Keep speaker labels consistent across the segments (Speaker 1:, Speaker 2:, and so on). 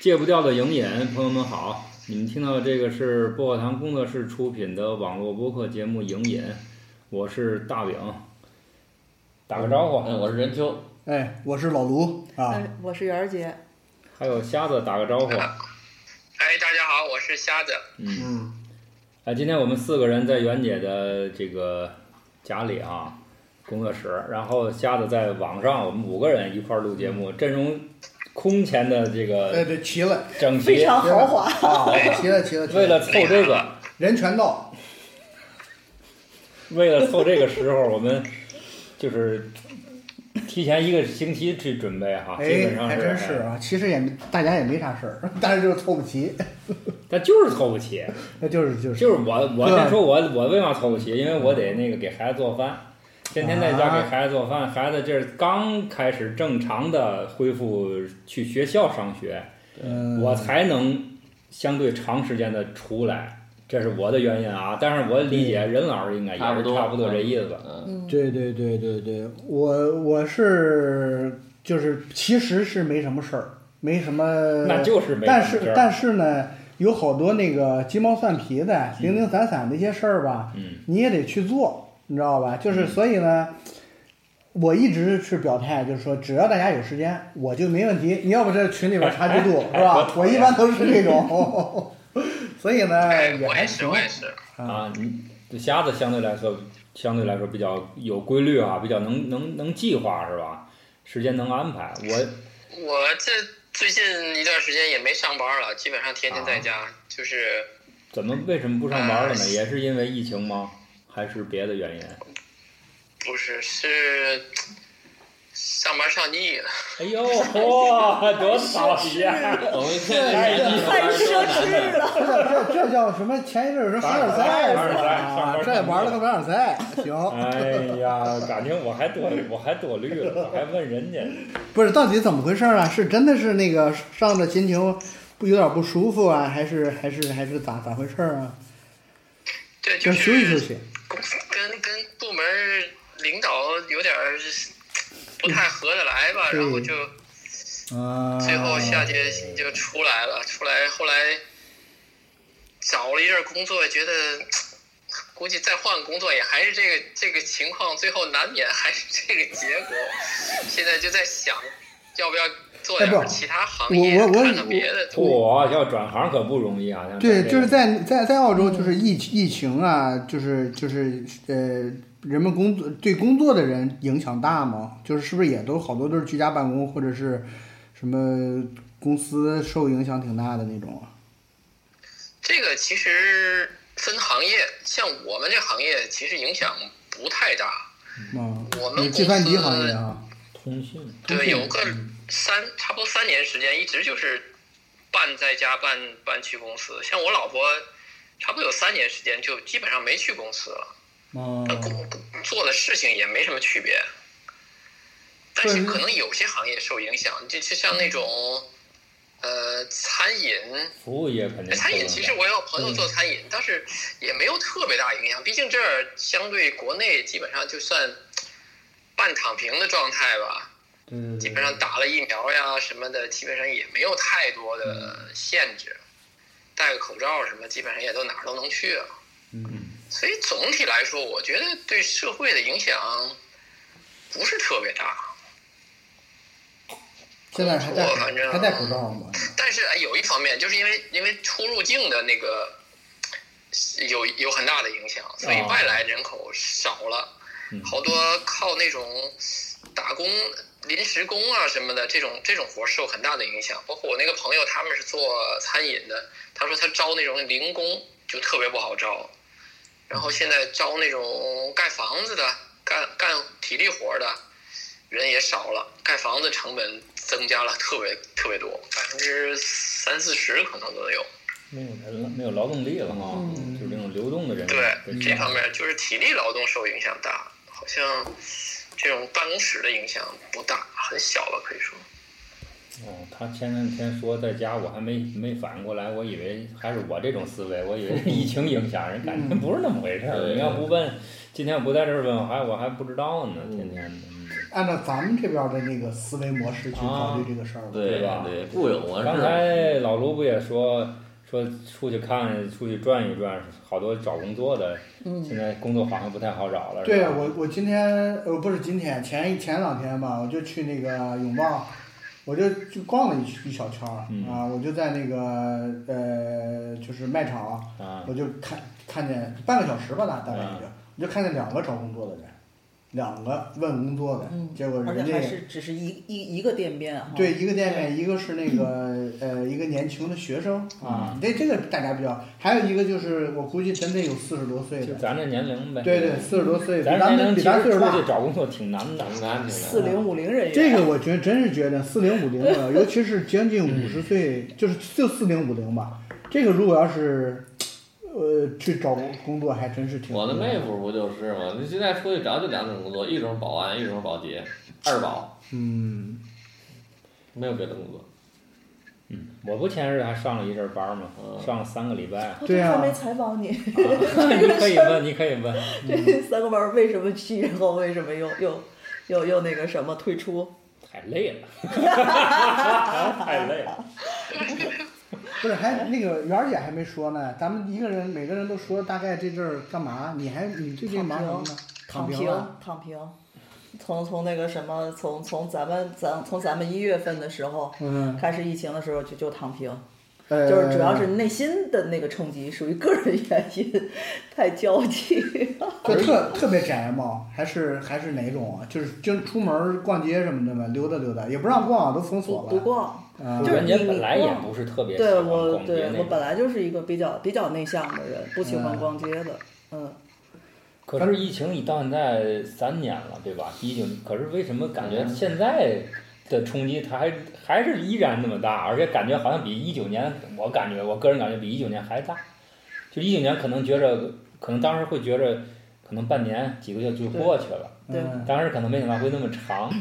Speaker 1: 戒不掉的影眼，朋友们好，你们听到这个是薄荷糖工作室出品的网络播客节目《影眼》，我是大饼，打个招呼，
Speaker 2: 嗯，我是任秋，
Speaker 3: 哎，我是老卢啊，
Speaker 4: 嗯，我是袁儿姐，
Speaker 1: 还有瞎子打个招呼。
Speaker 5: 哎，大家好，我是瞎子。
Speaker 3: 嗯，
Speaker 1: 啊，今天我们四个人在袁姐的这个家里啊，工作室，然后瞎子在网上，我们五个人一块儿录节目，阵容空前的这
Speaker 3: 哎，
Speaker 1: 个
Speaker 3: 对，齐了，
Speaker 1: 整
Speaker 4: 非
Speaker 1: 齐。
Speaker 4: 常豪华。
Speaker 3: 啊，齐了，齐了，齐
Speaker 1: 为了凑这个，
Speaker 3: 人全到，
Speaker 1: 为了凑这个时候，我们就是提前一个星期去准备哈，基
Speaker 3: 哎
Speaker 1: 本，上
Speaker 3: 还真是啊，其实也没大家也没啥事儿， 但是就是凑不齐，
Speaker 1: 但就是凑不齐。
Speaker 3: 那就是就是
Speaker 1: 就是我，我
Speaker 3: 对
Speaker 1: 先说我，我为嘛凑不齐？因为我得那个给孩子做饭，天天在家
Speaker 3: 啊
Speaker 1: 给孩子做饭。孩子这是刚开始正常的恢复去学校上学，
Speaker 3: 嗯，
Speaker 1: 我才能相对长时间的出来，这是我的原因啊。但是我理解任老师应该也
Speaker 2: 差不
Speaker 1: 是
Speaker 2: 多
Speaker 1: 差不多这意思。
Speaker 2: 嗯，
Speaker 4: 嗯，
Speaker 3: 对对对对对，我我是就是其实是没什么事儿，没什么，
Speaker 1: 那就是没
Speaker 3: 但
Speaker 1: 什么事
Speaker 3: 是
Speaker 1: 儿
Speaker 3: 但是呢，有好多那个鸡毛蒜皮的、零零散散的一些事儿吧，
Speaker 1: 嗯
Speaker 3: 你也得去做，你知道吧？就是所以呢，我一直是表态，就是说只要大家有时间，我就没问题。你要不这群里边差距 度是
Speaker 1: 哎
Speaker 3: 吧？我一般都是这种， 所以呢
Speaker 5: 哎，
Speaker 3: 也
Speaker 5: 我
Speaker 3: 还
Speaker 5: 也是，
Speaker 3: 行
Speaker 5: 我也是。
Speaker 3: 啊。
Speaker 1: 啊，你这瞎子相对来说相对来说比较有规律啊，比较能能能计划是吧？时间能安排。我
Speaker 5: 我这最近一段时间也没上班了，基本上天天
Speaker 3: 啊
Speaker 5: 在家，就是
Speaker 1: 怎么为什么不上班了呢？也是因为疫情吗？还是别的原因？
Speaker 5: 不是是上班上腻了。
Speaker 1: 哎呦，哇，多讨
Speaker 4: 是
Speaker 1: 厌！啊
Speaker 2: 我们现在是
Speaker 4: 太奢侈了。
Speaker 3: 这这叫什么？前一阵儿是凡尔赛
Speaker 1: 凡尔
Speaker 3: 是
Speaker 1: 赛凡
Speaker 3: 吧
Speaker 1: 尔？赛
Speaker 3: 这玩了个凡尔赛，行，
Speaker 1: 哎呀，感情我还多我还多虑了，我还问人家。
Speaker 3: 不是到底怎么回事儿啊？是真的是那个上的心情不有点不舒服啊？还是还是还是咋咋回事儿啊？
Speaker 5: 对，就
Speaker 3: 要休息休
Speaker 5: 是
Speaker 3: 息。
Speaker 5: 公司跟跟部门领导有点儿不太合得来吧，
Speaker 3: 对
Speaker 5: 然后就
Speaker 3: 啊，
Speaker 5: 最后下决心就出来了。出来后来找了一阵儿工作，觉得估计再换工作也还是这个这个情况，最后难免还是这个结果。现在就在想，要不要做点
Speaker 3: 哎
Speaker 5: 儿
Speaker 3: 不
Speaker 5: 其他行业，
Speaker 3: 我我我
Speaker 5: 看看别的。
Speaker 1: 我要转行可不容易啊！像
Speaker 3: 对，
Speaker 1: 这
Speaker 3: 就是在在在澳洲，就是疫疫情啊，就是就是呃，人们工作对工作的人影响大吗？就是是不是也都好多都是居家办公，或者是什么公司受影响挺大的那种啊？
Speaker 5: 这个其实分行业，像我们这行业其实影响不太大。
Speaker 3: 嗯，
Speaker 5: 我们
Speaker 3: 就是计
Speaker 5: 公司
Speaker 3: 算机行业啊，
Speaker 1: 通信
Speaker 3: 通嗯
Speaker 5: 对
Speaker 3: 信
Speaker 5: 有个三差不多三年时间，一直就是半在家半半去公司。像我老婆，差不多有三年时间就基本上没去公司了，
Speaker 3: 嗯，
Speaker 5: 但工做的事情也没什么区别。但是
Speaker 3: 对
Speaker 5: 可能有些行业受影响，就就像那种呃餐饮，
Speaker 1: 服务业肯定。
Speaker 5: 餐饮其实我有朋友做餐饮，但是也没有特别大影响，毕竟这儿相对国内基本上就算半躺平的状态吧。
Speaker 3: 对对
Speaker 5: 基
Speaker 3: 对
Speaker 5: 本上打了疫苗呀什么的，基本上也没有太多的限制，戴个口罩什么，基本上也都哪儿都能去啊。
Speaker 1: 嗯，
Speaker 5: 所以总体来说，我觉得对社会的影响不是特别大。
Speaker 3: 现在还戴
Speaker 5: 我反正
Speaker 3: 还戴口罩吗？
Speaker 5: 但是哎，有一方面就是因为因为出入境的那个有有很大的影响，所以
Speaker 1: 哦
Speaker 5: 外来人口少了，
Speaker 1: 嗯
Speaker 5: 好多靠那种打工、临时工啊什么的这种这种活受很大的影响。包括我那个朋友，他们是做餐饮的，他说他招那种零工就特别不好招，然后现在招那种盖房子的、干干体力活的。人也少了，盖房子成本增加了特别特别多，百分之三四十可能都有。
Speaker 1: 没有人了，没有劳动力了哈，
Speaker 3: 嗯
Speaker 1: 就是那种流动的人。
Speaker 5: 对这方面，就是体力劳动受影响大，好像这种办公室的影响不大，很小了，可以说。
Speaker 1: 哦，他前两天说在家，我还没没反应过来，我以为还是我这种思维，我以为疫情影响人，感觉
Speaker 3: 嗯
Speaker 1: 不是那么回事儿。
Speaker 2: 对
Speaker 1: 你要不问，今天我不在这儿问，我还我还不知道呢，天天的。嗯
Speaker 3: 按照咱们这边的那个思维模式去考虑这个事儿了。
Speaker 1: 啊对吧
Speaker 2: 对，固有啊模式。
Speaker 1: 刚才老卢不也说说出去看、出去转一转，好多找工作的，现在工作好像不太好找了。
Speaker 3: 嗯对啊
Speaker 1: 是吧
Speaker 3: 我，我今天呃不是今天，前一前两天吧，我就去那个永旺，我就去逛了一一小圈儿、
Speaker 1: 嗯
Speaker 3: 啊，我就在那个呃就是卖场，
Speaker 1: 啊，
Speaker 3: 我就看看见半个小时吧，大大概也就，我就看见两个找工作的人，两个问工作的，
Speaker 4: 嗯
Speaker 3: 结果
Speaker 4: 而
Speaker 3: 人
Speaker 4: 且
Speaker 3: 家
Speaker 4: 还
Speaker 3: 也
Speaker 4: 是只是一一一个店面
Speaker 1: 啊
Speaker 4: 哈。
Speaker 3: 对，，一个店面，一个是那个呃，一个年轻的学生啊，这这个大家比较，还有一个就是我估计真的有四十多岁
Speaker 1: 就
Speaker 3: 的，
Speaker 1: 咱这年龄呗。
Speaker 3: 对对，，四十多岁，比
Speaker 1: 咱这
Speaker 3: 咱
Speaker 1: 年
Speaker 3: 们
Speaker 1: 龄
Speaker 3: 比
Speaker 1: 其
Speaker 3: 咱
Speaker 1: 实
Speaker 3: 岁数
Speaker 1: 出
Speaker 3: 大。
Speaker 1: 去找工作挺难的。
Speaker 2: 挺难
Speaker 4: 四零五零人员。
Speaker 3: 这个我觉得真是觉得四零五零的，尤其是将近五十岁，就是就四零五零吧，这个如果要是呃去找工作，还真是挺
Speaker 2: 我的妹夫不就是吗？你现在出去找就两种工作，一种是保安，一种是保洁，二保
Speaker 3: 嗯，
Speaker 2: 没有别的工作。
Speaker 1: 嗯，我不前日还上了一阵班嘛，
Speaker 2: 嗯
Speaker 1: 上了三个礼拜。啊
Speaker 4: 我
Speaker 3: 对啊
Speaker 4: 还没采访 你，
Speaker 1: 你可以问，你可以问。
Speaker 4: 这三个班儿为什么去，然后为什么又又又又那个什么退出？
Speaker 1: 太累了， 太累了。
Speaker 3: 不是还那个媛儿姐还没说呢，咱们一个人每个人都说大概这阵儿干嘛，你还你最近忙什么呢？
Speaker 4: 躺
Speaker 3: 平了。
Speaker 4: 平，躺平。从从那个什么，从从咱们咱从咱们一月份的时候
Speaker 3: 嗯，
Speaker 4: 开始疫情的时候就就躺平，
Speaker 3: 呃，
Speaker 4: 就是主要是内心的那个冲击，属于个人原因， 太焦急。
Speaker 3: 就特特别宅嘛，还是还是哪种啊？就是就是出门儿逛街什么的嘛，溜达溜达，也不让逛，都封锁
Speaker 4: 不
Speaker 3: 了。
Speaker 4: 不逛，
Speaker 3: 嗯
Speaker 4: 就是
Speaker 1: 人家
Speaker 4: 你你
Speaker 1: 本来也
Speaker 4: 逛
Speaker 1: 不是特别喜
Speaker 4: 对
Speaker 1: 欢
Speaker 4: 我
Speaker 1: 逛街
Speaker 4: 对
Speaker 1: 那
Speaker 4: 我
Speaker 1: 种
Speaker 4: 本来就是一个比较比较内向的人，不喜欢逛街的，嗯，
Speaker 1: 可是疫情已到现在三年了，对吧？第一就，可是为什么感觉现在的冲击它还还是依然那么大，而且感觉好像比一九年，我感觉我个人感觉比一九年还大。就一九年可能觉着，可能当时会觉着，可能半年几个月就过去了，
Speaker 4: 对
Speaker 3: 嗯
Speaker 1: 当时可能没想到会那么长。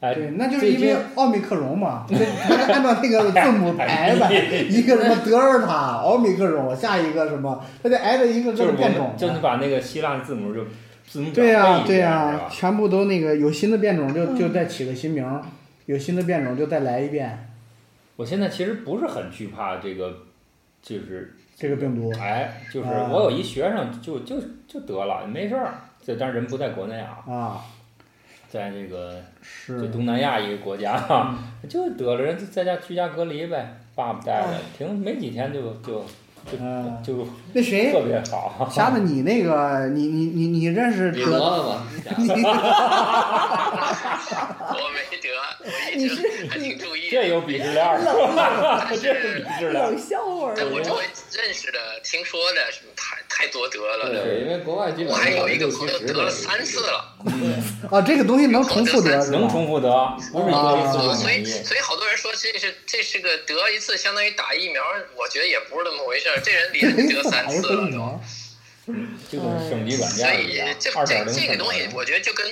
Speaker 1: 哎，
Speaker 3: 对，那就是因
Speaker 1: 最
Speaker 3: 为
Speaker 1: 近
Speaker 3: 奥密克戎嘛，这还按照那个字母
Speaker 1: 哎
Speaker 3: 排
Speaker 4: 哎
Speaker 3: 吧，一个什么德尔塔、奥密克戎，下一个什么，它得挨着一个
Speaker 1: 就
Speaker 3: 个
Speaker 1: 是
Speaker 3: 的
Speaker 1: 我
Speaker 3: 变种
Speaker 1: 们，就是
Speaker 3: 的。
Speaker 1: 把那个希腊字母就字母表
Speaker 3: 对呀
Speaker 1: 背，一遍是
Speaker 3: 对啊呀
Speaker 1: 吧，
Speaker 3: 全部都那个有新的变种就
Speaker 4: 嗯
Speaker 3: 就再起个新名儿，有新的变种就再来一遍
Speaker 1: 我现在其实不是很惧怕这个，就是
Speaker 3: 这个病毒。
Speaker 1: 哎，就是
Speaker 3: 啊
Speaker 1: 我有一学生就就就得了，没事儿。这但是人不在国内啊，
Speaker 3: 啊，
Speaker 1: 在这个就是东南亚一个国家啊，
Speaker 3: 嗯
Speaker 1: 就得了人就在家居家隔离呗，爸爸带
Speaker 3: 啊
Speaker 1: 着，挺没几天就就
Speaker 3: 嗯，
Speaker 1: 就
Speaker 3: 那谁，
Speaker 1: 特别好。
Speaker 3: 瞎子，你那个，你你你你认识啊
Speaker 2: 你
Speaker 3: 得
Speaker 2: 得了吗？
Speaker 5: 我没得，我一
Speaker 4: 啊你
Speaker 5: 直还挺注 意的。
Speaker 1: 这有鄙视链
Speaker 3: 哎
Speaker 1: 儿，
Speaker 5: 但
Speaker 1: 这有
Speaker 5: 是
Speaker 1: 鄙视链
Speaker 4: 冷
Speaker 1: 儿。
Speaker 4: 笑话
Speaker 1: 哎
Speaker 5: 但我
Speaker 4: 儿
Speaker 5: 周围认识的、听说的什么太太多得了。
Speaker 2: 对，因为国外基本
Speaker 5: 我
Speaker 2: 上
Speaker 5: 还有一个
Speaker 2: 六
Speaker 5: 朋
Speaker 2: 七
Speaker 5: 友
Speaker 2: 十
Speaker 5: 得了三次了，
Speaker 3: 啊？这个东西能重复 得是吧？
Speaker 1: 能重复得，不是一
Speaker 3: 啊
Speaker 1: 得一次就
Speaker 5: 所
Speaker 1: 免
Speaker 5: 以
Speaker 1: 疫。
Speaker 5: 所以好多人说这是这是个得一次相当于打疫苗，我觉得也不是那么回事儿。这人连着得三 次了
Speaker 3: 疫
Speaker 5: 都。
Speaker 3: 苗。
Speaker 1: 这个升级软
Speaker 5: 嗯所
Speaker 1: 件一
Speaker 5: 以
Speaker 1: 样
Speaker 5: 这，
Speaker 1: 二
Speaker 5: 这
Speaker 1: 点零
Speaker 5: 这个东西，我觉得就跟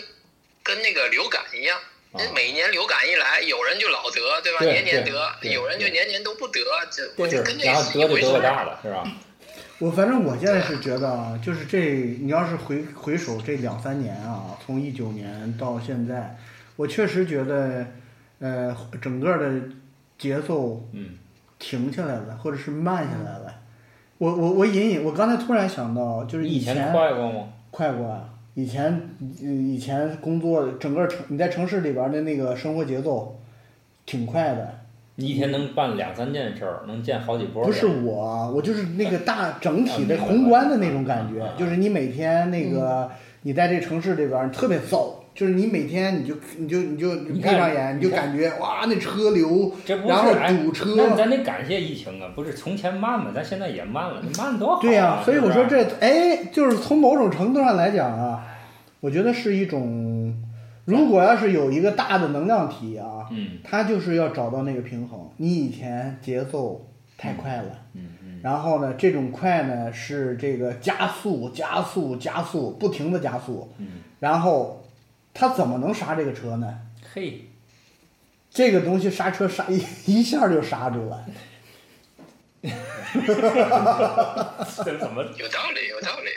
Speaker 5: 跟那个流感一样，
Speaker 1: 啊
Speaker 5: 那哎每年流感一来，有人就老得，对吧？
Speaker 1: 对
Speaker 5: 年年
Speaker 1: 对
Speaker 5: 得，
Speaker 1: 对
Speaker 5: 有人就年年都不得，这我觉
Speaker 1: 是
Speaker 5: 得跟，这
Speaker 1: 然后
Speaker 5: 是一啊
Speaker 1: 得就
Speaker 5: 回事
Speaker 1: 得个
Speaker 5: 儿。
Speaker 1: 大的，是吧？
Speaker 3: 我反正我现在是觉得啊，就是这，你要是回回首这两三年啊，从一九年到现在，我确实觉得，呃，整个的节奏
Speaker 1: 嗯，
Speaker 3: 停下来了，或者是慢下来了。我我我隐隐，我刚才突然想到，就是
Speaker 1: 你以前快过吗？
Speaker 3: 快过啊！以前，嗯以前工作整个城，你在城市里边的那个生活节奏，挺快的。
Speaker 1: 你一天能办两三件事儿，能见好几波人。
Speaker 3: 不是我，我就是那个大整体
Speaker 1: 啊
Speaker 3: 的宏观的那种感觉，就是你每天那
Speaker 1: 嗯
Speaker 3: 个，你在这城市里边儿特别燥，就是你每天你就你就你就
Speaker 1: 你
Speaker 3: 闭
Speaker 1: 看
Speaker 3: 上眼，你就
Speaker 1: 你看
Speaker 3: 感觉哇，那车流，
Speaker 1: 这不是
Speaker 3: 然后
Speaker 1: 哎
Speaker 3: 堵车，
Speaker 1: 那咱得感谢疫情啊，不是从前慢嘛，咱现在也慢了，慢多好、啊。
Speaker 3: 对呀、所以我
Speaker 1: 是
Speaker 3: 说
Speaker 1: 不是
Speaker 3: 这哎，就是从某种程度上来讲啊，我觉得是一种，如果要是有一个大的能量体啊，
Speaker 1: 嗯
Speaker 3: 它就是要找到那个平衡。你以前节奏太快了，
Speaker 1: 嗯嗯，
Speaker 3: 然后呢，这种快呢是这个加速、加速、加速，不停的加速，
Speaker 1: 嗯，
Speaker 3: 然后它怎么能刹这个车呢？
Speaker 1: 嘿，
Speaker 3: 这个东西刹车刹一一下就刹住了，
Speaker 1: 这怎么
Speaker 5: 有道理，有道理。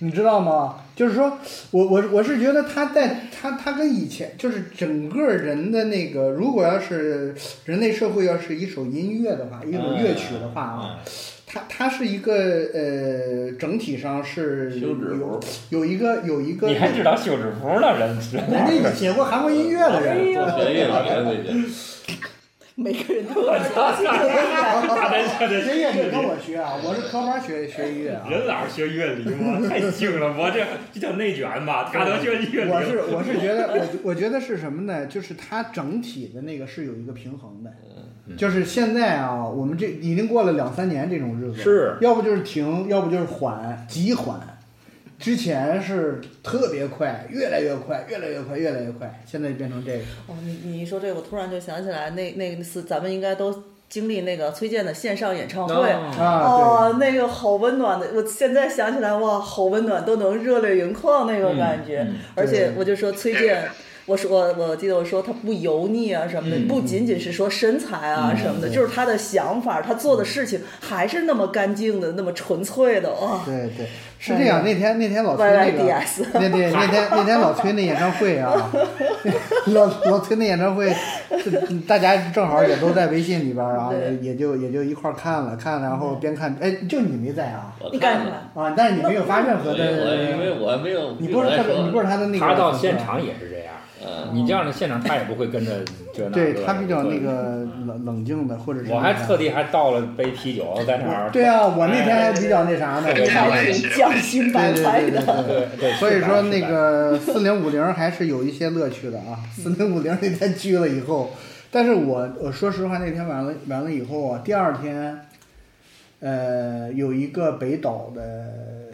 Speaker 3: 你知道吗？就是说我我我是觉得他在他他跟以前就是整个人的那个，如果要是人类社会要是一首音乐的
Speaker 1: 哎
Speaker 3: 话，一首乐曲的话啊，
Speaker 1: 嗯，
Speaker 3: 它它是一个呃整体上是
Speaker 2: 休止符
Speaker 3: 有有一个有一个
Speaker 1: 你还知道休止符呢，人是
Speaker 3: 人 家有写过韩国音乐的
Speaker 1: 哎
Speaker 3: 人，
Speaker 2: 做学业了，别费劲。
Speaker 4: 每个人都有点东西可以改。
Speaker 1: 他得他得
Speaker 3: 学乐你跟我学啊，我是科班学学音乐啊。
Speaker 1: 人老是学乐理，我太精了，我这这叫内卷吧？他能学乐理，
Speaker 3: 我是我是觉得我我觉得是什么呢？就是它整体的那个是有一个平衡的，就是现在啊，我们这已经过了两三年这种日子，
Speaker 1: 是
Speaker 3: 要不就是停，要不就是缓，急缓。之前是特别快，越来越快，越来越快，越来越快，现在变成这个。
Speaker 4: 哦，你你一说这个，我突然就想起来，那那次咱们应该都经历那个崔健的线上演唱会。
Speaker 2: 哦
Speaker 3: 啊，
Speaker 4: 哦，那个好温暖的，我现在想起来哇，好温暖，都能热泪盈眶那个感觉。
Speaker 1: 嗯嗯
Speaker 4: 而且
Speaker 3: 对
Speaker 4: 我就说崔健，我说我我记得我说他不油腻啊什么的，
Speaker 1: 嗯
Speaker 4: 不仅仅是说身材啊什么的，
Speaker 3: 嗯对
Speaker 4: 就是他的想法，他做的事情还是那么干净的，那么纯粹的哇。
Speaker 3: 对对，是这样。那天那天老崔那个，
Speaker 4: YYDS
Speaker 3: 那对那天那天老崔那演唱会啊，老老崔那演唱会，这大家正好也都在微信里边儿啊，
Speaker 4: 对
Speaker 3: 也也就也就一块儿看了看，然后边看，哎，就你没在啊
Speaker 2: 我
Speaker 4: 你干
Speaker 2: 看
Speaker 4: 什
Speaker 2: 了？
Speaker 4: 么？
Speaker 3: 啊，但是你没有发任
Speaker 2: 我
Speaker 3: 何
Speaker 2: 我因为
Speaker 3: 的，
Speaker 2: 我没有，
Speaker 3: 你不是
Speaker 2: 在
Speaker 3: 他
Speaker 2: 说
Speaker 3: 的，你不是他的那个粉丝啊，
Speaker 1: 他到现场也是这样，
Speaker 2: 嗯，
Speaker 1: 你这样的现场他也不会跟着这那
Speaker 3: 对
Speaker 1: 个。
Speaker 3: 他比较那个冷冷静的，或者是
Speaker 1: 我还
Speaker 3: 那个
Speaker 1: 特地还倒了杯啤酒在那儿。
Speaker 3: 对啊，我那天还比较那啥呢，
Speaker 1: 对
Speaker 3: 我
Speaker 4: 还
Speaker 3: 还
Speaker 5: 对
Speaker 4: 挺匠心百
Speaker 3: 对
Speaker 4: 态
Speaker 3: 对对对
Speaker 4: 的。
Speaker 3: 对
Speaker 1: 对。对，
Speaker 3: 所以
Speaker 1: 是的是
Speaker 3: 说那
Speaker 1: 的
Speaker 3: 个四零五零还是有一些乐趣的啊。四零五零那天狙了以后，但是我我说实话，那天完了完了以后啊，第二天，呃，有一个北岛的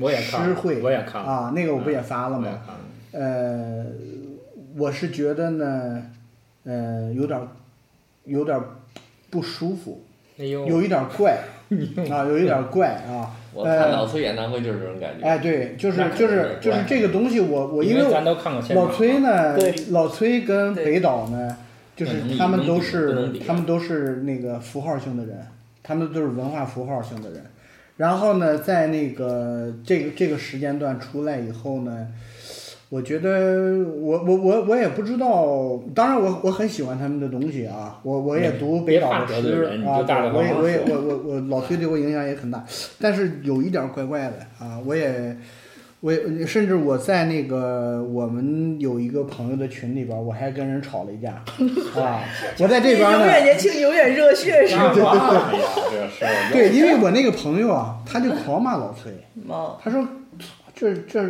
Speaker 1: 我也看
Speaker 3: 诗
Speaker 1: 了
Speaker 3: 会，
Speaker 1: 我也看了嗯
Speaker 3: 啊，那个我不也发了
Speaker 1: 我也
Speaker 3: 吗？
Speaker 1: 看了
Speaker 3: 呃，我是觉得呢，呃，有点儿有点儿不舒服，
Speaker 1: 哎呦，
Speaker 3: 有一点儿 怪啊，有一点儿怪啊。
Speaker 2: 我看
Speaker 3: 呃
Speaker 2: 老崔演唱会就是这种感觉。
Speaker 3: 哎，对，就是
Speaker 1: 嗯那肯
Speaker 3: 就
Speaker 1: 定
Speaker 3: 是
Speaker 1: 是
Speaker 3: 就是
Speaker 1: 怪
Speaker 3: 这个东西我，我
Speaker 1: 因
Speaker 3: 因为我
Speaker 1: 咱都看过现场。啊
Speaker 3: 老崔呢
Speaker 4: 对，
Speaker 3: 老崔跟
Speaker 4: 对
Speaker 3: 北岛呢，就是
Speaker 2: 不能比
Speaker 3: 他们
Speaker 2: 不
Speaker 3: 都
Speaker 2: 能比不能
Speaker 3: 是
Speaker 2: 比
Speaker 3: 他们都是那个符号性的人，他们都是文化符号性的人。然后呢，在那个这个这个时间段出来以后呢，我觉得我我我我也不知道，当然我我很喜欢他们的东西啊，我我也读北岛的
Speaker 1: 嗯别怕得罪
Speaker 3: 诗
Speaker 1: 人你
Speaker 3: 啊，
Speaker 1: 就大大
Speaker 3: 我也
Speaker 1: 方方
Speaker 3: 我也
Speaker 1: 说
Speaker 3: 我我我老崔对我影响也很大，但是有一点儿怪怪的啊，我也。我也甚至我在那个我们有一个朋友的群里边儿，我还跟人吵了 一架啊！我在这边儿
Speaker 4: 永远
Speaker 3: 呢，
Speaker 4: 年轻，永远热血是
Speaker 1: 瞎
Speaker 4: 吗？
Speaker 1: 话呀，这啊是
Speaker 3: 对，因为我那个朋友啊，他就狂骂老崔，
Speaker 4: 哦，
Speaker 3: 他说这这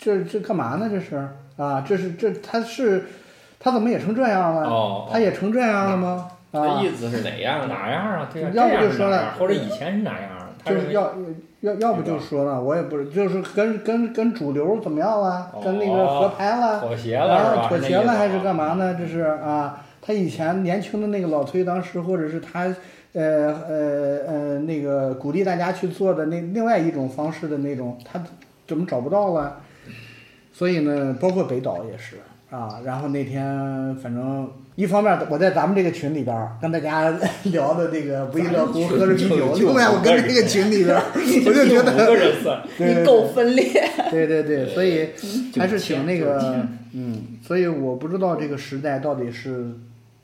Speaker 3: 这这干嘛呢？这是啊，这是这他是他怎么也成这样了？
Speaker 1: 哦哦
Speaker 3: 啊他也成这样了吗？啊
Speaker 2: 那，意思是哪样的？
Speaker 1: 哪样啊？对啊，
Speaker 3: 要不就
Speaker 1: 这样是
Speaker 3: 说
Speaker 1: 哪
Speaker 3: 了
Speaker 1: 样或者以前是哪样？他
Speaker 3: 就是要要要不就说了，我也不是，就是跟跟跟主流怎么样了？跟那个
Speaker 1: 哦
Speaker 3: 合拍了？
Speaker 1: 妥协
Speaker 3: 啊，
Speaker 1: 了是吧？
Speaker 3: 妥协了还是干
Speaker 1: 嘛？
Speaker 3: 嘛呢？这是啊，他以前年轻的那个老崔，当时或者是他，呃呃呃，那个鼓励大家去做的那另外一种方式的那种，他怎么找不到了？所以呢，包括北岛也是啊。然后那天反正一方面我在咱们这个亦乐乎群里边儿跟大家 聊的这个不亦乐乎，喝着啤酒，另外我跟这个群里边儿，我就觉
Speaker 1: 五个
Speaker 3: 得。
Speaker 1: 人算
Speaker 3: 对对
Speaker 4: 你够分裂。
Speaker 3: 对对对，所以还是
Speaker 1: 就
Speaker 3: 挺
Speaker 1: 是
Speaker 3: 那
Speaker 1: 就
Speaker 3: 个，嗯，所以我不知道这个时代到底是，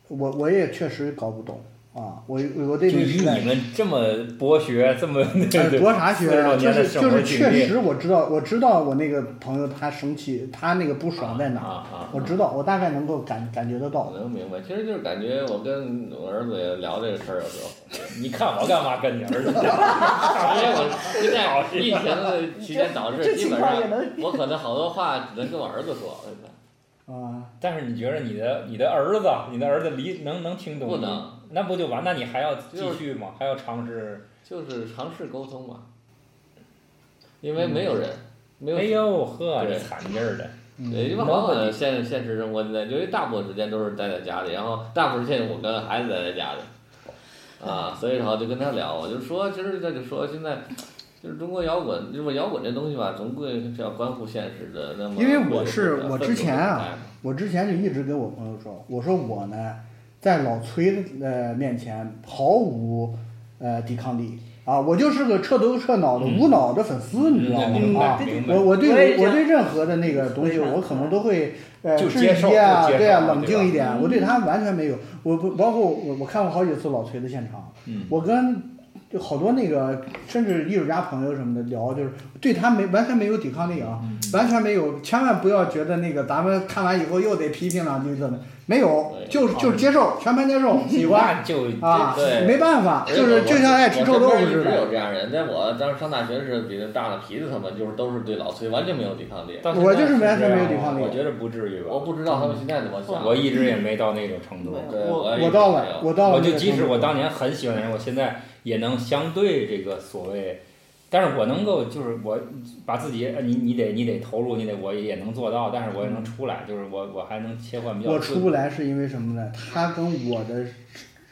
Speaker 3: 我我也确实搞不懂啊，我我对
Speaker 1: 就
Speaker 3: 这个
Speaker 1: 以
Speaker 3: 时代
Speaker 1: 你。们这么博学，这么
Speaker 3: 哎
Speaker 1: 对
Speaker 3: 博啥学啊？
Speaker 1: 40
Speaker 3: 就
Speaker 1: 年的
Speaker 3: 是就
Speaker 1: 生活
Speaker 3: 是，
Speaker 1: 经
Speaker 3: 确
Speaker 1: 历
Speaker 3: 实我知道，我知道我那个朋友他生气，他那个不爽在哪儿，
Speaker 1: 啊啊啊
Speaker 3: 我知道，我大概能够感感觉得到
Speaker 2: 我。能明白，其实就是感觉我跟我儿子也聊这个事儿，有时候，
Speaker 1: 你看我干嘛跟你儿 子？
Speaker 2: 因为我现在疫情的期间导致，基本上我可能好多话只能跟我儿子说，现在
Speaker 3: 啊，
Speaker 1: 但是你觉得你的你的儿子，你的儿子理能能听懂？
Speaker 2: 不，能，
Speaker 1: 那不就完？那你还要继续吗？还要尝试？
Speaker 2: 就是尝试沟通嘛，因为没有人，没有
Speaker 1: 哎呦呵，
Speaker 2: 对
Speaker 1: 这惨劲 儿的，
Speaker 3: 嗯
Speaker 2: 对，因为好像现现实生活现在，因为大部分时间都是待在家里，然后大部分时间我跟孩子待在家里，啊，所以然后就跟他聊，我就说，其实他就说现在。就是中国摇滚，就是摇滚这东西吧，总归是要关乎现实的。那么，
Speaker 3: 因为我是我之前啊，我之前就一直跟我朋友说，我说我呢，在老崔的呃面前毫无呃抵抗力，啊，我就是个彻头彻脑的无脑的粉丝，你知道
Speaker 1: 嗯明
Speaker 3: 吗？
Speaker 1: 白
Speaker 3: 啊
Speaker 1: 明，白
Speaker 3: 我我
Speaker 4: 我也
Speaker 3: 对
Speaker 4: 这
Speaker 3: 我
Speaker 4: 样
Speaker 3: 对任何的那个东西，
Speaker 4: 我也
Speaker 3: 我可能都会呃
Speaker 1: 就
Speaker 3: 质
Speaker 1: 接受
Speaker 3: 疑啊，
Speaker 1: 就接受
Speaker 3: 对啊，
Speaker 1: 对吧嗯
Speaker 3: 冷静一点。我对他完全没有，我不包括我我看过好几次老崔的现场，
Speaker 1: 嗯
Speaker 3: 我跟就好多那个甚至艺术家朋友什么的聊，就是对他没完全没有抵抗力啊，完全没有，千万不要觉得那个咱们看完以后又得批评两句怎么没有，
Speaker 2: 对
Speaker 3: 就是就是接受，全盘接受， 喜欢
Speaker 1: 那就
Speaker 3: 啊
Speaker 2: 对，
Speaker 3: 没办法，就是就像爱吃臭豆腐似
Speaker 2: 我身边一直
Speaker 3: 的。
Speaker 2: 有这样人，在我当时上大学时，比他大的脾气他们就是都是对老崔完全没有抵抗力。
Speaker 1: 到
Speaker 3: 我
Speaker 1: 现在
Speaker 3: 就是完全没有
Speaker 1: 这样啊
Speaker 3: 抵抗力
Speaker 1: 我觉得不至于吧。
Speaker 2: 我不知道他们现在怎么想。
Speaker 1: 我一直也没到那种程度。
Speaker 4: 对
Speaker 2: 对
Speaker 4: 我
Speaker 2: 我也
Speaker 3: 我到了，我到了
Speaker 1: 我
Speaker 3: 那
Speaker 1: 就
Speaker 3: 个程度，
Speaker 1: 即使我当年很喜欢的人，我现在也能相对这个所谓，但是我能够就是我把自己，呃你你得你得投入，你得我也能做到，但是我也能出来，就是我我还能切换比较
Speaker 3: 我
Speaker 1: 自
Speaker 3: 出不来是因为什么呢？他跟我的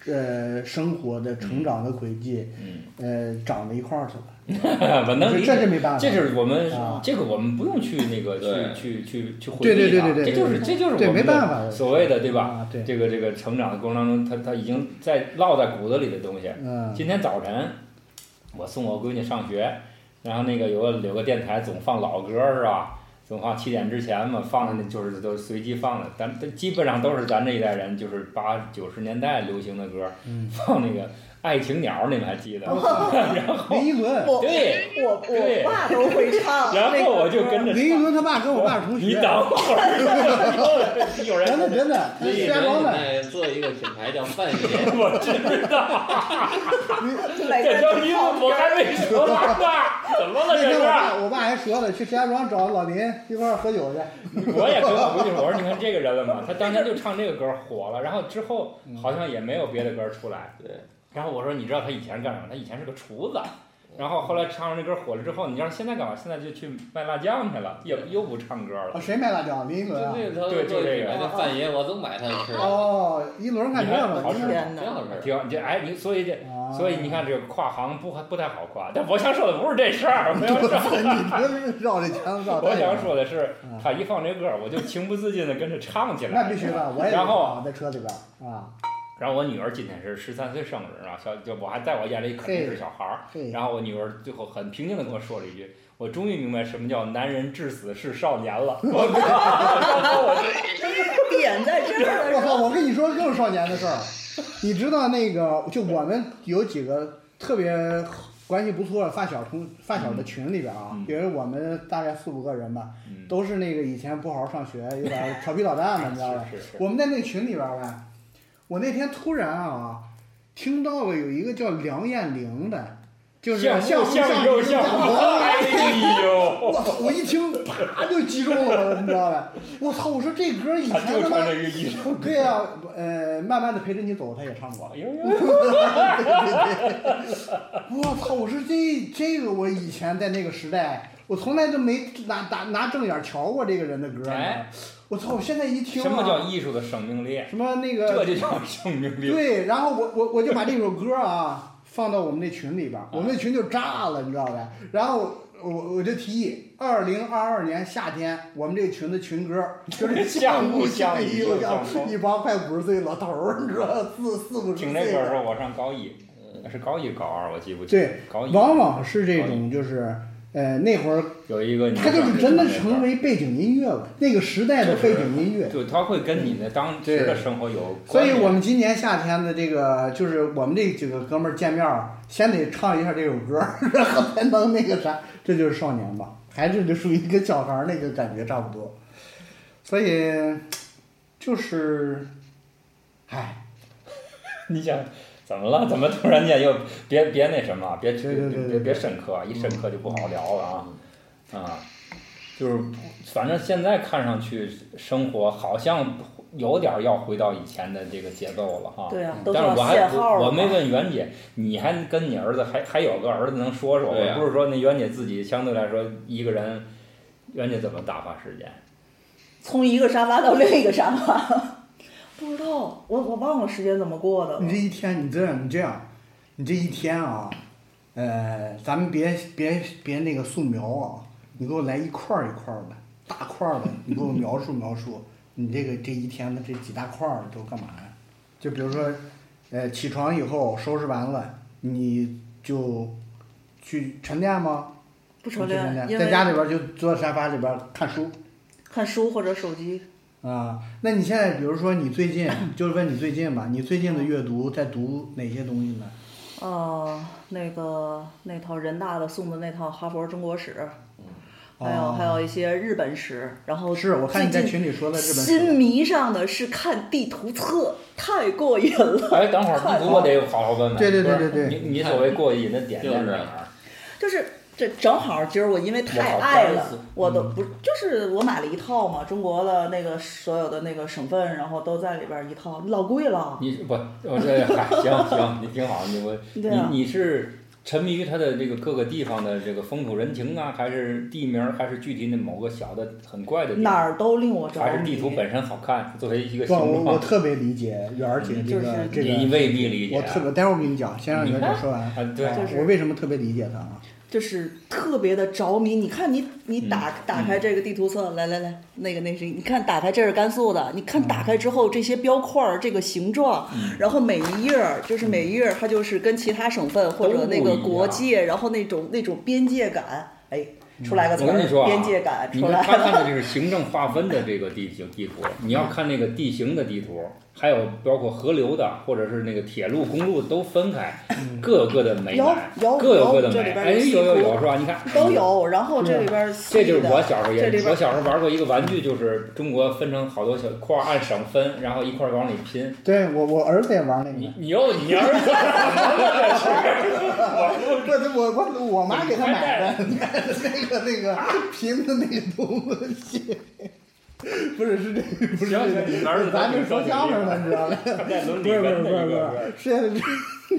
Speaker 3: 呃生活的成长的轨迹
Speaker 1: 嗯，
Speaker 3: 呃长到一块儿去了，
Speaker 1: 我能理
Speaker 3: 这
Speaker 1: 解。
Speaker 3: 是没办法。
Speaker 1: 这是我们
Speaker 3: 啊，
Speaker 1: 这个我们不用去那个
Speaker 2: 对
Speaker 1: 去去去去回避
Speaker 3: 对对对
Speaker 1: 它
Speaker 3: 对对
Speaker 1: 这就是这就是
Speaker 3: 对
Speaker 1: 我
Speaker 3: 没
Speaker 1: 们
Speaker 3: 办
Speaker 1: 的
Speaker 3: 法的
Speaker 1: 所谓的对吧？
Speaker 3: 啊，对，
Speaker 1: 这个这个成长的过程当中，它它已经在烙在骨子里的东西，
Speaker 3: 嗯，
Speaker 1: 今天早晨，我送我闺女上学，然后那个有个有个电台总放老歌儿是吧？总放七点之前嘛，放
Speaker 3: 嗯
Speaker 1: 的就是都随机放的，咱咱基本上都是咱这一代人，就是八九十年代流行的歌儿，
Speaker 3: 嗯哦
Speaker 1: 放那个《爱情鸟》，你们还记得吗？
Speaker 3: 林依轮，
Speaker 4: 我
Speaker 1: 对，
Speaker 4: 我
Speaker 1: 对
Speaker 4: 我爸都会 唱，
Speaker 1: 然后我就跟着
Speaker 3: 林依轮他爸跟我爸是同学，
Speaker 1: 你等会儿，有人
Speaker 3: 真的真的，他
Speaker 2: 所
Speaker 3: 是啊
Speaker 2: 以
Speaker 3: 石
Speaker 2: 人
Speaker 3: 家庄的，
Speaker 2: 在做一个品牌叫范 闲，
Speaker 1: 我知道，
Speaker 4: 就每
Speaker 1: 这
Speaker 4: 个人
Speaker 1: 都因为我还没说完呢，怎么了
Speaker 3: 那
Speaker 1: 这
Speaker 3: 天我
Speaker 1: 是？
Speaker 3: 爸我爸还说了，去石家庄找老林一块儿喝酒去。
Speaker 1: 我也跟我闺女说，我说你看这个人了嘛，他当年就唱这个歌火了，然后之后好像也没有别的歌出来。
Speaker 2: 对。
Speaker 1: 然后我说你知道他以前干什么？他以前是个厨子，然后后来唱上这歌火了之后，你知道现在干嘛？现在就去卖辣酱去了，又又不唱歌
Speaker 3: 啊，
Speaker 1: 了。
Speaker 3: 谁卖辣椒？林依
Speaker 2: 就
Speaker 3: 轮啊？
Speaker 2: 那个他
Speaker 1: 对
Speaker 2: 做
Speaker 1: 就
Speaker 2: 一个
Speaker 1: 这
Speaker 2: 品
Speaker 1: 个
Speaker 2: 牌叫范爷，我总买他吃。
Speaker 3: 哦，依轮看热闹，
Speaker 1: 好吃
Speaker 4: 天
Speaker 2: 挺
Speaker 4: 哪，
Speaker 2: 好吃。
Speaker 1: 挺好，你这哎你所以这。
Speaker 3: 啊
Speaker 1: 所以你，看，这个跨行不还不太好跨，但我想说的不是这事儿，我想
Speaker 3: 你
Speaker 1: 说，
Speaker 3: 别绕这圈子绕太
Speaker 1: 我
Speaker 3: 远
Speaker 1: 想
Speaker 3: 了。
Speaker 1: 说的是
Speaker 3: 嗯，
Speaker 1: 他一放这歌，我就情不自禁的跟着唱起来。
Speaker 3: 那必须的，我也
Speaker 1: 然后
Speaker 3: 啊在车里边儿啊，
Speaker 1: 然后我女儿今天是十三岁生日啊，小就我还在我眼里肯定是小孩儿。
Speaker 3: 嘿，
Speaker 1: 然后我女儿最后很平静的跟我说了一句：“我终于明白什么叫男人至死是少年 了。我
Speaker 4: 点在这儿
Speaker 3: 我
Speaker 4: 了，
Speaker 3: 操！我跟你说更少年的事儿，你知道那个就我们有几个特别关系不错的发小同发小的群里边啊
Speaker 1: 嗯，
Speaker 3: 因为我们大概四五个人吧，”
Speaker 1: 嗯，
Speaker 3: 都是那个以前不好好上学，有点调皮捣蛋的，你知道吧？
Speaker 1: 是 是是，
Speaker 3: 我们在那个群里边儿呗，我那天突然啊，听到了有一个叫梁艳玲的，就是
Speaker 1: 向
Speaker 3: 向
Speaker 1: 向右
Speaker 3: 右
Speaker 1: 向
Speaker 3: 向
Speaker 1: 左， 哎呦，
Speaker 3: 我操！我一听，啪就击中了我，你知道吧？我操！我说这歌以
Speaker 1: 他
Speaker 3: 前
Speaker 1: 就
Speaker 3: 他
Speaker 1: 穿
Speaker 3: 妈
Speaker 1: 这个衣裳。
Speaker 3: 对呀、呃，慢慢的陪着你走，他也唱过。
Speaker 1: 哎呦呦，
Speaker 3: 对对对我操！我说这这个我以前在那个时代，我从来都没拿拿拿正眼瞧过这个人的歌。
Speaker 1: 哎，
Speaker 3: 我操！我现在一听、啊，
Speaker 1: 什么叫艺术的生命力？
Speaker 3: 什么那
Speaker 1: 这
Speaker 3: 个
Speaker 1: 就叫生命力。
Speaker 3: 对，然后我我我就把这首歌啊放到我们那群里边儿，我们那群就炸了，你知道呗？然后我我就提议，二零二二年夏天，我们这群的群歌儿就是
Speaker 1: 像雾
Speaker 3: 雾
Speaker 1: 像
Speaker 3: 像
Speaker 1: 雨
Speaker 3: 雨
Speaker 1: 又
Speaker 3: 像
Speaker 1: 像风
Speaker 3: 一帮快五十岁老头儿，你知道吧四四五十
Speaker 1: 听
Speaker 3: 岁
Speaker 1: 这歌的时
Speaker 3: 的。
Speaker 1: 候，我上高一，呃是高一高二，我记不清。
Speaker 3: 对，
Speaker 1: 高一
Speaker 3: 往往是这种就是。呃，那会儿
Speaker 1: 有一个女
Speaker 3: 他就
Speaker 1: 生
Speaker 3: 是真的
Speaker 1: 唱这歌
Speaker 3: 成为背景音乐了，那个时代的背景音乐。
Speaker 1: 就它会跟你的当时的生活有
Speaker 3: 所
Speaker 1: 关
Speaker 3: 以
Speaker 1: 联。
Speaker 3: 我们今年夏天的这个，就是我们这几个哥们儿见面儿，先得唱一下这首歌儿，然后才能那个啥，这就是少年吧，还是就属于跟小孩儿那个感觉差不多。所以，就是，唉，
Speaker 1: 你想怎么了？怎么突然间又别别那什么？啊别
Speaker 3: 对对对对嗯
Speaker 1: 别别深刻，一深刻就不好聊了啊啊！就是反正现在看上去生活好像有点要回到以前的这个节奏了哈。
Speaker 4: 对啊，都
Speaker 1: 但是
Speaker 4: 上
Speaker 1: 我还
Speaker 4: 限号
Speaker 1: 我
Speaker 4: 了啊
Speaker 1: 我没
Speaker 4: 嘛，
Speaker 1: 问袁姐，你还跟你儿子还还有个儿子能说说？
Speaker 2: 对
Speaker 1: 我
Speaker 2: 啊
Speaker 1: 不是说那袁姐自己相对来说一个人，袁姐怎么打发时间？
Speaker 4: 从一个沙发到另一个沙发，不知道，我我忘了时间怎么过的了
Speaker 3: 你这。一天，你这样，你这样，你这一天啊，呃，咱们别别别那个素描啊，你给我来一块儿一块儿的，大块儿的，你给我描述描述，你这个这一天的这几大块儿都干嘛呀？就比如说，呃，起床以后收拾完了，你就去晨练吗？
Speaker 4: 不
Speaker 3: 不
Speaker 4: 晨
Speaker 3: 去晨
Speaker 4: 练，
Speaker 3: 练，
Speaker 4: 因
Speaker 3: 在家
Speaker 4: 为
Speaker 3: 里边就坐沙发里边看书
Speaker 4: 看书或者手机。
Speaker 3: 啊。那你现在比如说你最近，就是问你最近吧，你最近的阅读在读哪些东西呢？
Speaker 4: 呃，那个那套人大的送的那套《哈佛中国史》，还有、
Speaker 3: 哦
Speaker 4: 还有一些日本史，然后
Speaker 3: 是我看你在
Speaker 4: 最近
Speaker 3: 群里说的日本
Speaker 4: 新
Speaker 3: 书，
Speaker 4: 迷上的是看地图册，太过瘾了。
Speaker 1: 哎，等会儿地图我得好好问问。
Speaker 3: 对对对
Speaker 1: 不是
Speaker 3: 对对
Speaker 1: 你你所谓过瘾的点在
Speaker 2: 就是啊
Speaker 1: 哪儿？
Speaker 4: 就是这正好今儿我因为太爱了，我都
Speaker 1: 嗯
Speaker 4: 不就是我买了一套嘛，中国的那个所有的那个省份，然后都在里边儿一套，老贵了。
Speaker 1: 你不，我这嗨，行行，你挺好，你我
Speaker 4: 对啊
Speaker 1: 你你是沉迷于它的这个各个地方的这个风土人情啊，还是地名儿，还是具体的某个小的很怪的地
Speaker 4: 哪
Speaker 1: 方？
Speaker 4: 儿都令我着迷，
Speaker 1: 还是地图本身好看，作为一个
Speaker 3: 不，
Speaker 1: 形
Speaker 3: 我我
Speaker 1: 状，
Speaker 3: 特别理解圆儿姐这个
Speaker 4: 就是
Speaker 3: 这
Speaker 1: 你
Speaker 3: 个，
Speaker 1: 未必理解。啊
Speaker 3: 我特别，待会儿我跟你讲，先让
Speaker 1: 你
Speaker 3: 圆
Speaker 1: 看
Speaker 3: 姐说完。哎
Speaker 1: 啊，对，
Speaker 4: 就是
Speaker 3: 我为什么特别理解她啊？
Speaker 4: 就是特别的着迷。你看你
Speaker 1: 嗯
Speaker 4: 你打、打开这个地图册，来来来，那个那谁，你看打开这是甘肃的，你看打开之后这些标块儿这个形状，
Speaker 1: 嗯
Speaker 4: 然后每一页儿就是每一页儿它就是跟其他省份或者那
Speaker 1: 都
Speaker 4: 个
Speaker 1: 哦不一
Speaker 4: 国
Speaker 1: 样
Speaker 4: 界，然后那种那种边界感，哎，出来个词
Speaker 1: 我跟你说
Speaker 4: 儿，
Speaker 1: 啊，
Speaker 4: 边界感
Speaker 1: 你
Speaker 4: 出
Speaker 1: 看
Speaker 4: 来
Speaker 1: 他看
Speaker 4: 了。
Speaker 1: 的这是行政划分的这个地形地图，你要看那个地形的地图，还有包括河流的或者是那个铁路、公路都分开，各有各的美
Speaker 4: 嗯有
Speaker 1: 感，
Speaker 4: 有
Speaker 1: 各有各的
Speaker 4: 这里
Speaker 1: 美。
Speaker 4: 边
Speaker 1: 哎，有有有是吧？你看
Speaker 4: 都。有，然后这里边儿
Speaker 1: 这
Speaker 4: 细
Speaker 1: 就是
Speaker 4: 的
Speaker 1: 我小时候
Speaker 4: 这
Speaker 1: 也
Speaker 4: 里，边
Speaker 1: 我小时候玩过一个玩具，就是中国分成好多小块儿，按省分，然后一块儿往里拼。
Speaker 3: 对我，我儿子也玩那个。
Speaker 1: 你你又你 儿子，
Speaker 3: 我我我我妈给他买的，你看那个 那个拼的那个东西，不是是这个不是
Speaker 1: 行行你儿子
Speaker 3: 这个，咱就说相声了，你知道吗？
Speaker 1: 在
Speaker 3: 不
Speaker 1: 伦理
Speaker 3: 是不是
Speaker 1: 跟
Speaker 3: 不
Speaker 1: 那
Speaker 3: 是不
Speaker 1: 个
Speaker 3: 是，现在是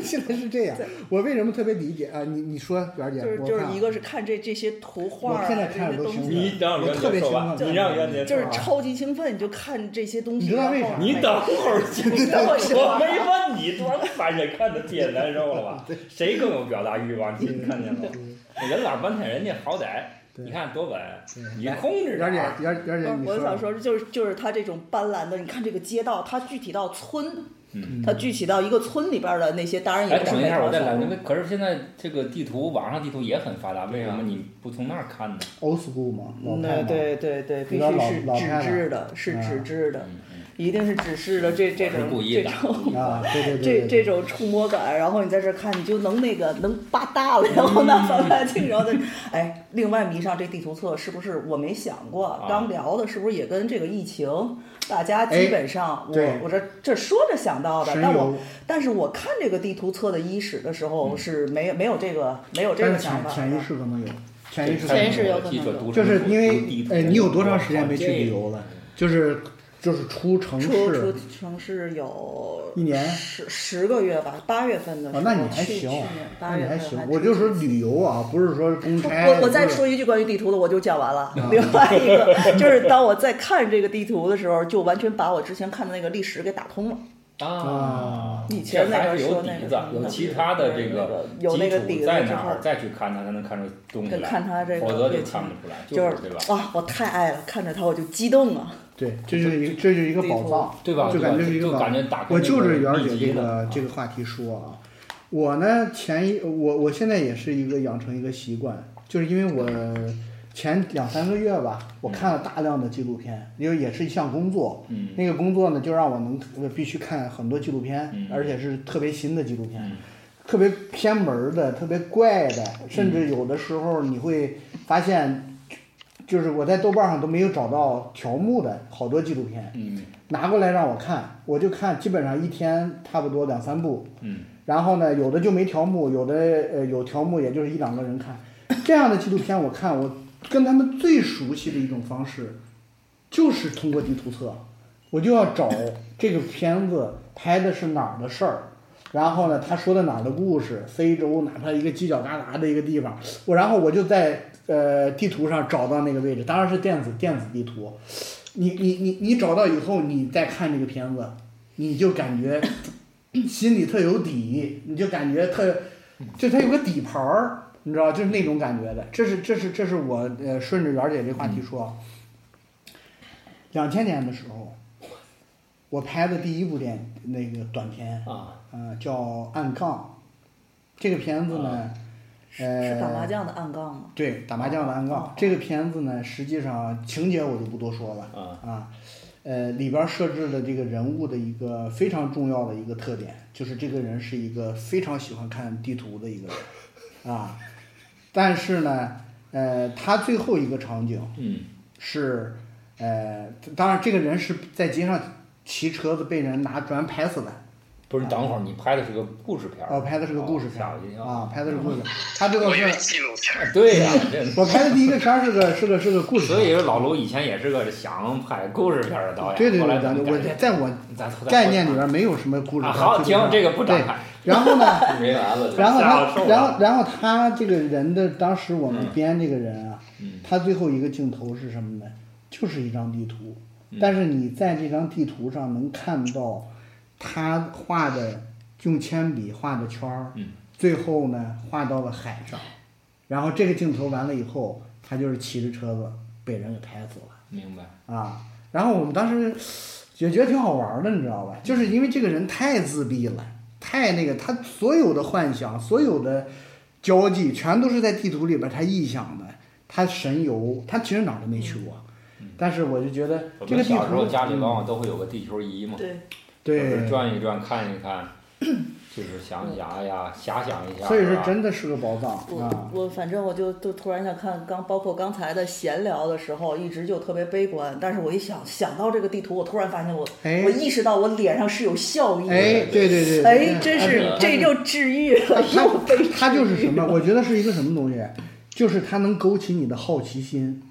Speaker 3: 现在是这样。我为什么特别理解啊？你你说袁姐，
Speaker 4: 就是
Speaker 3: 我
Speaker 4: 就是
Speaker 3: 看啊
Speaker 4: 一个是看这这些图画
Speaker 3: 我
Speaker 4: 啊，
Speaker 3: 现在
Speaker 4: 这
Speaker 3: 看着
Speaker 4: 些
Speaker 3: 都
Speaker 4: 东
Speaker 3: 兴
Speaker 4: 西
Speaker 3: 奋，
Speaker 1: 你让
Speaker 3: 我
Speaker 1: 袁姐
Speaker 3: 特别
Speaker 1: 说
Speaker 3: 兴
Speaker 1: 完
Speaker 3: 奋，
Speaker 1: 你让袁姐啊
Speaker 4: 就是超级兴奋，你就看这些东西。
Speaker 3: 你知道为啥
Speaker 4: 然后
Speaker 1: 你
Speaker 4: 每
Speaker 1: 等会儿 先，
Speaker 4: 等一下
Speaker 1: 我没问你，多把也看得也难受了 吧？谁更有表达欲望？你看见了吗？人老半天，人家好歹
Speaker 3: 对哎
Speaker 1: 你看多稳，你
Speaker 3: 来
Speaker 1: 控制着
Speaker 3: 袁姐
Speaker 1: 啊。
Speaker 3: 袁袁姐，
Speaker 4: 不
Speaker 3: 你
Speaker 4: 是哦我想
Speaker 3: 说
Speaker 4: 说，就是就是它这种斑斓的，你看这个街道，它具体到村，
Speaker 1: 嗯
Speaker 4: 它具体到一个村里边儿的那些，当然
Speaker 1: 哎，
Speaker 4: 也不是
Speaker 1: 等
Speaker 4: 每
Speaker 1: 一下，
Speaker 4: 条
Speaker 1: 我再来。
Speaker 4: 小
Speaker 1: 那
Speaker 4: 路
Speaker 1: 个可是现在这个地图，网上地图也很发达，为什
Speaker 3: 啊
Speaker 1: 么你不从那儿看呢？
Speaker 3: old school 嘛，老派
Speaker 4: 嗯，
Speaker 3: 嘛，
Speaker 4: 对对对，必
Speaker 3: 有点
Speaker 4: 须
Speaker 3: 老
Speaker 4: 是
Speaker 3: 老派了
Speaker 4: 纸质的，是纸
Speaker 3: 嗯
Speaker 4: 质的
Speaker 1: 嗯，
Speaker 4: 一定是纸质的。这这
Speaker 1: 我是
Speaker 4: 种
Speaker 1: 故意
Speaker 4: 这
Speaker 1: 的
Speaker 4: 种
Speaker 3: 啊，对对对对，
Speaker 4: 这这种触摸感，然后你在这儿看，你就能那个能扒大了，然后
Speaker 3: 嗯
Speaker 4: 拿放大镜，然后再哎，另外迷上这地图册是不是？我没想
Speaker 1: 啊
Speaker 4: 过，刚聊的是不是也跟这个疫情，大家基本上我
Speaker 3: 哎对
Speaker 4: 我这这说着想到的，
Speaker 3: 神
Speaker 4: 但
Speaker 3: 游
Speaker 4: 我但是我看这个地图册的伊始的时候是没有没有这个没有这
Speaker 3: 嗯但
Speaker 4: 个
Speaker 3: 是
Speaker 4: 想
Speaker 3: 潜
Speaker 4: 法啊的，
Speaker 3: 潜意识可能有，潜意识可能
Speaker 4: 潜意识有可能
Speaker 1: 记者读
Speaker 3: 就
Speaker 1: 什么
Speaker 3: 是
Speaker 1: 书
Speaker 3: 因
Speaker 1: 读地
Speaker 3: 为
Speaker 1: 图
Speaker 3: 哎，你有多长时间没去旅游了？就是就是出城
Speaker 4: 出出
Speaker 3: 市，
Speaker 4: 城市有
Speaker 3: 一年
Speaker 4: 十十个月吧，八月份的时
Speaker 3: 啊
Speaker 4: 候，，
Speaker 3: 那你还
Speaker 4: 去
Speaker 3: 行
Speaker 4: 去年，
Speaker 3: 那
Speaker 4: 八
Speaker 3: 你
Speaker 4: 月
Speaker 3: 还
Speaker 4: 份
Speaker 3: 行。
Speaker 4: 出
Speaker 3: 我就
Speaker 4: 去
Speaker 3: 说旅游啊，不是说公差。
Speaker 4: 我我再
Speaker 3: 不是啊
Speaker 4: 说一句关于地图的，我就讲完了。 另外一个就是，当我在看这个地图的时候，就完全把我之前看的那个历史给打通了。
Speaker 3: 啊，
Speaker 4: 以前
Speaker 1: 这
Speaker 4: 那
Speaker 1: 还
Speaker 4: 个
Speaker 1: 是
Speaker 4: 说
Speaker 1: 有
Speaker 4: 那
Speaker 1: 底
Speaker 4: 个
Speaker 1: 子
Speaker 4: 什，么
Speaker 1: 有
Speaker 4: 的
Speaker 1: 其他的这
Speaker 4: 那
Speaker 1: 个
Speaker 4: 个有那个
Speaker 1: 基
Speaker 4: 底
Speaker 1: 础
Speaker 4: 子
Speaker 1: 在
Speaker 4: 之
Speaker 1: 哪
Speaker 4: 后
Speaker 1: 儿，再去看它才能看出东西来。
Speaker 4: 看它这个
Speaker 1: 否则就
Speaker 4: 对
Speaker 1: 看不出来，
Speaker 4: 就是
Speaker 1: 对吧？
Speaker 4: 啊，我太爱了，看着它我就激动啊。
Speaker 3: 对，这就是一个这就是一个宝藏，
Speaker 1: 对吧？
Speaker 3: 就感觉是一个
Speaker 1: 就
Speaker 3: 宝
Speaker 1: 感
Speaker 3: 藏。
Speaker 1: 觉打开
Speaker 3: 我
Speaker 1: 那
Speaker 3: 就是圆儿
Speaker 1: 秘
Speaker 3: 姐
Speaker 1: 籍了
Speaker 3: 这个这个话题说啊，我呢前一我我现在也是一个养成一个习惯，就是因为我前两三个月吧，我看了大量的纪录片，因为也是一项工作，
Speaker 1: 嗯
Speaker 3: 那个工作呢，就让我能我必须看很多纪录片，
Speaker 1: 嗯
Speaker 3: 而且是特别新的纪录片，
Speaker 1: 嗯
Speaker 3: 特别偏门儿的、特别怪的，甚
Speaker 1: 嗯
Speaker 3: 至有的时候你会发现，就是我在豆瓣上都没有找到条目的好多纪录片，
Speaker 1: 嗯
Speaker 3: 拿过来让我看，我就看，基本上一天差不多两三部，
Speaker 1: 嗯
Speaker 3: 然后呢，有的就没条目，有的呃有条目，也就是一两个人看。这样的纪录片，我看我跟他们最熟悉的一种方式，就是通过地图册，我就要找这个片子拍的是哪儿的事儿，然后呢，他说的哪儿的故事，非洲哪怕一个犄角旮旯的一个地方，我然后我就在呃地图上找到那个位置，当然是电子电子地图。你你你你找到以后，你再看这个片子，你就感 觉心里特有底，你就感觉特，就它有个底盘儿，你知道，就是那种感觉的。这是这是这是我呃顺着袁姐这话
Speaker 4: 嗯
Speaker 3: 题说啊，两千年的时候，我拍的第一部电那个短片，
Speaker 1: 啊，
Speaker 3: 呃，叫《暗杠》，这个片子呢，
Speaker 4: 啊是打麻
Speaker 3: 呃，
Speaker 4: 将的暗杠吗？
Speaker 3: 对，打麻将的暗
Speaker 1: 哦
Speaker 3: 杠。这个片子呢，实际上情节我就不多说了
Speaker 1: 啊
Speaker 3: 啊，呃，里边设置了这个人物的一个非常重要的一个特点，就是这个人是一个非常喜欢看地图的一个人啊，但是呢，呃，他最后一个场景
Speaker 1: 嗯
Speaker 3: 是，呃，当然这个人是在街上骑车子被人拿砖拍死的。
Speaker 1: 不是，等会儿你拍的是个故事片儿
Speaker 3: 哦，拍的是个故事片
Speaker 1: 吓
Speaker 3: 儿
Speaker 1: 我一跳！啊
Speaker 3: 啊，拍的是故事 片儿。他这个
Speaker 5: 我以为
Speaker 3: 是，
Speaker 5: 纪录片儿。
Speaker 1: 对呀、这
Speaker 3: 我拍的第一个片儿是个是个是个故事片
Speaker 1: 所
Speaker 3: 儿。
Speaker 1: 以老卢以前也是个想拍故事片儿的导演，
Speaker 3: 对对
Speaker 1: 后
Speaker 3: 对
Speaker 1: 来咱
Speaker 3: 对，
Speaker 1: 们
Speaker 3: 我
Speaker 1: 改
Speaker 3: 在我
Speaker 1: 咱咱
Speaker 3: 概念里边没有什么故事片
Speaker 1: 啊，
Speaker 3: 儿。
Speaker 1: 好，
Speaker 3: 就
Speaker 1: 停，
Speaker 3: 这
Speaker 1: 这
Speaker 3: 样
Speaker 1: 个不展开。
Speaker 3: 然后 呢，
Speaker 2: 没完了。
Speaker 3: 然后
Speaker 1: 吓我
Speaker 3: 他
Speaker 1: 受，不
Speaker 3: 然后
Speaker 1: 了
Speaker 3: 然后他这个人的，当时我们
Speaker 1: 嗯
Speaker 3: 编这个人啊，
Speaker 1: 嗯
Speaker 3: 他最后一个镜头是什么呢？就是一张地图，
Speaker 1: 嗯
Speaker 3: 但是你在这张地图上能看到他画的用铅笔画的圈儿，
Speaker 1: 嗯
Speaker 3: 最后呢画到了海上，然后这个镜头完了以后，他就是骑着车子被人给拍死了。
Speaker 1: 明白，
Speaker 3: 啊，然后我们当时也觉得挺好玩儿的，你知道吧？就是因为这个人太自闭了，太那个，他所有的幻想、所有的交际，全都是在地图里边儿他臆想的，他神游，他其实哪儿都没去过。但是我就觉得
Speaker 1: 嗯我
Speaker 3: 这
Speaker 1: 们
Speaker 3: 个地
Speaker 1: 小时候
Speaker 3: 图，嗯
Speaker 1: 家里往往都会有个地球仪嘛，
Speaker 4: 对，
Speaker 1: 就是
Speaker 3: 对，
Speaker 1: 转一转，看一看，就是想想呀，遐想一下，
Speaker 3: 所以
Speaker 1: 是
Speaker 3: 说
Speaker 1: 吧
Speaker 3: 真的是个宝藏
Speaker 4: 我
Speaker 3: 啊。
Speaker 4: 我反正我就就突然想看刚包括刚才的闲聊的时候，一直就特别悲观，但是我一想想到这个地图，我突然发现我、
Speaker 3: 哎
Speaker 4: 我意识到我脸上是有笑意的，
Speaker 3: 哎，对对对，
Speaker 4: 哎，真是
Speaker 3: 他
Speaker 4: 这就治愈
Speaker 3: 他
Speaker 4: 了，又被治愈
Speaker 3: 他就是什么？我觉得是一个什么东西，就是它能勾起你的好奇心，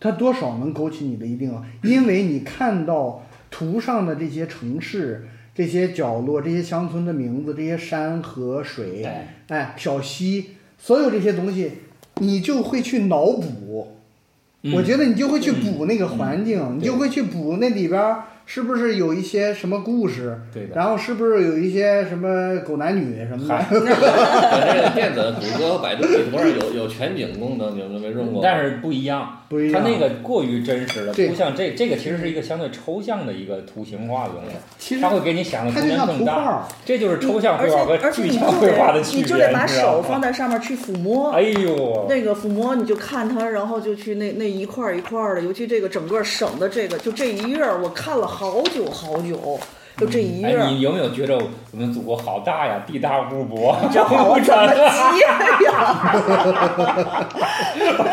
Speaker 3: 它多少能勾起你的一定，啊因为你看到图上的这些城市、这些角落、这些乡村的名字、这些山河水
Speaker 1: 哎，
Speaker 3: 哎，小溪，所有这些东西，你就会去脑补。我觉得你就会去补那个环境，你就会去补那里边儿是不是有一些什么故事，
Speaker 1: 对的
Speaker 3: 然后是不是有一些什么狗男女什么的
Speaker 1: 嗨，
Speaker 2: 反正电子谷歌、百度地图上有有全景功能，你们没用过？
Speaker 1: 但是不一样，
Speaker 3: 不一样。
Speaker 1: 它那个过于真实了，
Speaker 3: 对
Speaker 1: 不像这这个其实是一个相对抽象的一个图形化的东西，
Speaker 3: 其实
Speaker 1: 它会给你想的
Speaker 3: 它
Speaker 1: 空
Speaker 3: 就
Speaker 1: 间
Speaker 3: 像
Speaker 1: 更
Speaker 3: 图画
Speaker 1: 大，
Speaker 3: 儿，
Speaker 1: 这就是抽象绘
Speaker 4: 而且
Speaker 1: 画和
Speaker 4: 而且
Speaker 1: 具
Speaker 4: 你
Speaker 1: 象
Speaker 4: 就
Speaker 1: 绘画
Speaker 4: 得
Speaker 1: 的区别，
Speaker 4: 你就得把
Speaker 1: 你知道
Speaker 4: 手
Speaker 1: 吗
Speaker 4: 放在上面去抚摸，
Speaker 1: 哎呦，
Speaker 4: 那个抚摸你就看它，然后就去那那一块儿一块儿的，尤其这个整个省的这个，就这一页儿，我看了好久好久，就这一页儿，
Speaker 1: 哎，你有没有觉得我们祖国好大呀，地大物博，
Speaker 4: 你知道 我怎么接呀？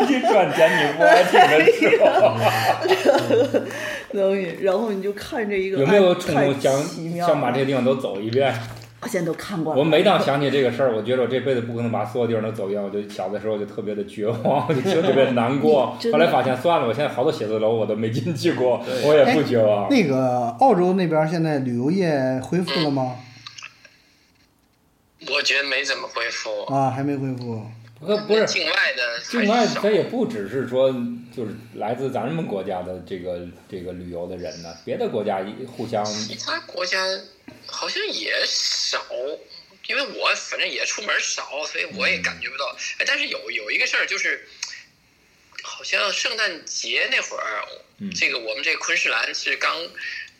Speaker 1: 一转钱你不 还挺
Speaker 4: 哎
Speaker 1: 难受？
Speaker 4: 东西，然后你就看这一个，
Speaker 1: 有没有
Speaker 4: 哎
Speaker 1: 冲
Speaker 4: 太
Speaker 1: 动想
Speaker 4: 奇妙
Speaker 1: 想把
Speaker 4: 了
Speaker 1: 这地方都走一遍？
Speaker 4: 我现在都看过
Speaker 1: 我
Speaker 4: 了，
Speaker 1: 每当想起这个事儿，我觉得我这辈子不可能把所有地方都走遍，我就小的时候就特别的绝望，就特别难过。
Speaker 4: 真
Speaker 1: 后
Speaker 4: 的
Speaker 1: 来发现算了，我现在好多写字楼我都没进去过，
Speaker 2: 对
Speaker 1: 我也不绝望。
Speaker 3: 那个澳洲那边现在旅游业恢复了吗？
Speaker 5: 我觉得没怎么恢复，
Speaker 3: 啊，还没恢复。
Speaker 1: 不不是，
Speaker 5: 境外的
Speaker 1: 境外
Speaker 5: 还是少
Speaker 1: 它也不只是说就是来自咱们国家的这个这个旅游的人呢，别的国家也互相
Speaker 5: 其他国家好像也少，因为我反正也出门少，所以我也感觉不到。哎，但是有有一个事儿就是，好像圣诞节那会儿，
Speaker 1: 嗯
Speaker 5: 这个我们这昆士兰是刚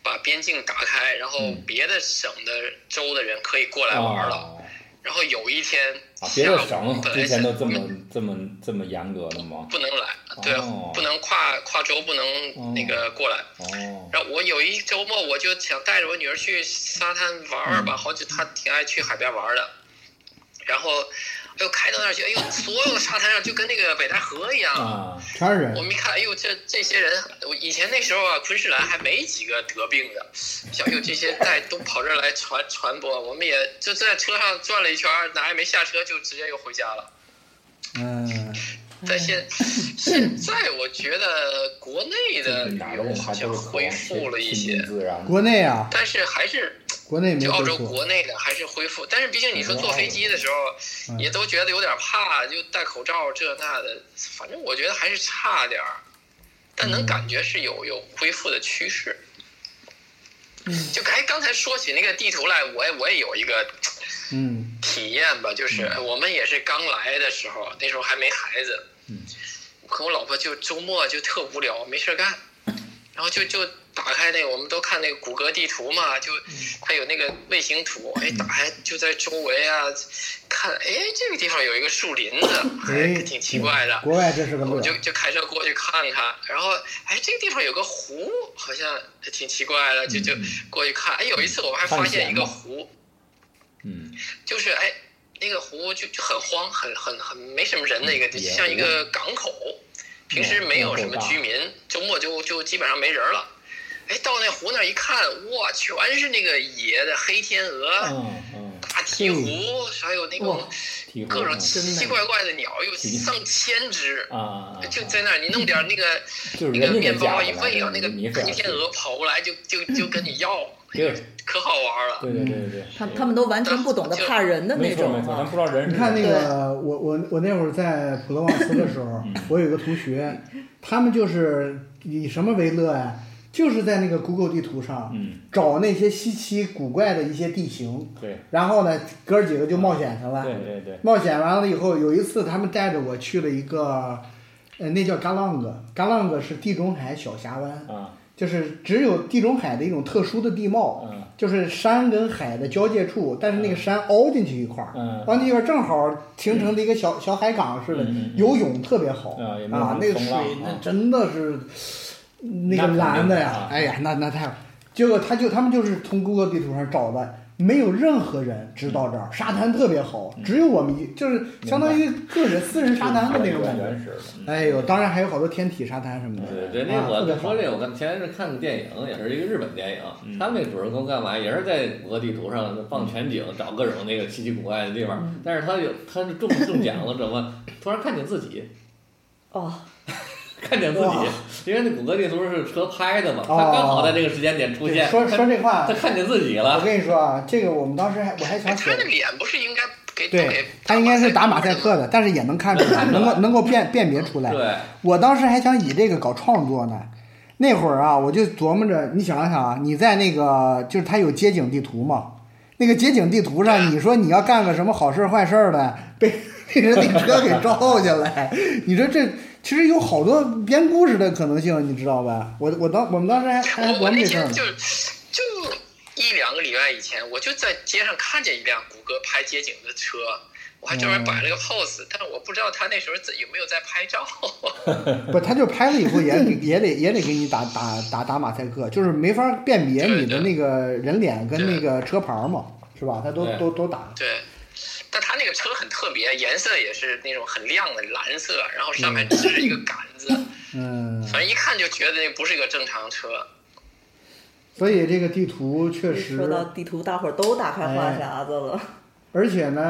Speaker 5: 把边境打开，然后
Speaker 1: 嗯
Speaker 5: 别的省的州的人可以过来玩了。
Speaker 1: 啊
Speaker 5: 然后有一天
Speaker 1: 啊，别的
Speaker 5: 下午
Speaker 1: 省
Speaker 5: 本来
Speaker 1: 之前
Speaker 5: 是
Speaker 1: 都这么这么这么严格的吗？
Speaker 5: 不能来，对，
Speaker 1: 哦
Speaker 5: 不能跨跨州，不能那个过来。
Speaker 1: 哦，
Speaker 5: 然后我有一周末，我就想带着我女儿去沙滩玩玩
Speaker 1: 嗯
Speaker 5: 吧，好久她挺爱去海边玩的。然后，哎呦，开到那儿去，哎呦，所有沙滩上就跟那个北戴河一样。
Speaker 1: 啊，
Speaker 3: 全是
Speaker 5: 我
Speaker 3: 人，
Speaker 5: 们一看，哎呦，这这些人，我以前那时候啊，昆士兰还没几个得病的，想，哎呦，这些带都跑这儿来传传播，我们也就在车上转了一圈，哪也没下车，就直接又回家了。
Speaker 3: 嗯，
Speaker 1: 哎
Speaker 5: 但现现在我觉得国内的旅
Speaker 1: 哪个
Speaker 5: 游
Speaker 1: 人
Speaker 5: 好
Speaker 1: 还
Speaker 5: 像
Speaker 1: 都是渴
Speaker 5: 恢
Speaker 1: 望
Speaker 5: 复了一
Speaker 1: 亲近
Speaker 5: 些，
Speaker 1: 自然。
Speaker 3: 国内啊，
Speaker 5: 但是还是
Speaker 3: 国内没
Speaker 5: 就澳
Speaker 3: 恢
Speaker 5: 洲
Speaker 3: 复。
Speaker 5: 国内的还是恢复。但是毕竟你说坐飞机的时候
Speaker 3: 嗯，
Speaker 5: 也都觉得有点怕，就戴口罩这那的，反正我觉得还是差点儿，但能感觉是有有恢复的趋势。就哎，刚才说起那个地图来，我也我也有一个
Speaker 3: 嗯
Speaker 5: 体验吧，就是我们也是刚来的时候，那时候还没孩子，
Speaker 1: 嗯
Speaker 5: 我和我老婆就周末就特无聊，没事儿干，然后就就打开那个，我们都看那个谷歌地图嘛，就它有那个卫星图，哎，打开就在周围啊，看，哎，这个地方有一个树林子，
Speaker 3: 哎
Speaker 5: 还挺奇怪的。
Speaker 3: 国外这是个乐
Speaker 5: 我，就就开车过去看看，然后哎，这个地方有个湖，好像还挺奇怪的，就就过去看。哎，有一次我还发现一个湖，
Speaker 1: 嗯，
Speaker 5: 就是哎，那个湖就就很荒，很很很没什么人的一个地，
Speaker 1: 野
Speaker 5: 像一
Speaker 1: 湖
Speaker 5: 个港口，平时没有什么居民，周末就就基本上没人了。哎，到那湖那儿一看，哇，全是那个野的黑天鹅、
Speaker 1: 嗯嗯，
Speaker 5: 大鹈鹕，还有那
Speaker 4: 哇
Speaker 5: 种
Speaker 1: 体会
Speaker 5: 各种
Speaker 1: 嗯
Speaker 5: 奇奇怪怪的鸟，有上千只。
Speaker 1: 啊啊，啊
Speaker 5: 就在那儿，你弄点儿那个
Speaker 1: 就是
Speaker 5: 那
Speaker 1: 人家
Speaker 5: 个面
Speaker 1: 那家
Speaker 5: 包
Speaker 1: 伙
Speaker 5: 一喂啊，那个
Speaker 1: 你非
Speaker 5: 黑
Speaker 1: 要
Speaker 5: 天鹅跑过来就就就跟你要，
Speaker 1: 对
Speaker 5: 可好玩了。
Speaker 1: 对对对对，
Speaker 4: 他他们都完全不懂得怕人的那
Speaker 1: 没错
Speaker 4: 种
Speaker 1: 没错，咱
Speaker 4: 啊
Speaker 1: 不。知道人
Speaker 3: 嗯你
Speaker 1: 是
Speaker 3: 看那
Speaker 1: 谁
Speaker 3: 个，我我我那会儿在普罗旺斯的时候，
Speaker 1: 嗯
Speaker 3: 我有一个同学，他们就是以什么为乐呀、就是在那个 Google 地图上
Speaker 1: 嗯
Speaker 3: 找那些稀奇古怪的一些地形，
Speaker 1: 对
Speaker 3: 然后呢，哥儿几个就冒险去了。
Speaker 1: 对对对，
Speaker 3: 冒险完了以后，有一次他们带着我去了一个，呃，那叫嘎浪哥，嘎浪哥是地中海小峡湾，
Speaker 1: 啊
Speaker 3: 就是只有地中海的一种特殊的地貌，
Speaker 1: 嗯
Speaker 3: 就是山跟海的交界处，但是那个山凹进去一块儿，
Speaker 1: 嗯
Speaker 3: 凹进去一块儿正好形成了一个小、小海港似的，
Speaker 1: 嗯嗯嗯
Speaker 3: 游泳特别好、
Speaker 1: 啊也没有什
Speaker 3: 啊
Speaker 1: 么，
Speaker 3: 那个
Speaker 1: 风
Speaker 3: 水
Speaker 1: 浪
Speaker 3: 那
Speaker 1: 啊
Speaker 3: 真的是
Speaker 1: 那
Speaker 3: 那个
Speaker 1: 肯定
Speaker 3: 蓝的呀
Speaker 1: 啊，
Speaker 3: 哎呀，那那太好，结果他就他们就是从 Google 地图上找的。没有任何人知道这
Speaker 1: 嗯
Speaker 3: 儿沙滩特别好，只有我们一就是相当于个人私人沙滩的那种感觉。
Speaker 1: 原始的，嗯
Speaker 3: 哎呦，当然还有好多天体沙滩什么的。
Speaker 2: 对对，那
Speaker 3: 啊
Speaker 2: 我
Speaker 3: 特别
Speaker 2: 就
Speaker 3: 好
Speaker 2: 说这，我看前一阵看个电影，也是一个日本电
Speaker 1: 嗯
Speaker 2: 影，他们那主人公干嘛也是在谷歌地图上放全景，
Speaker 1: 嗯
Speaker 2: 找各种那个稀奇古怪的地方，但是他有他是中中奖了，怎么突然看见自己，
Speaker 4: 哦，
Speaker 2: 看见自
Speaker 3: 哇
Speaker 2: 己，因为那谷歌地图是车拍的嘛，
Speaker 3: 哦
Speaker 2: 他刚好在这个时间点出
Speaker 3: 对
Speaker 2: 现，
Speaker 3: 说说这
Speaker 1: 啊
Speaker 3: 话
Speaker 2: 他，看见自己
Speaker 3: 我
Speaker 2: 了，
Speaker 3: 跟你说啊，这个我们当时还我还
Speaker 5: 哎，
Speaker 3: 想
Speaker 5: 他的
Speaker 3: 写，
Speaker 5: 脸不是应该给
Speaker 3: 对
Speaker 5: 给
Speaker 3: 他应该是打马赛克的，但是也能看出 来，能够能够辨辨别出来。
Speaker 2: 对，
Speaker 3: 我当时还想以这个搞创作呢。那会儿啊，我就琢磨着，你想想啊，你在那个就是它有街景地图嘛，那个街景地图上，你说你要干个什么好事儿坏事儿的，被 被人那车给照下来，你说这其实有好多编故事的可能性，你知道吧？我我当我们当时还 还琢
Speaker 5: 我我
Speaker 3: 磨
Speaker 5: 那
Speaker 3: 这事儿
Speaker 5: 天
Speaker 3: 呢
Speaker 5: 就。就一两个礼拜以前，我就在街上看见一辆谷歌拍街景的车，我还专门摆了个 pose，、但我不知道他那时候怎有没有在拍照。
Speaker 3: 不，他就拍了以后也得也得也得给你打打打打马赛克，就是没法辨别你的那个人脸跟那个车牌嘛，是吧？他都
Speaker 2: 对
Speaker 3: 都都打。
Speaker 5: 对，但他那个车很特别，颜色也是那种很亮的蓝色，然后上面支着一个杆子，
Speaker 3: 嗯，啊
Speaker 5: 反正一看就觉得那不是一个正常车。
Speaker 3: 所以这个地图确实
Speaker 4: 说，到地图，大伙儿都打开话匣子了。
Speaker 3: 而且呢，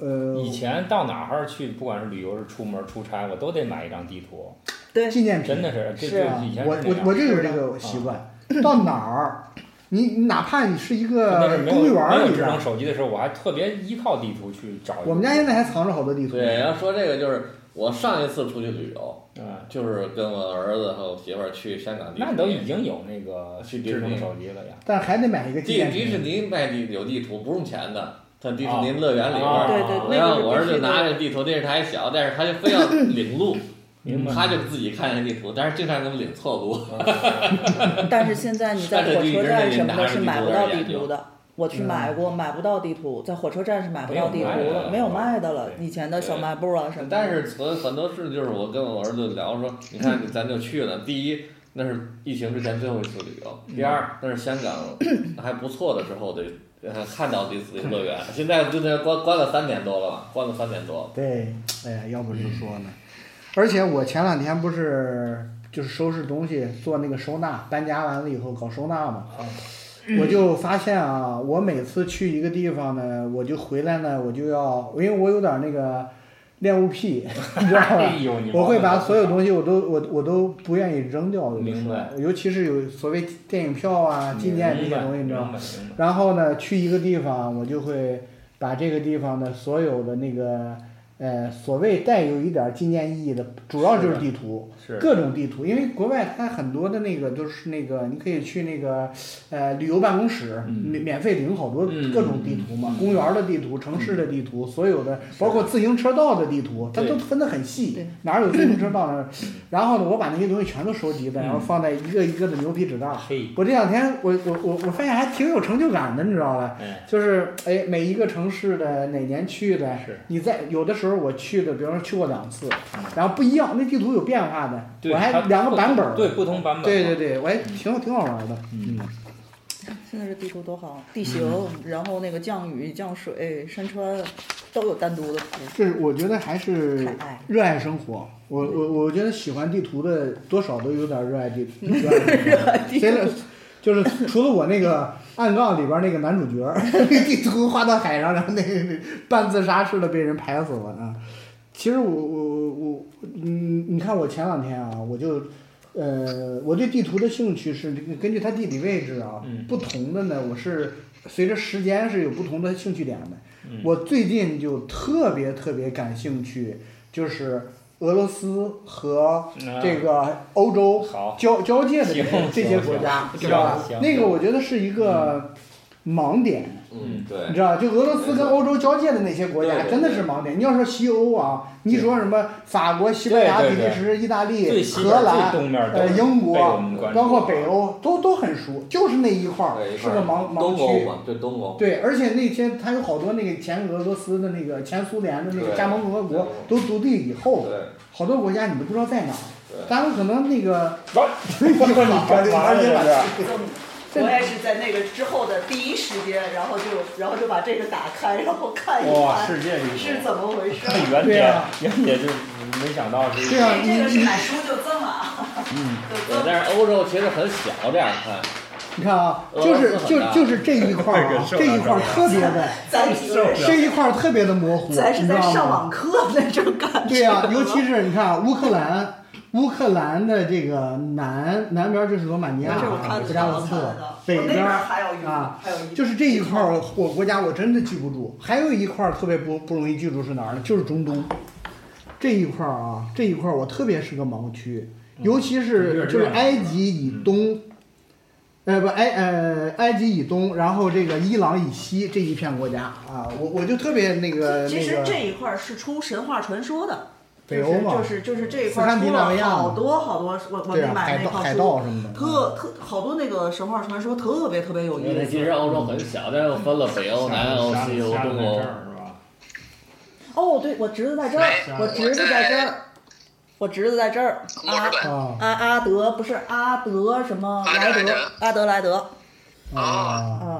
Speaker 3: 呃，
Speaker 1: 以前到哪儿去，不管是旅游是出门出差，我都得买一张地图，
Speaker 4: 对，
Speaker 3: 纪念品
Speaker 1: 真的是这
Speaker 4: 是
Speaker 1: 这
Speaker 3: 啊
Speaker 1: 以前
Speaker 3: 我
Speaker 1: 是那
Speaker 3: 我我
Speaker 1: 样。啊
Speaker 3: 就有这个习惯，到哪儿，你你哪怕你是一
Speaker 1: 那
Speaker 3: 个
Speaker 1: 是没有
Speaker 3: 公园
Speaker 1: 没
Speaker 3: 儿
Speaker 1: 有
Speaker 3: 里
Speaker 1: 智
Speaker 3: 边
Speaker 1: 能
Speaker 3: 儿，
Speaker 1: 手机的时候，我还特别依靠地图去找。
Speaker 3: 我们家现在还藏着好多地图。
Speaker 2: 对，然后说这个就是我上一次出去旅游，
Speaker 1: 嗯，
Speaker 2: 就是跟我儿子和我媳妇儿去香港迪士尼，
Speaker 1: 那都已经有那个智能手机了呀。
Speaker 3: 但还得买一个纪
Speaker 2: 迪
Speaker 3: 念
Speaker 2: 迪士
Speaker 3: 品。
Speaker 2: 尼卖地有地图，不用钱的，在迪士尼乐园里边
Speaker 1: 啊
Speaker 2: 儿。
Speaker 4: 哦对对
Speaker 1: 啊
Speaker 4: 对，
Speaker 2: 然
Speaker 4: 那
Speaker 2: 后
Speaker 4: 个
Speaker 2: 我儿
Speaker 4: 是必
Speaker 2: 子
Speaker 4: 须
Speaker 2: 拿着
Speaker 4: 的。
Speaker 2: 地图，那是他还小，但是他就非要领路，
Speaker 1: 明白
Speaker 2: 他就自己看见地图，但是经常给我们领错路。
Speaker 4: 但是现在你在火车站什么的，是买不到地图的。我去
Speaker 3: 嗯
Speaker 4: 买过，买不到地图，在火车站是买不到地
Speaker 1: 没有
Speaker 4: 图
Speaker 1: 卖
Speaker 4: 的，
Speaker 1: 的
Speaker 4: 没有卖的了。
Speaker 1: 对
Speaker 4: 以前的小卖部啊什么的，
Speaker 2: 但是很很多事就是我跟我儿子聊说，你看咱就去了，第一那是疫情之前最后一次旅游，第二那是香港还不错的时候的，呃看到迪士尼乐园，现在就那关关了三年多了吧，关了三年多了。
Speaker 3: 对，哎呀，要不就说呢。而且我前两天不是就是收拾东西，做那个收纳，搬家完了以后搞收纳嘛。我就发现啊，我每次去一个地方呢，我就回来呢，我就要，因为我有点那个恋物癖，你知道吧
Speaker 1: 哎？呦，你
Speaker 3: 我会把所有
Speaker 1: 西
Speaker 3: 东西我都我我都不愿意扔掉，有的时
Speaker 1: 明白
Speaker 3: 候，尤其是有所谓电影票啊、纪念这些东西，你知道吗？
Speaker 1: 吗？嗯明嗯白
Speaker 3: 然后呢，去一个地方，我就会把这个地方的所有的那个呃，所谓带有一点纪念意义的，主要就是地图，
Speaker 2: 是
Speaker 3: 各种地图，因为国外它很多的那个都是那个，你可以去那个呃旅游办公室，
Speaker 1: 嗯
Speaker 3: 免免费领好多
Speaker 1: 嗯
Speaker 3: 各种地图嘛，
Speaker 1: 嗯
Speaker 3: 公园的地图、城市的地图，所有的包括自行车道的地图，它
Speaker 1: 对
Speaker 3: 都分得很细
Speaker 4: 对，
Speaker 3: 哪儿有自行车道哪 儿。然后呢，我把那些东西全都收集了，
Speaker 1: 嗯
Speaker 3: 然后放在一个一个的牛皮纸袋儿。
Speaker 1: 嘿，
Speaker 3: 我这两天我我我我发现还挺有成就感的，你知道吧？
Speaker 1: 哎，
Speaker 3: 就是哎，每一个城市的哪年去的，
Speaker 1: 是
Speaker 3: 你在有的时候我去的，比方说去过两次
Speaker 1: 嗯，
Speaker 3: 然后不一样，那地图有变化的，
Speaker 1: 对，
Speaker 3: 我还
Speaker 1: 它
Speaker 3: 两个版本儿，
Speaker 1: 对不同版本，
Speaker 3: 对对，对，我还挺挺好玩的，
Speaker 1: 嗯，
Speaker 4: 现在这地图多好，地形，然后那个降雨、降水、山川，都有单独的图。
Speaker 3: 就是我觉得还是
Speaker 4: 太爱
Speaker 3: 热爱嗯生活。我我我觉得喜欢地图的多少都有点热爱地 图，热爱地图 谁了？就是除了我那个暗杠里边那个男主角， 那地图画到海上，然后那个那半自杀似的被人拍死了啊。其实我我我我，嗯，你看我前两天啊，我就，呃，我对地图的兴趣是根据它地理位置啊，
Speaker 1: 嗯
Speaker 3: 不同的呢，我是随着时间是有不同的兴趣点的。
Speaker 1: 嗯
Speaker 3: 我最近就特别特别感兴趣，就是俄罗斯和
Speaker 1: 啊
Speaker 3: 这个欧洲
Speaker 1: 好
Speaker 3: 交交界的
Speaker 1: 行
Speaker 3: 这些国家，
Speaker 1: 行
Speaker 3: 知道吧
Speaker 1: 行？嗯
Speaker 3: 那个我觉得是一个盲点。
Speaker 2: 嗯，对，
Speaker 3: 你知道，就俄罗斯跟欧洲交界的那些国家
Speaker 2: 对对
Speaker 3: 真的是盲点。你要说西欧啊，你说什么法国、西班牙、
Speaker 1: 对
Speaker 3: 比
Speaker 1: 对
Speaker 3: 利
Speaker 1: 对
Speaker 3: 时、意大利
Speaker 1: 最、西边
Speaker 3: 荷兰
Speaker 1: 最、东面
Speaker 3: 呃
Speaker 1: 都
Speaker 3: 英国
Speaker 1: 被我们关注
Speaker 3: 包括北欧，都都很熟，就是那一块儿
Speaker 2: 对一
Speaker 3: 是
Speaker 2: 块
Speaker 3: 个
Speaker 2: 儿
Speaker 3: 盲盲
Speaker 2: 东欧
Speaker 3: 区。
Speaker 2: 嘛，对东欧，
Speaker 3: 对，而且那些它有好多那个前俄罗斯的那个前苏联的那个
Speaker 2: 对
Speaker 3: 加盟共和国都独立以后，
Speaker 2: 对
Speaker 3: 好多国家你都不知道在哪儿。
Speaker 2: 对。
Speaker 3: 咱们可能那个
Speaker 1: 完，
Speaker 3: 一 会儿
Speaker 1: 你干嘛呢
Speaker 2: 啊
Speaker 1: 这
Speaker 4: 我也是在那个之后的第一时间，然后就然后就把这个打开，然后看一
Speaker 1: 哇，
Speaker 4: 看
Speaker 1: 世界旅
Speaker 4: 是
Speaker 1: 行，
Speaker 4: 怎么回事。
Speaker 1: 那原
Speaker 3: 对
Speaker 1: 姐
Speaker 3: 啊，
Speaker 1: 原姐就没想到是
Speaker 3: 对啊
Speaker 4: 哎这个是买书就赠啊，
Speaker 3: 嗯
Speaker 4: 就
Speaker 2: 对，
Speaker 4: 赠。
Speaker 2: 但是欧洲其实很小，这样看，
Speaker 3: 你看啊，就是就就是这一块儿啊，这一块儿特别的，
Speaker 4: 咱几个人
Speaker 3: 这一块儿特别的模糊，
Speaker 4: 咱是
Speaker 3: 你知
Speaker 4: 在
Speaker 3: 道
Speaker 4: 上
Speaker 3: 吗
Speaker 4: 网课那种感觉。
Speaker 3: 对 呀、尤其是你看啊乌克兰，乌克兰的这个南南边就是罗马尼亚、
Speaker 4: 这我看
Speaker 3: 啊
Speaker 4: 得
Speaker 3: 布
Speaker 4: 到
Speaker 3: 加勒斯
Speaker 4: 我看得到，
Speaker 3: 北
Speaker 4: 我那
Speaker 3: 边
Speaker 4: 边
Speaker 3: 儿
Speaker 4: 还有一
Speaker 3: 啊
Speaker 4: 还有一
Speaker 3: 就是这一块儿，我国家我真的记不住。还有一块儿特别不不容易记住是哪儿呢？就是中东这一块儿啊，这一块儿我特别是个盲区，尤其是就是埃及以东，呃不埃呃埃及以东，然后这个伊朗以西这一片国家啊，我我就特别那个
Speaker 4: 其
Speaker 3: 那
Speaker 4: 实这
Speaker 3: 个
Speaker 4: 一块儿是出神话传说的，
Speaker 3: 北欧嘛
Speaker 4: 就，是就是就是这一
Speaker 3: 斯
Speaker 4: 块
Speaker 3: 堪
Speaker 4: 儿
Speaker 3: 的
Speaker 4: 出
Speaker 3: 纳维
Speaker 4: 了
Speaker 3: 亚嘛
Speaker 4: 好多好多，我我
Speaker 3: 对啊，
Speaker 4: 们
Speaker 3: 海
Speaker 4: 买
Speaker 3: 盗
Speaker 4: 那套
Speaker 3: 海
Speaker 4: 书，
Speaker 3: 盗什么的，
Speaker 4: 特特好多那个神话传说特别特别有意
Speaker 2: 其
Speaker 4: 思。
Speaker 2: 实欧洲很小，但是分了北欧、南欧、西欧、中欧。
Speaker 1: 是吧？
Speaker 4: 哦，对，我侄子在这
Speaker 5: 哎
Speaker 4: 儿，我侄子在这儿，我侄子在这儿
Speaker 5: 墨尔
Speaker 4: 啊。
Speaker 5: 本
Speaker 3: 啊
Speaker 4: 阿阿德不是阿德什么
Speaker 5: 阿
Speaker 4: 莱
Speaker 5: 德莱
Speaker 4: 德
Speaker 5: 德
Speaker 4: 阿德莱德
Speaker 5: 啊
Speaker 3: 啊，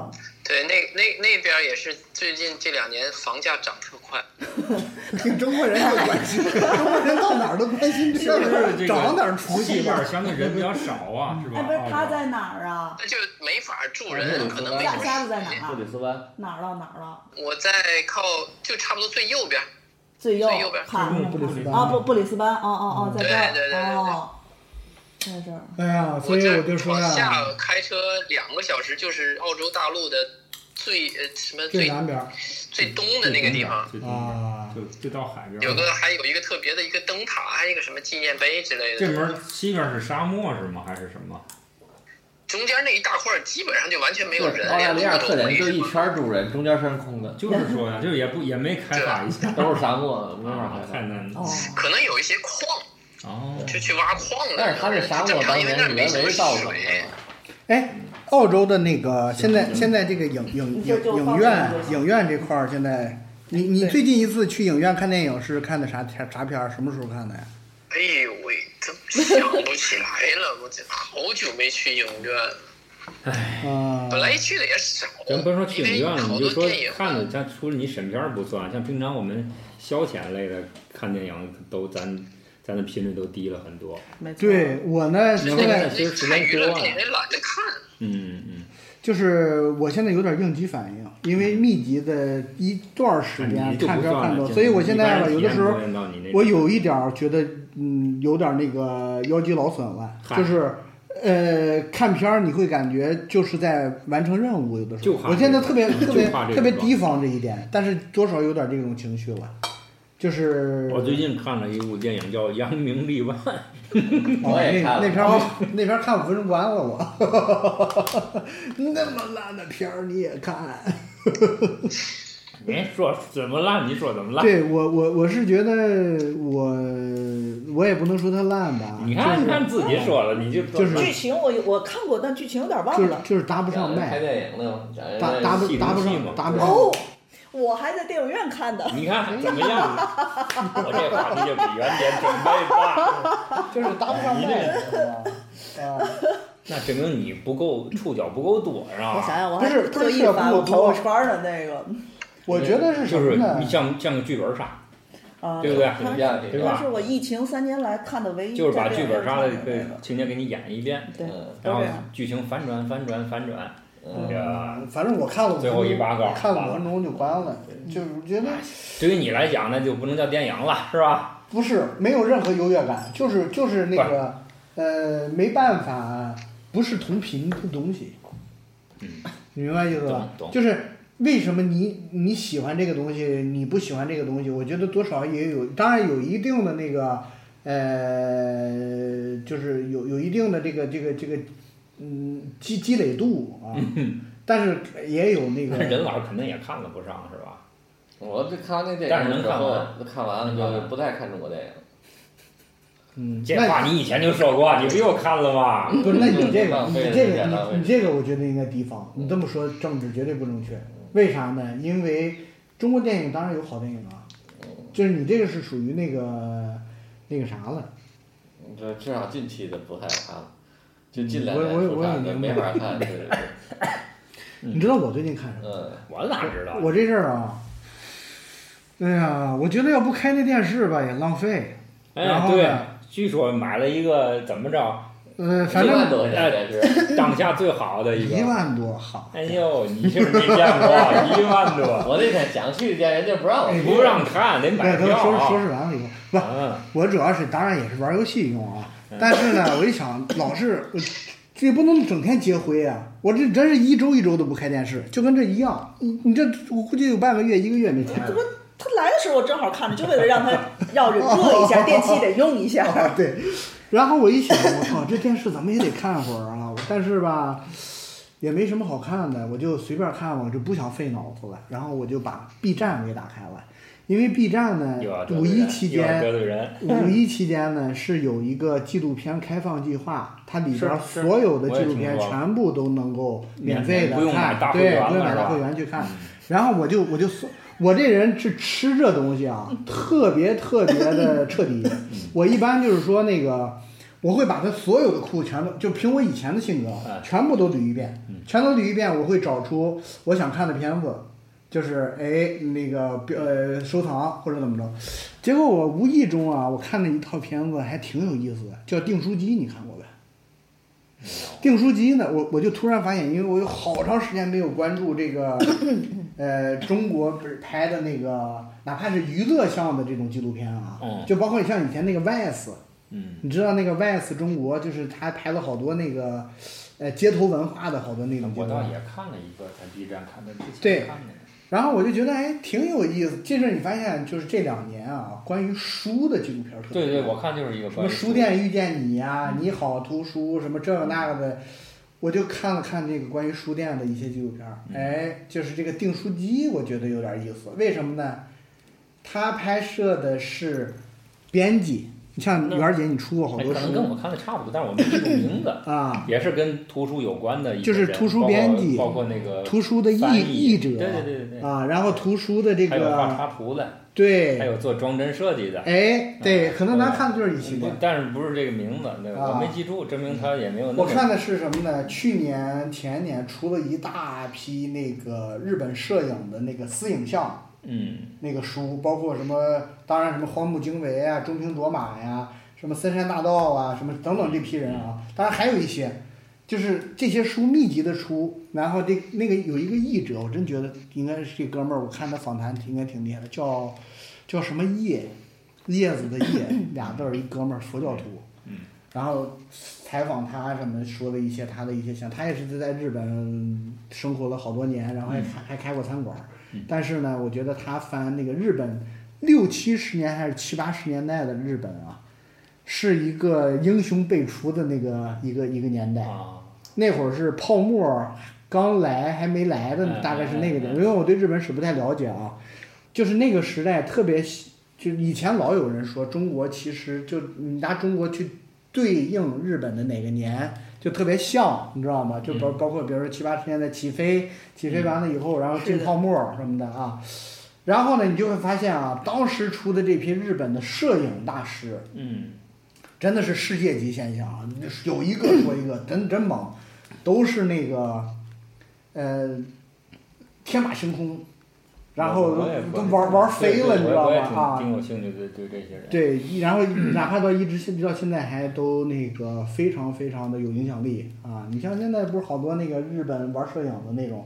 Speaker 4: 啊，
Speaker 5: 对，那那那边儿也是最近这两年房价涨特快，
Speaker 3: 跟中国人有关系，中国人到哪儿都关心这
Speaker 1: 是不是这
Speaker 3: 个
Speaker 1: 个
Speaker 3: 长哪儿出
Speaker 1: 西
Speaker 3: 息
Speaker 1: 边
Speaker 3: 吧
Speaker 1: 儿。相对人比较少啊，是吧？
Speaker 4: 哎，不是
Speaker 1: 澳洲
Speaker 4: 他在哪儿啊？
Speaker 5: 那就没法住
Speaker 2: 嗯
Speaker 3: 啊
Speaker 5: 人，可能没
Speaker 4: 家
Speaker 5: 准
Speaker 4: 家子在
Speaker 5: 儿。
Speaker 4: 哪
Speaker 2: 布
Speaker 4: 儿
Speaker 2: 里
Speaker 4: 啊？
Speaker 2: 斯班，
Speaker 4: 哪儿了哪儿了？
Speaker 5: 我在靠就差不多最右边儿，
Speaker 4: 最右
Speaker 5: 最右边
Speaker 4: 看
Speaker 3: 布里斯班
Speaker 4: 啊，布布里斯班，哦哦哦，在这
Speaker 5: 对对对对
Speaker 4: 儿
Speaker 5: 对
Speaker 4: 哦，在这儿。
Speaker 3: 哎呀，所
Speaker 5: 我
Speaker 3: 以
Speaker 5: 这
Speaker 3: 我就说
Speaker 5: 往
Speaker 3: 呀，
Speaker 5: 下开车两个小时就是澳洲大陆的最呃什么
Speaker 3: 最
Speaker 5: 最
Speaker 3: 南边儿
Speaker 5: 最东的那个地方，
Speaker 1: 最东边儿，
Speaker 3: 啊，
Speaker 1: 就就到海边儿。
Speaker 5: 有个还有一个特别的一个灯塔，还有一个什么纪念碑之类的。
Speaker 1: 这门儿西边儿是沙漠是吗？还是什么？
Speaker 5: 中间那一大块儿基本上就完全没有人，
Speaker 2: 澳大利亚
Speaker 5: 连路
Speaker 2: 特
Speaker 5: 都
Speaker 2: 点
Speaker 5: 没
Speaker 2: 就是
Speaker 5: 什
Speaker 2: 一
Speaker 5: 么
Speaker 2: 圈儿住人，中间全是空的，
Speaker 1: 就是说呀，就是也不也没开发一下，
Speaker 2: 都是沙漠，没法
Speaker 1: 啊
Speaker 2: 开
Speaker 1: 太
Speaker 2: 发。
Speaker 1: 难了
Speaker 4: 哦。，
Speaker 5: 可能有一些矿，
Speaker 1: 哦，
Speaker 5: 就去挖矿了。
Speaker 2: 但是它这沙
Speaker 5: 正
Speaker 2: 漠当
Speaker 5: 常，因为
Speaker 2: 年
Speaker 5: 那儿
Speaker 2: 是
Speaker 5: 没
Speaker 2: 人
Speaker 5: 什么
Speaker 2: 为造成的
Speaker 5: 水。
Speaker 2: 嘛，
Speaker 3: 哎，澳洲的那个现在现在这个影影
Speaker 4: 就
Speaker 3: 影
Speaker 4: 就
Speaker 3: 影
Speaker 4: 放
Speaker 3: 院
Speaker 4: 这个就行
Speaker 3: 影院这块儿现在，你你
Speaker 4: 对
Speaker 3: 最近一次去影院看电影是看的啥啥啥片儿？什么时候看的呀？
Speaker 5: 哎呦喂，真想不起来了，我这好久没去影院了，
Speaker 3: 啊，
Speaker 5: 本来去的也少。
Speaker 1: 咱甭说去影院了，你就
Speaker 5: 因为好多
Speaker 1: 说
Speaker 5: 电影啊
Speaker 1: 看的，咱除了你审片儿不算，像平常我们消遣类的看电影，都咱咱的频率都低了很多。
Speaker 4: 没错。
Speaker 3: 对我呢，现
Speaker 1: 现
Speaker 3: 在
Speaker 1: 在其实时
Speaker 5: 太
Speaker 1: 间
Speaker 5: 娱
Speaker 1: 多
Speaker 5: 乐
Speaker 1: 了
Speaker 5: 电。影懒得看。
Speaker 1: 嗯嗯
Speaker 3: 就是我现在有点应急反应，因为密集的一段时
Speaker 1: 嗯，
Speaker 3: 间
Speaker 1: 你就
Speaker 3: 看
Speaker 1: 不
Speaker 3: 片儿
Speaker 1: 算
Speaker 3: 看多，
Speaker 1: 了，
Speaker 3: 所以我现在吧，有的时候我有
Speaker 1: 一
Speaker 3: 一点儿觉得，嗯，有点儿那个腰肌劳损了，
Speaker 1: 嗨
Speaker 3: 就是，呃，看片儿你会感觉就是在完成任务，有的时
Speaker 1: 就
Speaker 3: 候
Speaker 1: 怕，这
Speaker 3: 我现在
Speaker 1: 个嗯
Speaker 3: 特别
Speaker 1: 就
Speaker 3: 特别
Speaker 1: 怕这个
Speaker 3: 特别
Speaker 1: 是吧
Speaker 3: 提防这一点，但是多少有点儿这种情绪了，就是
Speaker 1: 我最近看了一部电影叫《扬名立万》，
Speaker 3: 哦
Speaker 2: 我也
Speaker 3: 那
Speaker 2: 看了
Speaker 3: 那片儿那片儿看五分钟完了我， 那么烂的片儿你也看？
Speaker 1: 你哎说怎么烂？你说怎么烂？
Speaker 3: 对我我我是觉得我我也不能说它烂吧，
Speaker 1: 你看，你
Speaker 3: 就是
Speaker 1: 看自己说了，你就
Speaker 3: 就是
Speaker 4: 剧情我有我看过，但剧情有点
Speaker 3: 就
Speaker 4: 忘
Speaker 3: 是
Speaker 4: 了。
Speaker 3: 就是搭不上
Speaker 2: 拍
Speaker 3: 麦，
Speaker 2: 电影的嘛，讲人
Speaker 3: 搭搭不
Speaker 1: 戏
Speaker 3: 搭不
Speaker 1: 中戏呃嘛
Speaker 3: 上搭不上。
Speaker 4: 哦，我还在电影院看的。
Speaker 1: 你看怎么样？我这话题就比原点准备大。
Speaker 3: 就是搭不上啊
Speaker 1: 你
Speaker 3: 麦，你知道吗？
Speaker 1: 那证明你不够触角不够多，是
Speaker 4: 我
Speaker 1: 吧？
Speaker 4: 想想，我
Speaker 3: 不
Speaker 4: 还
Speaker 3: 是
Speaker 4: 特意
Speaker 3: 不是
Speaker 4: 发
Speaker 3: 我
Speaker 4: 过朋友圈的那个
Speaker 3: 我觉得是什
Speaker 1: 就是
Speaker 3: 么呢
Speaker 1: 你？像像个剧本杀，
Speaker 4: 啊，
Speaker 1: 对不对？
Speaker 2: 评价这
Speaker 1: 对
Speaker 2: 个，
Speaker 1: 吧
Speaker 4: 那是我疫情三年来看的唯
Speaker 3: 嗯
Speaker 4: 一
Speaker 1: 就是把剧
Speaker 4: 在电
Speaker 1: 本杀的
Speaker 4: 影
Speaker 1: 这
Speaker 4: 院看
Speaker 1: 个情节给你演一遍，
Speaker 4: 那个。对，
Speaker 2: 嗯
Speaker 1: 然后
Speaker 4: 都这样
Speaker 1: 剧情反转反转反转，
Speaker 2: 嗯
Speaker 1: 这个
Speaker 3: 反正我看了五分
Speaker 1: 最
Speaker 3: 钟
Speaker 1: 后一哎巴告
Speaker 3: 看了五分钟就关了，就是觉得
Speaker 1: 对于你来讲那就不能叫电影了，是吧？
Speaker 3: 不是没有任何优越感，就是就是那个呃没办法，不是同频的东西。
Speaker 1: 嗯，
Speaker 3: 你明白意思吧
Speaker 1: 懂？懂
Speaker 3: 就是为什么你你喜欢这个东西，你不喜欢这个东西？我觉得多少也有，当然有一定的那个呃，就是有有一定的这个这个这个嗯积积累 度啊，但是也有那个
Speaker 1: 但是任老师肯定也看了不上，是吧？
Speaker 2: 我这看完那
Speaker 1: 但
Speaker 2: 电
Speaker 1: 是能
Speaker 2: 影之
Speaker 1: 看
Speaker 2: 后
Speaker 1: 完，
Speaker 2: 看完了就不太看中国电影。
Speaker 3: 嗯，
Speaker 1: 这
Speaker 3: 那
Speaker 1: 话你以前就说过，你不又看了吗？
Speaker 3: 不是那你这个
Speaker 2: 浪
Speaker 3: 你
Speaker 2: 费了
Speaker 3: 这个
Speaker 2: 点浪费
Speaker 3: 你你这个我觉得应该提防，你这么说政治绝对不正确，为啥呢？因为中国电影当然有好电影啊，就是你这个是属于那个那个啥了。
Speaker 2: 就至少近期的不太看了，就近两
Speaker 3: 我
Speaker 2: 年
Speaker 3: 我
Speaker 2: 不
Speaker 3: 我也
Speaker 2: 看了，
Speaker 3: 明
Speaker 2: 没
Speaker 3: 白
Speaker 2: 法看。对对对，
Speaker 3: 你知道我最近看什么？
Speaker 2: 嗯，
Speaker 1: 我哪知道？
Speaker 3: 我这事儿啊，哎呀，我觉得要不开那电视吧也浪费。然
Speaker 1: 哎，
Speaker 3: 后
Speaker 1: 对
Speaker 3: 呢，
Speaker 1: 据说买了一个怎么 着，
Speaker 3: 呃，反
Speaker 2: 一万
Speaker 3: 正
Speaker 2: 多块钱电视，
Speaker 1: 当下最好的一
Speaker 3: 一
Speaker 1: 个。
Speaker 3: 万多好。
Speaker 1: 哎呦，你是没见过一万多，
Speaker 2: 我那天想去一家，人家不让我去。
Speaker 1: 哎不让看得
Speaker 3: 哎，
Speaker 1: 买
Speaker 3: 等我说说
Speaker 1: 票。啊
Speaker 3: 事完了以后，不，
Speaker 1: 嗯，
Speaker 3: 我主要是当然也是玩游戏用啊，但是呢，我一想老是我这也不能整天接灰啊，我这真是一周一周都不开电视，就跟这一样，你你这我估计有半个月一个月没开
Speaker 4: 这
Speaker 3: 了
Speaker 4: 不。他来的时候我正好看着，就为了让他要 热热一下，电器得用一下。
Speaker 3: 啊，对。然后我一想，我靠，这电视咱们也得看会儿啊。但是吧，也没什么好看的，我就随便看，我就不想费脑子了。然后我就把 B 站给打开了，因为 B 站呢
Speaker 1: 又要，得罪人
Speaker 3: 五一期
Speaker 1: 又要嗯得
Speaker 3: 间，
Speaker 1: 罪人，
Speaker 3: 五一期间呢是有一个纪录片开放计划，它里边
Speaker 1: 是是
Speaker 3: 所有的
Speaker 1: 我也
Speaker 3: 纪录片
Speaker 1: 听说了
Speaker 3: 全部都能够免费
Speaker 1: 免费
Speaker 3: 的
Speaker 1: 不用买
Speaker 3: 看，
Speaker 1: 大会
Speaker 3: 对，
Speaker 1: 员
Speaker 3: 不用
Speaker 1: 了
Speaker 3: 买
Speaker 1: 是
Speaker 3: 大
Speaker 1: 吧嗯
Speaker 3: 会员去看。然后我就我就搜我这人是吃这东西啊，特别特别的彻底。
Speaker 1: 嗯
Speaker 3: 我一般就是说那个，我会把他所有的库全都，就凭我以前的性格
Speaker 1: 哎，
Speaker 3: 全部都捋一遍，全都捋一遍。我会找出我想看的片子，就是哎那个标呃收藏或者怎么着。结果我无意中啊，我看了一套片子，还挺有意思的，叫《订书机》，你看过呗？订书机呢，我我就突然发现，因为我有好长时间没有关注这个，呃，中国不是拍的那个，哪怕是娱乐向的这种纪录片啊，
Speaker 1: 嗯
Speaker 3: 就包括像以前那个 VS，
Speaker 1: 嗯，
Speaker 3: 你知道那个 VS 中国，就是他拍了好多那个，呃，街头文化的好多那种纪
Speaker 1: 我
Speaker 3: 录
Speaker 1: 倒
Speaker 3: 片。
Speaker 1: 也看了一个，在 B 站看的，之
Speaker 3: 对
Speaker 1: 前看的，
Speaker 3: 然后我就觉得，哎，挺有意思。这阵儿你发现，就是这两年啊，关于书的纪录片儿特
Speaker 1: 对
Speaker 3: 别多
Speaker 1: 对，我看就是一个
Speaker 3: 什么书，店遇见你呀、
Speaker 1: 嗯
Speaker 3: 你好图书什么这个那个的，我就看了看这个关于书店的一些纪录片儿，
Speaker 1: 嗯
Speaker 3: 哎，就是这个订书机，我觉得有点意思，为什么呢？他拍摄的是编辑，你像
Speaker 1: 那
Speaker 3: 媛儿姐，你出过好
Speaker 1: 哎
Speaker 3: 多
Speaker 1: 可能跟我
Speaker 3: 书
Speaker 1: 看的差不多，但是我没记住名字，
Speaker 3: 啊，
Speaker 1: 也是跟图书有关的一个人，
Speaker 3: 就是图书编辑
Speaker 1: 包括包括那个
Speaker 3: 呃图书的译
Speaker 1: 翻
Speaker 3: 译者，
Speaker 1: 对对对对对，
Speaker 3: 啊，然后图书的这
Speaker 1: 还有画
Speaker 3: 个
Speaker 1: 插图的，还
Speaker 3: 对，
Speaker 1: 有做装帧设计的，
Speaker 3: 哎，对，
Speaker 1: 嗯
Speaker 3: 可能咱看的就是一系列。
Speaker 1: 但是不是这个名字，对
Speaker 3: 啊
Speaker 1: 我没记住，证明他也没有那
Speaker 3: 我
Speaker 1: 么。
Speaker 3: 看的是什么呢？去年、前年出了一大批那个日本摄影的那个私影像
Speaker 1: 嗯，
Speaker 3: 那个书，包括什么，当然什么荒木经惟啊、中平卓马呀、什么森山大道啊、什么等等这批人啊，当然还有一些，就是这些书密集的出，然后这那个有一个译者，我真觉得应该是这哥们儿，我看他访谈应该挺厉害的，叫叫什么叶，叶子的叶，俩字儿一哥们儿，佛教徒。然后采访他什么，说了一些他的一些想，他也是在日本生活了好多年，然后还开还开过餐馆儿。但是呢，我觉得他翻那个日本六七十年还是七八十年代的日本啊，是一个英雄辈出的那个一个一个年代。
Speaker 1: 啊，
Speaker 3: 那会儿是泡沫刚来还没来的
Speaker 1: 嗯，
Speaker 3: 大概是那个年代。
Speaker 1: 嗯嗯
Speaker 3: 因为我对日本史不太了解啊，就是那个时代特别喜，就以前老有人说中国其实就你拿中国去对应日本的哪个年。就特别像，你知道吗？就
Speaker 1: 嗯
Speaker 3: 包包括比如说七八十年代起飞，起飞完了以后，然后
Speaker 4: 是
Speaker 3: 进
Speaker 4: 的
Speaker 3: 泡沫什么的啊，然后呢，你就会发现啊，当时出的这批日本的摄影大师，
Speaker 1: 嗯，
Speaker 3: 真的是世界级现象啊！有一个 说一个，真真猛，都是那个，呃，天马行空，然后
Speaker 1: 我也
Speaker 3: 都
Speaker 1: 关注
Speaker 3: 玩玩飞
Speaker 1: 对
Speaker 3: 了，
Speaker 1: 对
Speaker 3: 你知道
Speaker 1: 我也
Speaker 3: 吧？
Speaker 1: 挺
Speaker 3: 啊，
Speaker 1: 挺有兴趣的，对这些人。
Speaker 3: 对，然后哪怕到一直现到现在还都那个非常非常的有影响力啊！你像现在不是好多那个日本玩摄影的那种，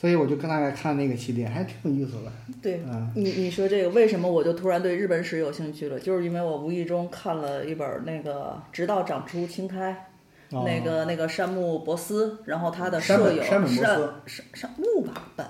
Speaker 3: 所以我就跟大家看那个系列，还挺有意思的，
Speaker 4: 对，
Speaker 3: 嗯。
Speaker 4: 你你说这个为什么我就突然对日本史有兴趣了？就是因为我无意中看了一本那个《直到长出青苔》，
Speaker 3: 哦
Speaker 4: 那个那个山木博司，然后他的
Speaker 3: 山
Speaker 4: 舍
Speaker 3: 本
Speaker 4: 友
Speaker 3: 山本博
Speaker 4: 山
Speaker 3: 司
Speaker 4: 山山木吧本，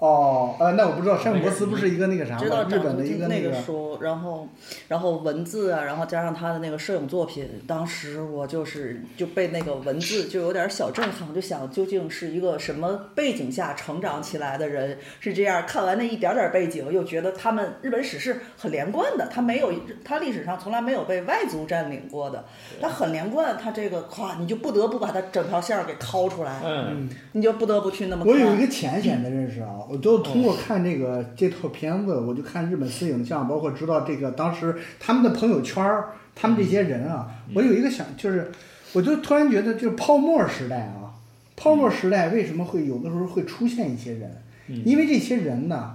Speaker 3: 哦，呃，那我不知道，山姆博斯不是一个那个啥吗？
Speaker 4: 直到
Speaker 3: 日
Speaker 4: 长
Speaker 3: 本
Speaker 4: 出
Speaker 3: 的一
Speaker 4: 青
Speaker 3: 个
Speaker 4: 那
Speaker 3: 个
Speaker 4: 书，然后然后文字啊，然后加上他的那个摄影作品，当时我就是就被那个文字就有点小震撼，我就想究竟是一个什么背景下成长起来的人是这样？看完那一点点背景，又觉得他们日本史是很连贯的，他没有他历史上从来没有被外族占领过的，他很连贯，他这个咵，你就不得不把它整条线儿给掏出来，
Speaker 1: 嗯，
Speaker 4: 你就不得不去那么看。哦
Speaker 3: 我有一个浅显的认识啊，我就通过看这个这套片子，我就看日本私影像，包括知道这个当时他们的朋友圈儿，他们这些人啊，
Speaker 4: 嗯
Speaker 3: 我有一个想，就是我就突然觉得，就是泡沫时代啊，泡
Speaker 4: 嗯
Speaker 3: 沫时代为什么会有的时候会出现一些人？因为这些人呢，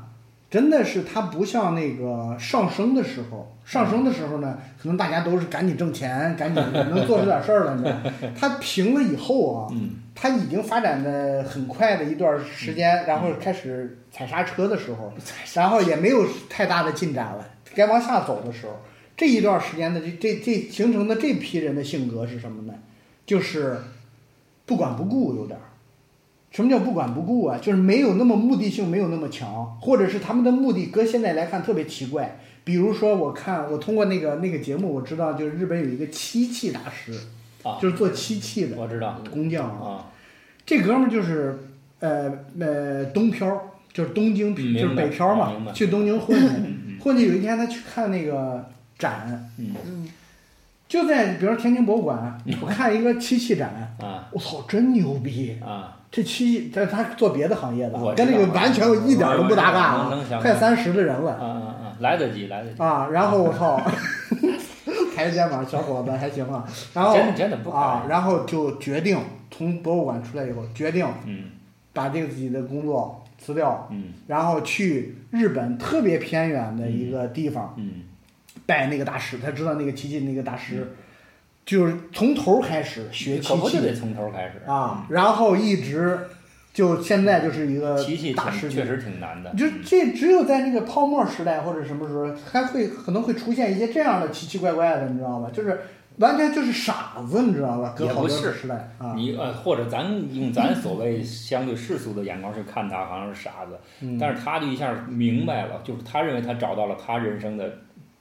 Speaker 3: 真的是他不像那个上升的时候，上升的时候呢，可能大家都是赶紧挣钱，赶紧能做出点事儿了，你知道？他平了以后啊，他已经发展的很快的一段时间，然后开始踩刹车的时候，然后也没有太大的进展了，该往下走的时候，这一段时间的这这这形成的这批人的性格是什么呢？就是不管不顾，有点儿。什么叫不管不顾啊？就是没有那么目的性，没有那么强，或者是他们的目的搁现在来看特别奇怪。比如说，我看我通过那个那个节目，我知道就是日本有一个漆器大师，
Speaker 1: 啊，
Speaker 3: 就是做漆器的
Speaker 1: 我知道
Speaker 3: 工匠啊。
Speaker 1: 啊，
Speaker 3: 这哥们儿就是呃呃东漂，就是东京，
Speaker 1: 嗯明白
Speaker 3: 就是北漂嘛
Speaker 1: 啊明白，
Speaker 3: 去东京混去，混去有一天他去看那个展，
Speaker 1: 嗯
Speaker 3: 就在比如说天津博物馆，我看一个漆器展，
Speaker 1: 啊
Speaker 3: 我操，真牛逼！
Speaker 1: 啊，
Speaker 3: 这漆，但是他做别的行业的啊
Speaker 1: 我，知
Speaker 3: 跟
Speaker 1: 道
Speaker 3: 那个完全我一点儿都不搭嘎
Speaker 1: 我能能
Speaker 3: 啊
Speaker 1: 想，
Speaker 3: 快三十的人
Speaker 1: 啊
Speaker 3: 了
Speaker 1: 啊啊，来得及，来得及，
Speaker 3: 啊，然后我操，抬着肩膀，小伙子还行啊，然后
Speaker 1: 真的真的不
Speaker 3: 啊，
Speaker 1: 敢，
Speaker 3: 然后就决定从博物馆出来以后，决定
Speaker 1: 嗯
Speaker 3: 把这个自己的工作辞掉，
Speaker 1: 嗯
Speaker 3: 然后去日本特别偏远的一个地方
Speaker 1: 嗯
Speaker 3: 拜那个大师，他知道那个奇迹那个大师，就是从头开始学
Speaker 1: 可
Speaker 3: 奇
Speaker 1: 不就得
Speaker 3: 迹
Speaker 1: 从头开始？
Speaker 3: 啊，
Speaker 1: 嗯
Speaker 3: 然后一直就现在就是一个
Speaker 1: 琪琪
Speaker 3: 大
Speaker 1: 挺
Speaker 3: 师级
Speaker 1: 确实挺难的，
Speaker 3: 就
Speaker 1: 嗯
Speaker 3: 这只有在那个泡沫时代或者什么时候，还会可能会出现一些这样的奇奇怪怪的，你知道吧？就是完全就是傻子，你知道吧？隔
Speaker 1: 也
Speaker 3: 好
Speaker 1: 不
Speaker 3: 多
Speaker 1: 是
Speaker 3: 时代啊，
Speaker 1: 你呃，或者咱用咱所谓相对世俗的眼光去看他，好像是傻子，
Speaker 3: 嗯
Speaker 1: 但是他就一下明白了，就是他认为他找到了他人生的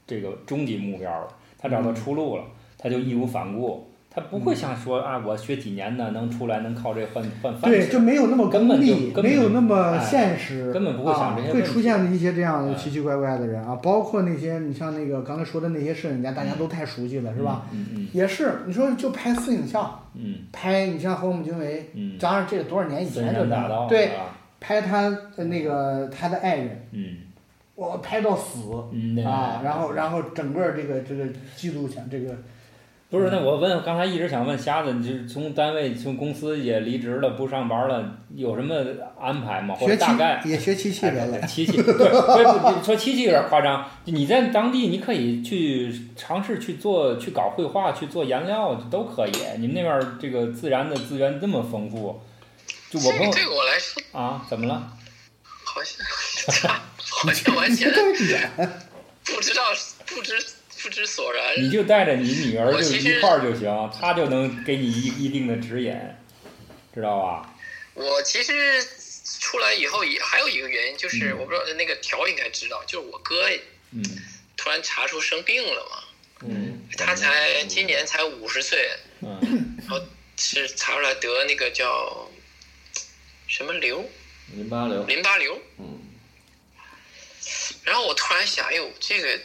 Speaker 1: 这个终极目标了，他找
Speaker 3: 嗯
Speaker 1: 到出路了，他就义无反顾，他不会想说啊，我学几年呢，能出来能靠这换换饭
Speaker 3: 对，
Speaker 1: 吃
Speaker 3: 就，没有那么
Speaker 1: 根本
Speaker 3: 功
Speaker 1: 就
Speaker 3: 利
Speaker 1: 根，本
Speaker 3: 没有那么
Speaker 1: 哎
Speaker 3: 现实，
Speaker 1: 根本不会想这些
Speaker 3: 啊、
Speaker 1: 问
Speaker 3: 会
Speaker 1: 题
Speaker 3: 出现的一些这样的
Speaker 1: 嗯
Speaker 3: 奇奇怪怪的人啊，包括那些你像那个刚才说的那些摄影家，大家都太熟悉了，是吧？
Speaker 1: 嗯？嗯
Speaker 3: 也是，你说就拍私影像，
Speaker 1: 嗯
Speaker 3: 拍你像河姆经惟，
Speaker 1: 嗯
Speaker 3: 当然这多少年以
Speaker 1: 嗯，
Speaker 3: 前
Speaker 1: 森
Speaker 3: 就
Speaker 1: 山大道
Speaker 3: 对，
Speaker 1: 啊，
Speaker 3: 拍他呃那个他的爱人，
Speaker 1: 嗯
Speaker 3: 哇，拍到死。
Speaker 1: 嗯对
Speaker 3: 啊，然后然后整个这个这个季度想这个
Speaker 1: 不是，那我问，刚才一直想问瞎子，你就是从单位、从公司也离职了，不上班了，有什么安排吗？或
Speaker 3: 学
Speaker 1: 者
Speaker 3: 机
Speaker 1: 大概？
Speaker 3: 也学机器人了，
Speaker 1: 七七，对，不是说七七有点夸张。你在当地，你可以去尝试去做、去搞绘画、去做颜料，都可以。你们那边儿这个自然的资源这么丰富，就我朋
Speaker 5: 这
Speaker 1: 友
Speaker 5: 对我来说
Speaker 1: 啊，怎么了？
Speaker 5: 好 像好像完全不知道不知不知所然。
Speaker 1: 你就带着你女儿
Speaker 5: 我
Speaker 1: 就
Speaker 5: 其
Speaker 1: 一
Speaker 5: 实
Speaker 1: 块儿就行，她就能给你一一定的指引，知道吧？
Speaker 5: 我其实出来以后也还有一个原因，就是
Speaker 1: 嗯
Speaker 5: 我不知道那个条应该知道，就是我哥
Speaker 1: 嗯
Speaker 5: 突然查出生病了嘛，
Speaker 1: 嗯
Speaker 5: 他才今年才五十岁，
Speaker 1: 嗯，
Speaker 5: 是查出来得那个叫什么瘤，
Speaker 2: 淋巴瘤，
Speaker 5: 淋巴瘤。
Speaker 2: 嗯，
Speaker 5: 然后我突然想，哎呦，这个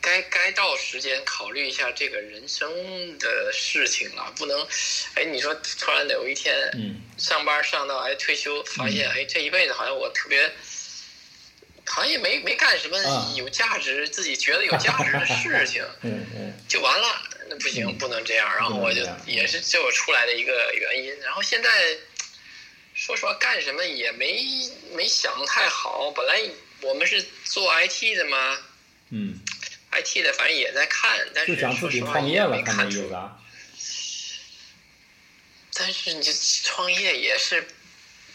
Speaker 5: 该该到时间考虑一下这个人生的事情了，不能，哎，你说突然有一天
Speaker 1: 嗯
Speaker 5: 上班上到哎退休，发现哎这一辈子好像我特别，好像也没没干什么
Speaker 1: 啊
Speaker 5: 有价值、自己觉得有价值的事情，
Speaker 1: 嗯嗯
Speaker 5: 就完了。那不行，不能这样。然后我就
Speaker 1: 不能这样嗯
Speaker 5: 也是这我出来的一个原因。然后现在说实话，干什么也没没想太好。本来我们是做 IT 的嘛
Speaker 1: 嗯，
Speaker 5: ，IT 的反正也在看，但
Speaker 1: 就是想自
Speaker 5: 说
Speaker 1: 己
Speaker 5: 实话
Speaker 1: 创业
Speaker 5: 也
Speaker 1: 了
Speaker 5: 没，
Speaker 1: 看
Speaker 5: 看
Speaker 1: 这意
Speaker 5: 出
Speaker 1: 思啊。
Speaker 5: 但是你这创业也是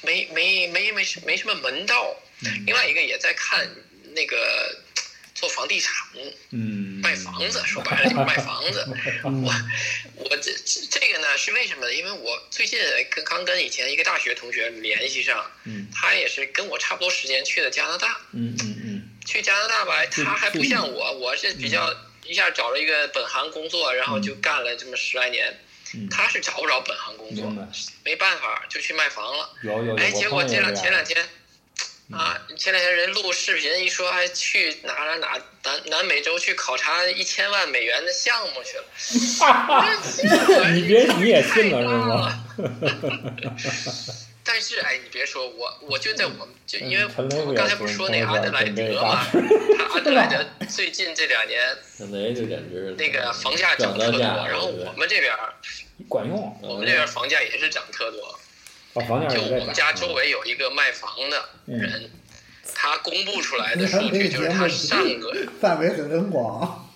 Speaker 5: 没没没没没什么门道。
Speaker 1: 嗯
Speaker 5: 另外一个也在看那个做房地产，
Speaker 1: 嗯，
Speaker 5: 卖房子，说 白了就是卖房子。
Speaker 3: 嗯
Speaker 5: 我我这这这个呢是为什么呢？因为我最近呃跟刚跟以前一个大学同学联系上，
Speaker 1: 嗯
Speaker 5: 他也是跟我差不多时间去的加拿大。
Speaker 1: 嗯嗯嗯
Speaker 5: 去加拿大吧，他还不像我，我是比较一下找了一个本行工作，然后就干了这么十来年。
Speaker 1: 嗯，
Speaker 5: 他是找不着本行工作
Speaker 1: 明白，
Speaker 5: 没办法就去卖房了。
Speaker 1: 有有有，
Speaker 5: 哎，结
Speaker 1: 我
Speaker 5: 果
Speaker 1: 朋友
Speaker 5: 这
Speaker 1: 也
Speaker 5: 两
Speaker 1: 这
Speaker 5: 前两
Speaker 1: 样。
Speaker 5: 天。
Speaker 1: 嗯
Speaker 5: 啊，前两天人录视频一说，还去哪哪哪南南美洲去考察一千万美元的项目 去了。
Speaker 1: 你别
Speaker 5: 哎
Speaker 1: 你也信了是
Speaker 5: 啊
Speaker 1: 吗？
Speaker 5: 但是哎，你别说我，我就在我们就
Speaker 1: 嗯
Speaker 5: 因为
Speaker 1: 陈雷
Speaker 5: 我
Speaker 1: 也
Speaker 5: 刚才不是说那个
Speaker 1: 从
Speaker 5: 阿德莱德 嘛，他阿德莱德最近这两年
Speaker 2: 小雷就简直
Speaker 5: 那个房价涨
Speaker 2: 涨到
Speaker 5: 特多，
Speaker 2: 价了，
Speaker 5: 然后我们这边儿
Speaker 1: 管用，啊
Speaker 5: 我们这边儿房价也是涨特多。
Speaker 1: 把房价
Speaker 5: 就
Speaker 1: 也
Speaker 5: 我
Speaker 1: 在涨。
Speaker 5: 们家周围有一个卖房的
Speaker 1: 嗯
Speaker 5: 人，他公布出来的数据就是他上个
Speaker 3: 范围很很广，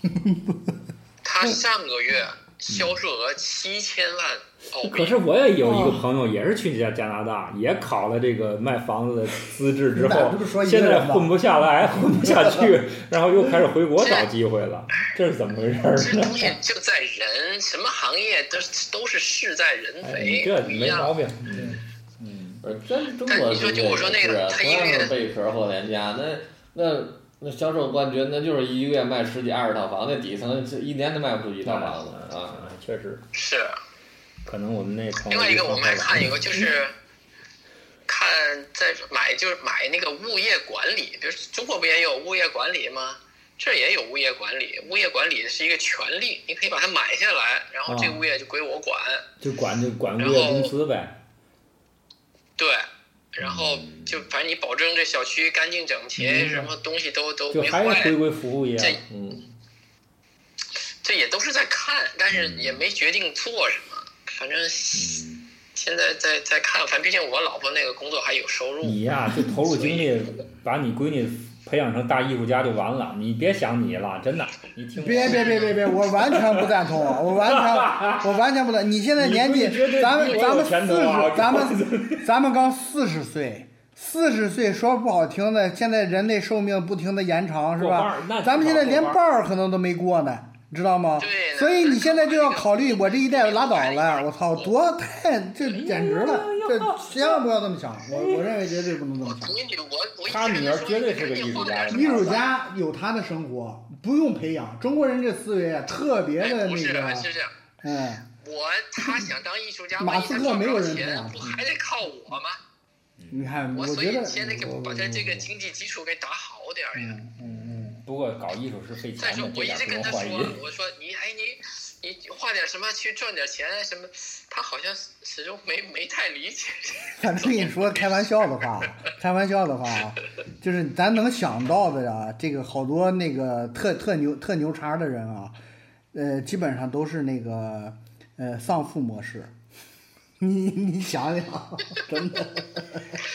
Speaker 5: 他上个月销售额七千万澳
Speaker 1: 嗯可
Speaker 5: 币
Speaker 1: 是，我也有一个
Speaker 5: 哦
Speaker 1: 朋友，也是去加加拿大，也考了这个卖房子的资质之
Speaker 3: 那
Speaker 1: 后
Speaker 3: 不是说，一个
Speaker 1: 现
Speaker 3: 人吗
Speaker 1: 在混不下来，混不下 去，然后又开始回国找机会了，这是怎么回事儿
Speaker 5: 这
Speaker 1: 呢？
Speaker 5: 东西就在人，什么行业都都是事在人
Speaker 1: 哎，你
Speaker 5: 为，
Speaker 1: 这
Speaker 5: 不一
Speaker 1: 没
Speaker 5: 样。
Speaker 1: 毛病。嗯嗯，
Speaker 2: 不是真中
Speaker 5: 但
Speaker 2: 国
Speaker 5: 你说
Speaker 2: 是
Speaker 5: 就我说那个
Speaker 2: 是
Speaker 5: 他
Speaker 2: 同
Speaker 5: 一
Speaker 2: 样
Speaker 5: 个
Speaker 2: 是
Speaker 5: 月
Speaker 2: 贝壳或联家，那那那销售冠军，那就是一个月卖十几二十套房，那底层这一年都卖不出一套房子啊。
Speaker 1: 啊，确实，
Speaker 5: 是
Speaker 1: 可能我们那朋友
Speaker 5: 另外一个，
Speaker 1: 就
Speaker 5: 我们还看有
Speaker 1: 了
Speaker 5: 个
Speaker 1: 嗯
Speaker 5: 就是。看，在买就是买那个物业管理，比如中国不也有物业管理吗？这儿也有物业管理，物业管理是一个权利，你可以把它买下来，然后这
Speaker 1: 啊
Speaker 5: 物业就归我管。
Speaker 1: 就管就管物业公司呗。
Speaker 5: 对，然后就反正你保证这小区干净整齐，
Speaker 1: 嗯
Speaker 5: 什么东西都都
Speaker 1: 就
Speaker 5: 没
Speaker 1: 还是回
Speaker 5: 坏，
Speaker 1: 归服务业，
Speaker 5: 这
Speaker 2: 嗯，
Speaker 5: 这也都是在看，但是
Speaker 3: 嗯
Speaker 5: 也没决定做什么。反正
Speaker 1: 嗯
Speaker 5: 现在在在看，反正毕竟我老婆那个工作还有收入，
Speaker 1: 你呀、就投入精力把你闺女培养成大艺术家就完了，你别想你了，真的，你听我
Speaker 3: 别别别别别，我完全不赞同，啊我完全我完全不赞。你现在年纪
Speaker 1: 你不是绝，对
Speaker 3: 咱们
Speaker 1: 比我有
Speaker 3: 咱们
Speaker 1: 前途
Speaker 3: 四
Speaker 1: 啊
Speaker 3: 十，咱们咱们刚四十岁，四十岁说不好听的，现在人类寿命不停的延长，是
Speaker 1: 过半儿
Speaker 3: 吧
Speaker 1: 那？
Speaker 3: 咱们现在连
Speaker 1: 过
Speaker 3: 半
Speaker 1: 半
Speaker 3: 儿可能都没过呢，你知道吗
Speaker 5: 对？呢
Speaker 3: 所以你现在就要考虑，我这一代拉倒了，我操，多太这简直了，这千万不哎要这么想，我我认为绝对不能这么想。
Speaker 5: 闺女，我我一
Speaker 1: 他
Speaker 5: 直
Speaker 1: 女
Speaker 5: 跟
Speaker 1: 儿
Speaker 5: 说
Speaker 1: 绝对
Speaker 5: 你
Speaker 1: 是个
Speaker 5: 赶紧
Speaker 1: 艺术家人
Speaker 3: 艺术
Speaker 5: 换点
Speaker 3: 家有他的生活，不用培养。中国人这思维啊，特别的
Speaker 5: 哎不
Speaker 3: 那
Speaker 5: 是
Speaker 3: 个，啊
Speaker 5: 是这样，
Speaker 3: 嗯，
Speaker 5: 我他想当艺术家，
Speaker 3: 马
Speaker 5: 万一
Speaker 3: 斯
Speaker 5: 他
Speaker 3: 克
Speaker 5: 赚
Speaker 3: 没
Speaker 5: 不
Speaker 3: 有
Speaker 5: 着
Speaker 3: 人这
Speaker 5: 钱
Speaker 3: 样，
Speaker 5: 不还得靠我吗？
Speaker 3: 你看，
Speaker 5: 我
Speaker 3: 我
Speaker 5: 所
Speaker 3: 觉
Speaker 5: 以
Speaker 3: 得嗯
Speaker 5: 先得给
Speaker 3: 我
Speaker 5: 把他这个经济基础给打好点儿呀。
Speaker 3: 嗯嗯
Speaker 1: 不过搞艺术是费
Speaker 5: 再
Speaker 1: 钱
Speaker 5: 说
Speaker 1: 的，，
Speaker 5: 我
Speaker 1: 这
Speaker 5: 一
Speaker 1: 点
Speaker 5: 直
Speaker 1: 不容
Speaker 5: 跟他
Speaker 1: 怀疑
Speaker 5: 说。，我说你哎你你花点什么去赚点钱啊什么，他好像始始终没没太理解。
Speaker 3: 嗯，反正你说开玩笑的话，开玩笑的话，啊就是咱能想到的呀，这个好多那个特特牛特牛叉的人啊，呃，基本上都是那个呃丧父模式。 你你想想，真的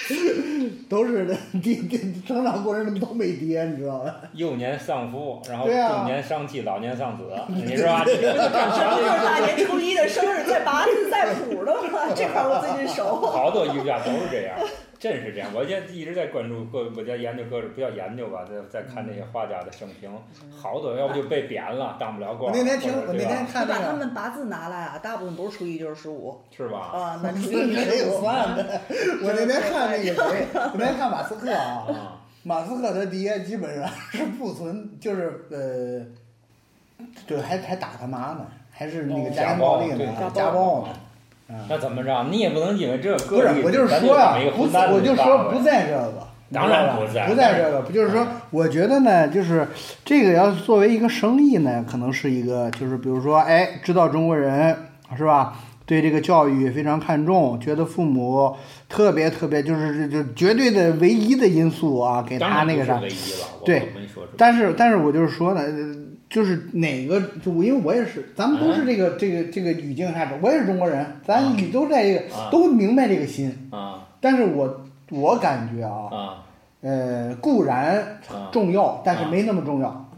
Speaker 3: 都是 的，爹爹成长过程中都没爹，你知道吧？
Speaker 1: 幼年丧夫，然后
Speaker 3: 对啊
Speaker 1: 中年丧妻，老年丧子，你说 吧？你这个干啥
Speaker 4: 就是
Speaker 1: 呀
Speaker 4: 大年初一的生日在八字在谱的嘛，这块儿我最近熟。
Speaker 1: 好多艺术家都是这样，真是这样。我现在一直在关注各，我在研究各种，不叫研究吧，在在看那些画家的生平，好多要不就被贬了，当不了
Speaker 3: 我
Speaker 1: 官。
Speaker 3: 那天听，
Speaker 1: 或者
Speaker 3: 我那
Speaker 1: 对吧
Speaker 3: 天
Speaker 4: 你
Speaker 3: 看
Speaker 4: 把他
Speaker 3: 那个，
Speaker 4: 们八字拿来啊，大部分不是初一就是十五
Speaker 1: 是吧？
Speaker 4: 啊，那初
Speaker 3: 那
Speaker 4: 一
Speaker 3: 也
Speaker 4: 十
Speaker 3: 有
Speaker 4: 五。
Speaker 3: 算 的。我那天看那个谁，我那天看马斯克啊，
Speaker 1: 啊，
Speaker 3: 马斯克他爹基本上是不存，就是呃，对，还还打他妈呢，还是那个哦家庭暴力
Speaker 1: 家
Speaker 3: 呢
Speaker 1: 暴，
Speaker 3: 家暴呢。
Speaker 1: 那怎么着？你也不能因为这个
Speaker 3: 不是，我就是说呀、不是，我就说不
Speaker 1: 在
Speaker 3: 在这个，
Speaker 1: 当然
Speaker 3: 不
Speaker 1: 不在嗯
Speaker 3: 不在这个，不就是说，我觉得呢，就是这个要是作为一个生意呢，可能是一个，就是比如说，哎，知道中国人是吧？对这个教育非常看重，觉得父母特别特别，就是就就绝对的唯一的因素啊，给他那个啥，
Speaker 1: 唯一了。我
Speaker 3: 对
Speaker 1: 我跟你说，
Speaker 3: 但是，但是我就是说呢，呃就是哪个，就我因为我也是，咱们都
Speaker 1: 哎
Speaker 3: 是这个、这个这个语境下的，我也是中国人，咱语都在这个、
Speaker 1: 啊
Speaker 3: 都明白这个心，
Speaker 1: 啊
Speaker 3: 但是我我感觉啊，
Speaker 1: 啊，
Speaker 3: 呃，固然
Speaker 1: 啊
Speaker 3: 重要，但是没那么重要，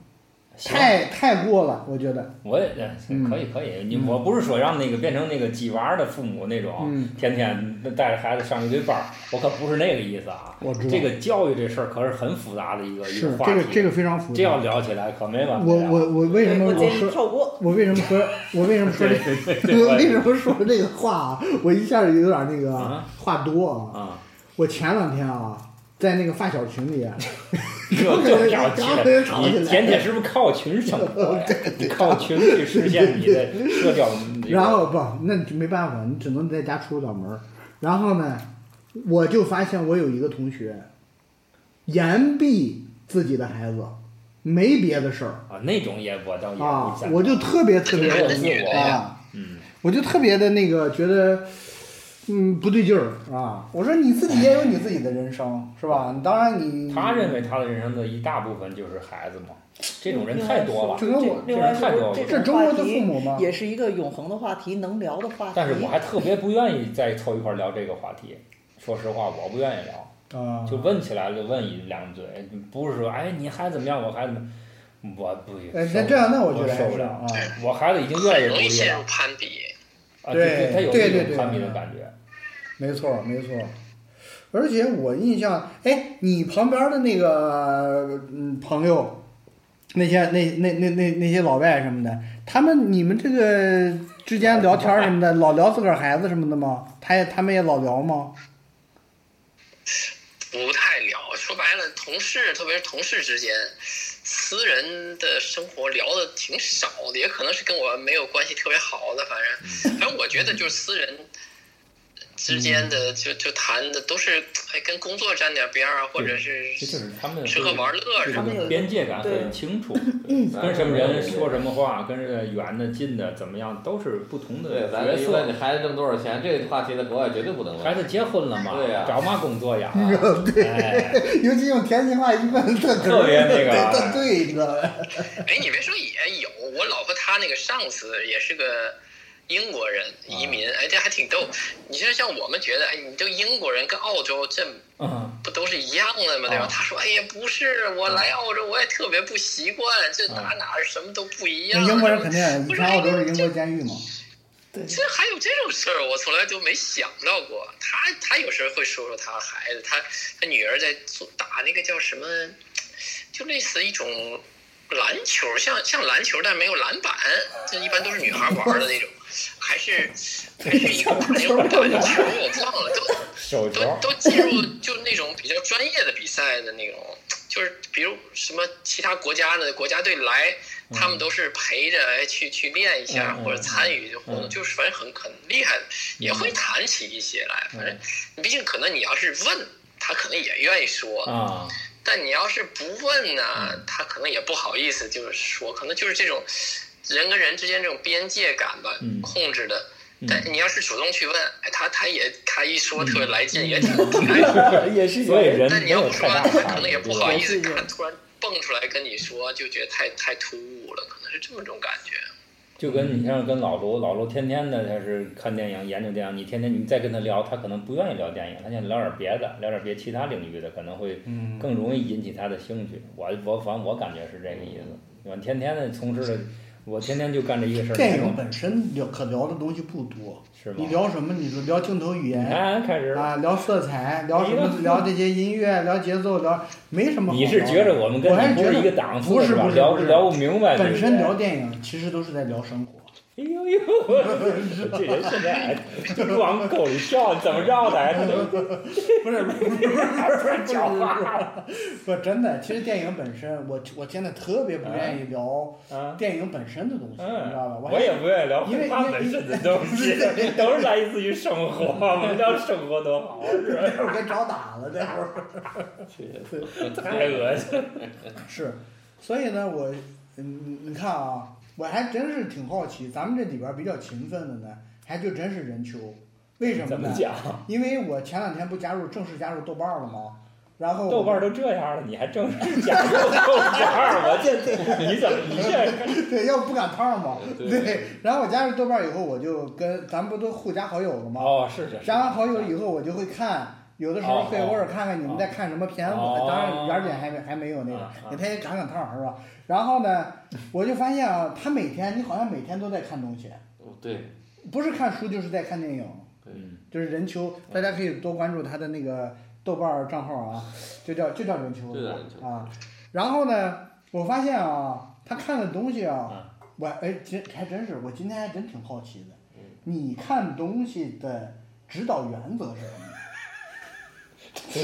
Speaker 1: 行
Speaker 3: 太太过了，我觉得。
Speaker 1: 我也
Speaker 3: 嗯
Speaker 1: 可以可以，你我不是说让那个变成那个鸡娃儿的父母那种
Speaker 3: 嗯，
Speaker 1: 天天带着孩子上一堆班儿，我可不是那个意思啊。
Speaker 3: 我知道
Speaker 1: 这个教育这事儿可是很复杂的一个一
Speaker 3: 是
Speaker 1: 话
Speaker 3: 这
Speaker 1: 题
Speaker 3: 个，这个非常复
Speaker 1: 这要
Speaker 3: 杂。
Speaker 1: 聊起来可没完没
Speaker 3: 我
Speaker 1: 了。
Speaker 3: 我我为什么
Speaker 4: 我
Speaker 3: 我
Speaker 4: 建议
Speaker 3: 说
Speaker 4: 跳过。
Speaker 3: 我为什么说我为什么说这
Speaker 1: 对 对对对，
Speaker 3: 我
Speaker 1: 我
Speaker 3: 为什么说这个话啊？我一下有点那个
Speaker 1: 啊
Speaker 3: 话多啊。
Speaker 1: 啊，
Speaker 3: 我前两天啊，在那个发小群里啊，
Speaker 1: 这就聊起
Speaker 3: 刚跟人
Speaker 1: 来，
Speaker 3: 吵起来
Speaker 1: 你天天是不是靠群生活呀？你靠群去实现你的社交那个，
Speaker 3: 啊然后不，那就没办法，你只能在家出不了门儿。然后呢，我就发现我有一个同学，言必自己的孩子，没别的事儿
Speaker 1: 啊那种也我倒也
Speaker 3: 啊
Speaker 1: 不赞，
Speaker 3: 我就特别特别
Speaker 1: 这
Speaker 3: 的
Speaker 1: 个是我
Speaker 3: 啊，
Speaker 1: 嗯
Speaker 3: 我就特别的那个觉得。嗯，不对劲儿
Speaker 1: 哎
Speaker 3: 啊！我说你自己也有你自己的人生，是吧？当然你
Speaker 1: 他认为他的人生的一大部分就是孩子嘛，这种人太多了，
Speaker 3: 就跟我
Speaker 1: 这
Speaker 4: 另
Speaker 1: 种
Speaker 4: 外
Speaker 1: 人
Speaker 4: 是
Speaker 1: 太多了。
Speaker 3: 这中国的父母嘛，
Speaker 4: 也是一个永恒的话题，能聊的话题。
Speaker 1: 但是我还特别不愿意再凑一块儿聊这个话题。说实话，我不愿意聊，
Speaker 3: 啊，
Speaker 1: 就问起来就问一两嘴，不是说哎你孩子怎么样，我孩子怎么样，我不
Speaker 3: 呃，那这样那我觉得
Speaker 1: 受
Speaker 3: 还
Speaker 1: 不
Speaker 3: 是
Speaker 1: 了，
Speaker 3: 啊，
Speaker 1: 我孩子已经越来
Speaker 5: 很
Speaker 1: 越独
Speaker 5: 容
Speaker 1: 立
Speaker 5: 易陷入
Speaker 1: 了，
Speaker 5: 攀比。哎
Speaker 1: 啊，
Speaker 3: 对
Speaker 1: 对，他有
Speaker 3: 对对
Speaker 1: 一
Speaker 3: 对
Speaker 1: 种攀比的感觉。
Speaker 3: 没错儿，没错儿。而且我印象，哎，你旁边的那个嗯朋友，那些那那那那那些老外什么的，他们你们这个之间聊天儿什么的，老聊自个儿孩子什么的吗？他也他们也老聊吗？
Speaker 5: 不太聊，说白了，同事，特别是同事之间，私人的生活聊的挺少的，也可能是跟我没有关系特别好的，反
Speaker 1: 嗯
Speaker 5: 正，反正我觉得就是私人之间
Speaker 1: 嗯
Speaker 5: 的，就就谈的都是哎跟工作沾点边儿啊，或者是
Speaker 1: 这就是他们
Speaker 5: 吃喝玩乐
Speaker 1: 对
Speaker 5: 什
Speaker 1: 这
Speaker 4: 他
Speaker 5: 么
Speaker 4: 们
Speaker 1: 个
Speaker 4: 有一个
Speaker 1: 边界感很清 楚，跟什么人说什么话，跟这远的近的怎么样，都是不同
Speaker 2: 对，
Speaker 1: 的
Speaker 2: 咱就
Speaker 1: 角
Speaker 2: 一问你
Speaker 1: 色。
Speaker 2: 孩子挣多少钱，这个话题在国外绝对不能
Speaker 1: 孩
Speaker 2: 问。
Speaker 1: 子结婚了嘛？
Speaker 2: 对呀
Speaker 1: 找嘛工 作呀？哎
Speaker 3: 尤其用天津话一问，这
Speaker 1: 特别那个
Speaker 3: 对对这个
Speaker 5: 哎，你别说也有，我老婆她那个上司也是个英国人移民，
Speaker 3: 啊
Speaker 5: 哎，这还挺逗。你说像我们觉得，哎，你这英国人跟澳洲这
Speaker 1: 嗯
Speaker 5: 不都是一样的吗？对吧？
Speaker 1: 啊
Speaker 5: 他说，哎呀，不是，我来
Speaker 3: 啊
Speaker 5: 澳洲我也特别不习惯，这
Speaker 1: 啊
Speaker 5: 哪哪儿什么都不一样。
Speaker 3: 英国人肯定以前澳洲是英国监狱嘛，
Speaker 4: 对，
Speaker 5: 这还有这种事儿， 我从来都没想到过。他他有时候会说说他孩子，他他女儿在做打那个叫什么，就类似一种篮球，像像篮球但没有篮板，这一般都是女孩玩的那种，还是还是一个打那种篮球，我忘了都。
Speaker 1: 手球
Speaker 5: 都都进入就那种比较专业的比赛的那种，就是比如什么其他国家的国家队来，他们都是陪着哎去去练一下
Speaker 1: 嗯嗯嗯
Speaker 5: 或者参与活
Speaker 1: 嗯
Speaker 5: 动，就是反正很很厉害的，也会谈起一些来。反
Speaker 1: 嗯
Speaker 5: 正毕竟可能你要是问他，可能也愿意说，
Speaker 1: 啊，
Speaker 5: 但你要是不问呢，
Speaker 1: 嗯
Speaker 5: 他可能也不好意思就是说，可能就是这种人跟人之间这种边界感吧
Speaker 1: 嗯，
Speaker 5: 控制的。
Speaker 1: 嗯
Speaker 5: 但你要是主动去问，哎，他他也他一说特别来劲，也挺
Speaker 4: 也是
Speaker 1: 所以嗯人
Speaker 5: 但你
Speaker 1: 没
Speaker 5: 要
Speaker 1: 有
Speaker 5: 不说，
Speaker 1: 太大
Speaker 5: 他
Speaker 1: 的
Speaker 5: 可
Speaker 1: 差
Speaker 5: 能
Speaker 1: 别
Speaker 5: 也。不好意思，
Speaker 4: 对
Speaker 5: 他突然蹦出来跟你说，就觉得太太突兀了，可能是这么种感觉。
Speaker 1: 就跟你像跟老卢，老卢天天的他是看电影、研究电影，你天天你再跟他聊，他可能不愿意聊电影，他想聊点别的，聊点别其他领域的，可能会更容易引起他的兴趣。我我反正我感觉是这个意思。我天天的从事的，我天天就干这一个事儿。
Speaker 3: 电影本身聊可聊的东西不多，
Speaker 1: 是吗？
Speaker 3: 你聊什么？你就聊镜头语
Speaker 1: 你
Speaker 3: 言
Speaker 1: 看开始了，
Speaker 3: 啊，聊色彩，聊什
Speaker 1: 哎
Speaker 3: 么
Speaker 1: 呀？
Speaker 3: 聊这些音乐，聊节奏，聊没什么好聊
Speaker 1: 你
Speaker 3: 的。
Speaker 1: 是觉着我们跟
Speaker 3: 我还
Speaker 1: 你不
Speaker 3: 是觉
Speaker 1: 是
Speaker 3: 得
Speaker 1: 一个档次
Speaker 3: 不是
Speaker 1: 吧
Speaker 3: 不是
Speaker 1: 聊
Speaker 3: 不是
Speaker 1: 聊不明白这个。
Speaker 3: 本身聊电影其实都是在聊生活。
Speaker 1: 哎呦呦，这人现在还往沟里跳，怎么绕的？还 是
Speaker 3: 不是不是不是
Speaker 1: 得讲话
Speaker 3: 不是真的，其实电影本身，我我现在特别不愿意聊
Speaker 1: 啊？
Speaker 3: 电影本身的东西，你知道吧？
Speaker 1: 嗯，
Speaker 3: 还
Speaker 1: 我也不愿意聊
Speaker 3: 因为
Speaker 1: 绘画
Speaker 3: 因为
Speaker 1: 本身的东西，都是来自于生活。我们聊生活多好，是吧？
Speaker 3: 待会儿该找打了，待会儿
Speaker 1: 太恶心了。
Speaker 3: 是，所以呢，我嗯，你看啊，我还真是挺好奇，咱们这里边儿比较勤奋的呢，还就真是人球，为什么
Speaker 1: 怎么
Speaker 3: 呢？
Speaker 1: 讲？
Speaker 3: 因为我前两天不加入正式加入豆瓣儿了吗？然后
Speaker 1: 豆瓣都这样了，你还正式加入豆瓣？我这你怎么你这
Speaker 3: 对，要不不赶趟儿嘛。
Speaker 2: 对
Speaker 3: 然后我加入豆瓣儿以后，我就跟咱们不都互加好友了吗？
Speaker 1: 哦是是
Speaker 3: 加完好友以后，我就会看，有的时
Speaker 1: 啊
Speaker 3: 候会偶尔看看你们在看什么片子，
Speaker 1: 哦
Speaker 3: 当然远点还没还没有那个
Speaker 1: 啊啊，
Speaker 3: 给他也赶赶趟儿是吧？然后呢，我就发现啊，他每天你好像每天都在看东西，
Speaker 2: 哦对
Speaker 3: 不是看书就是在看电影，
Speaker 2: 对，
Speaker 1: 嗯
Speaker 3: 就是人球，大家可以多关注他的那个豆瓣儿账号啊，就叫就叫人球
Speaker 2: 就叫人球
Speaker 3: 啊。然后呢，我发现啊，他看的东西
Speaker 1: 嗯
Speaker 3: 啊，我哎，真还真是，我今天还真挺好奇的
Speaker 2: 嗯，
Speaker 3: 你看东西的指导原则是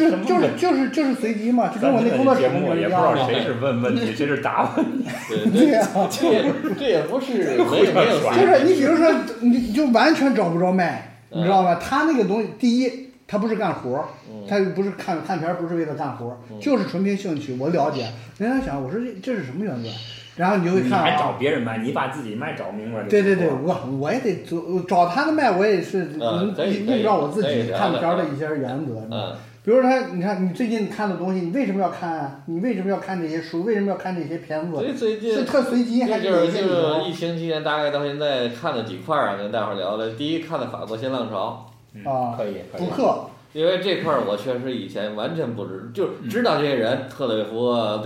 Speaker 3: 什么？
Speaker 1: 这
Speaker 3: 是就是就是就是随机嘛，就跟我那工作
Speaker 1: 节
Speaker 3: 场景
Speaker 1: 目
Speaker 3: 一
Speaker 1: 也不知
Speaker 3: 样
Speaker 1: 道
Speaker 3: 嘛。
Speaker 1: 谁是问问题，谁是答问。
Speaker 2: 对
Speaker 3: 对啊呀、
Speaker 2: 这也这也不是没有没有
Speaker 1: 啊
Speaker 3: 就
Speaker 2: 谁
Speaker 3: 是你比如说，你就完全找不着麦，
Speaker 2: 嗯
Speaker 3: 你知道吧？他那个东西，第一，他不是干活儿，
Speaker 2: 嗯
Speaker 3: 他不是看看片儿，不是为了干活儿
Speaker 2: 嗯，
Speaker 3: 就是纯凭兴趣。我了解，人家想，我说这这是什么原则？然后你就会
Speaker 1: 你
Speaker 3: 看
Speaker 1: 还
Speaker 3: 啊
Speaker 1: 找，别人卖，你把自己卖找明白就
Speaker 3: 对对
Speaker 1: 不错
Speaker 3: 对，
Speaker 1: 了，
Speaker 3: 我我也得做找他的麦，我也是
Speaker 2: 嗯
Speaker 3: 能
Speaker 2: 可以可以
Speaker 3: 映照我自
Speaker 2: 可以
Speaker 3: 己
Speaker 2: 聊
Speaker 3: 看
Speaker 2: 聊
Speaker 3: 片儿的一些原则。你知道吗
Speaker 2: 嗯
Speaker 3: 比如说他，你看你最近看的东西，你为什么要看啊？你为什么要看这些书？为什么要看这些片
Speaker 2: 所
Speaker 3: 子？
Speaker 2: 以最近
Speaker 3: 是特随机还
Speaker 2: 这就
Speaker 3: 是有一
Speaker 2: 是
Speaker 3: 些
Speaker 2: 这
Speaker 3: 理
Speaker 2: 个
Speaker 3: 由？
Speaker 2: 疫情期间，大概到现在看了几块儿啊，跟大伙儿聊聊。第一看了法国新浪潮，
Speaker 1: 嗯
Speaker 3: 啊
Speaker 1: 可以可
Speaker 3: 补
Speaker 1: 以。
Speaker 3: 课，
Speaker 2: 因为这块儿我确实以前完全不知，
Speaker 1: 嗯
Speaker 2: 就是知道这些人，特雷弗、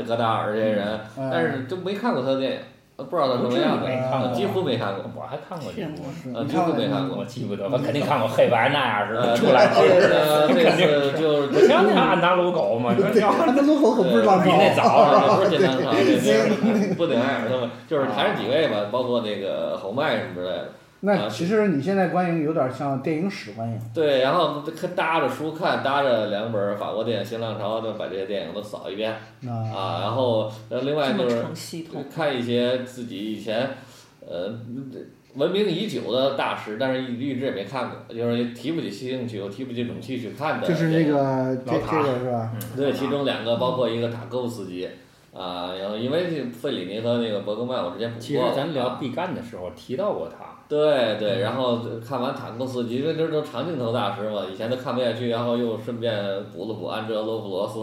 Speaker 2: 戈达尔这些人，
Speaker 3: 嗯
Speaker 2: 但是就没看过他的电影，呃不知道他什么样
Speaker 1: 我
Speaker 2: 的呃
Speaker 1: 真没看过，
Speaker 2: 几乎没看过。
Speaker 1: 我还看过这部，
Speaker 2: 呃，
Speaker 3: 你
Speaker 2: 几
Speaker 3: 看
Speaker 2: 乎
Speaker 3: 过
Speaker 2: 没看
Speaker 1: 我
Speaker 2: 过。
Speaker 1: 记不得，我肯定看过黑白那样似
Speaker 2: 呃，
Speaker 1: 的出来的。
Speaker 2: 这次 呃这次就是
Speaker 1: 不像那安达鲁狗嘛，你啊说
Speaker 3: 对，
Speaker 1: 要
Speaker 3: 他们路口可不知道
Speaker 1: 比那
Speaker 3: 高。
Speaker 1: 早，
Speaker 2: 不是简单啊， 这这不顶爱尔他们，就是还是几位吧，包括那个侯麦什么之类的。
Speaker 3: 那其实你现在观影有点像电影史观影，
Speaker 2: 对，然后看搭着书看，搭着两本法国电影《新浪潮》，就把这些电影都扫一遍
Speaker 3: 啊，
Speaker 2: 啊。然后呃，另外
Speaker 4: 这么
Speaker 2: 就是
Speaker 4: 成系统，
Speaker 2: 看一些自己以前呃闻名已久的大师，但是一一直也没看过，就是也提不起兴趣，又提不起勇气去看的。
Speaker 3: 就是那个这
Speaker 1: 老塔
Speaker 3: 这个是吧？
Speaker 2: 对，其中两个包括一个塔科夫斯基啊，然后因为这费里尼和那个伯格曼，我之前补过了。
Speaker 1: 其实咱聊
Speaker 2: 啊
Speaker 1: 毕赣的时候提到过他，
Speaker 2: 对
Speaker 3: 嗯
Speaker 2: 对，然后看完塔科夫斯基，因为这都长镜头大师嘛，以前都看不下去，然后又顺便补了补安哲罗普罗斯，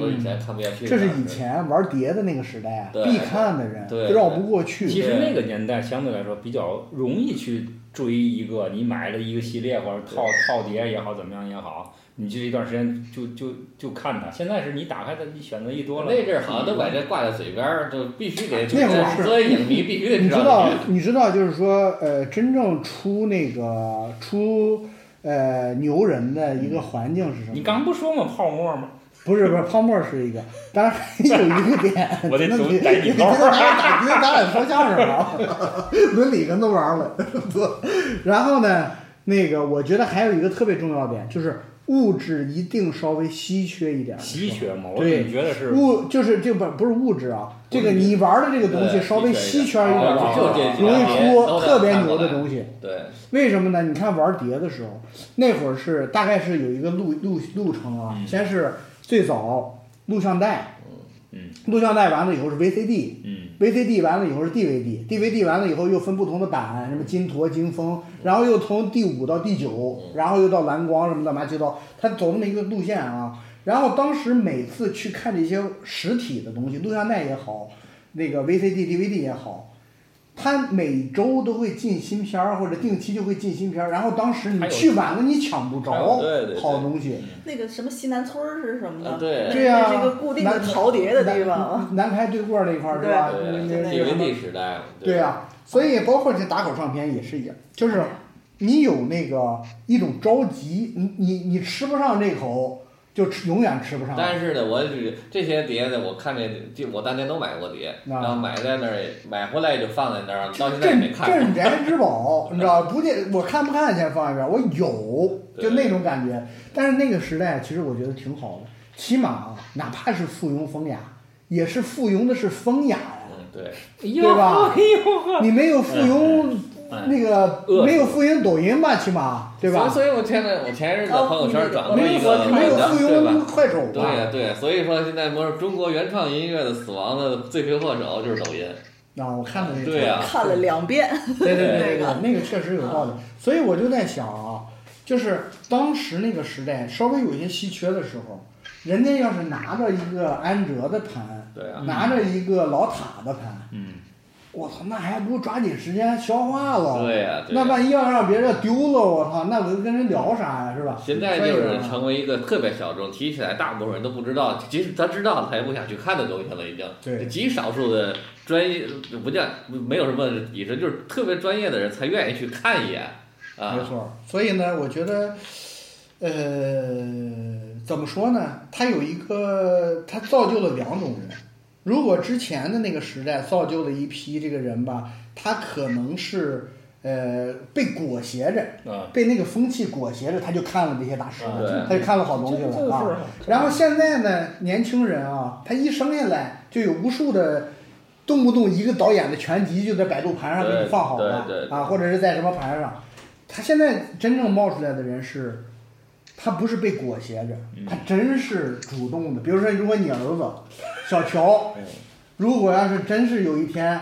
Speaker 2: 都是以
Speaker 3: 嗯，
Speaker 2: 前看不下去的
Speaker 3: 这
Speaker 2: 大师。
Speaker 3: 是以前玩碟的那个时代啊，
Speaker 2: 对
Speaker 3: 必看的人
Speaker 2: 对
Speaker 3: 绕不过去。
Speaker 1: 其实那个年代相对来说比较容易去追一个，你买了一个系列或者套套碟也好，怎么样也好，你就一段时间就就就看它。现在是你打开它，你选择一多了，
Speaker 2: 那阵儿好像都把这挂在嘴边儿，就必须得
Speaker 3: 那会儿是
Speaker 2: 所以影迷必须得
Speaker 3: 你知
Speaker 2: 道
Speaker 3: 道
Speaker 2: 这个，
Speaker 3: 你知道，就是说，呃，真正出那个出呃牛人的一个环境是什么？
Speaker 1: 你刚不说吗？泡沫吗？，
Speaker 3: 不是不是，泡沫是一个，当然还有一个点
Speaker 1: 我得
Speaker 3: 真的
Speaker 1: 总
Speaker 3: 你
Speaker 1: 逮你
Speaker 3: 你
Speaker 1: 包
Speaker 3: 今天打，今天咱俩说相声了，伦理跟都玩了。然后呢，那个我觉得还有一个特别重要点，就是物质一定稍微稀缺一点儿。
Speaker 1: 吸血吗？我
Speaker 3: 对
Speaker 1: 总觉得是
Speaker 3: 物就是这本不是物质啊，这个你玩的这个东西
Speaker 2: 对
Speaker 3: 稍微稀
Speaker 2: 稀
Speaker 3: 缺
Speaker 2: 缺一
Speaker 3: 一点
Speaker 2: 点
Speaker 3: 儿
Speaker 1: 哦就
Speaker 3: 的
Speaker 1: 这，几
Speaker 3: 容
Speaker 1: 年
Speaker 3: 易出
Speaker 2: 都在
Speaker 3: 特别
Speaker 2: 看
Speaker 3: 牛
Speaker 2: 过
Speaker 3: 的
Speaker 2: 来
Speaker 3: 东西。
Speaker 2: 对，
Speaker 3: 为什么呢？你看玩碟的时候，那会儿是大概是有一个路路路程啊，
Speaker 1: 嗯
Speaker 3: 先是最早录像带，
Speaker 1: 嗯
Speaker 3: 录像带完了以后是 VCD。
Speaker 1: 嗯
Speaker 3: VCD 完了以后是 DVD，DVD 完了以后又分不同的版，什么金箔、金
Speaker 2: 嗯
Speaker 3: 风，然后又从第五到第九，然后又到蓝光什么乱七八糟，它走那么一个路线啊。然后当时每次去看这些实体的东西，录像带也好，那个 VCD、DVD 也好，他每周都会进新片儿，或者定期就会进新片儿。然后当时你
Speaker 2: 还有
Speaker 3: 去晚了，你抢不
Speaker 2: 还有
Speaker 3: 着
Speaker 2: 对对对
Speaker 3: 好东西。
Speaker 4: 那个什么西南村儿是什么的？
Speaker 1: 呃
Speaker 2: 啊对
Speaker 3: 对呀、
Speaker 4: 这是一个固定的淘碟的地方。
Speaker 3: 南南开对过那块儿是吧？那
Speaker 2: 对
Speaker 3: 那那什么
Speaker 2: DVD 时代嘛，
Speaker 3: 对啊，所以包括这打口唱片也是一样，就是你有那个一种着急，你你你吃不上这口，就吃永远吃不上。
Speaker 2: 但是呢，我只这些碟呢，我看见就我当年都买过碟，
Speaker 3: 啊
Speaker 2: 然后买在那儿买回来就放在那儿，到现在也没
Speaker 3: 镇
Speaker 2: 看过。
Speaker 3: 镇宅之宝，你知道不见我看不看先放一边，我有就那种感觉。但是那个时代其实我觉得挺好的，起码啊，哪怕是附庸风雅，也是附庸的是风雅呀。
Speaker 2: 嗯，对，
Speaker 3: 对吧你没有附庸
Speaker 2: 哎
Speaker 3: 那个
Speaker 2: 恶俗
Speaker 3: 没有附庸抖音吧，起码对吧？
Speaker 2: 所以，所以我前阵我前日在朋友圈转过一
Speaker 3: 没有
Speaker 2: 个文章，
Speaker 3: 没有附
Speaker 2: 对吧
Speaker 3: 庸？快手吧？
Speaker 2: 对啊呀、对呀、所以说现在不是中国原创音乐的死亡的罪魁祸首就是抖音。
Speaker 3: 啊，我看了那个，
Speaker 2: 对呀、
Speaker 4: 看了两遍，
Speaker 3: 对对
Speaker 2: 对啊
Speaker 3: 对，那个那个确实有道理。所以我就在想啊，就是当时那个时代稍微有一些稀缺的时候，人家要是拿着一个安哲的盘，
Speaker 2: 对啊
Speaker 3: 拿着一个老塔的盘，
Speaker 1: 嗯，
Speaker 3: 我操，那还不如抓紧时间消化了。
Speaker 2: 对呀、对呀、
Speaker 3: 那万一要让别人丢了，我操，那我跟人聊啥呀，是吧？
Speaker 2: 现在就是成为一个特别小众，提起来大部分人都不知道，即使他知道了，他也不想去看的东西了，已经。
Speaker 3: 对
Speaker 2: 极少数的专业不叫没有什么底子，就是特别专业的人才愿意去看一眼
Speaker 3: 没
Speaker 2: 啊。
Speaker 3: 错儿，所以呢，我觉得，呃，怎么说呢？它有一个，它造就了两种人。如果之前的那个时代造就了一批这个人吧，他可能是呃被裹挟着，
Speaker 1: 啊，
Speaker 3: 被那个风气裹挟着，他就看了这些大师，
Speaker 2: 啊
Speaker 3: 他就看了好东西
Speaker 1: 这
Speaker 3: 了
Speaker 1: 个
Speaker 3: 啊。
Speaker 1: 就是
Speaker 3: 然后现在呢，年轻人啊，他一生下来就有无数的，动不动一个导演的全集就在百度盘上给你放好了
Speaker 2: 对对对
Speaker 3: 啊，或者是在什么盘上。他现在真正冒出来的人是，他不是被裹挟着，
Speaker 2: 嗯
Speaker 3: 他真是主动的。比如说，如果你儿子小乔，
Speaker 2: 嗯
Speaker 3: 如果要是真是有一天。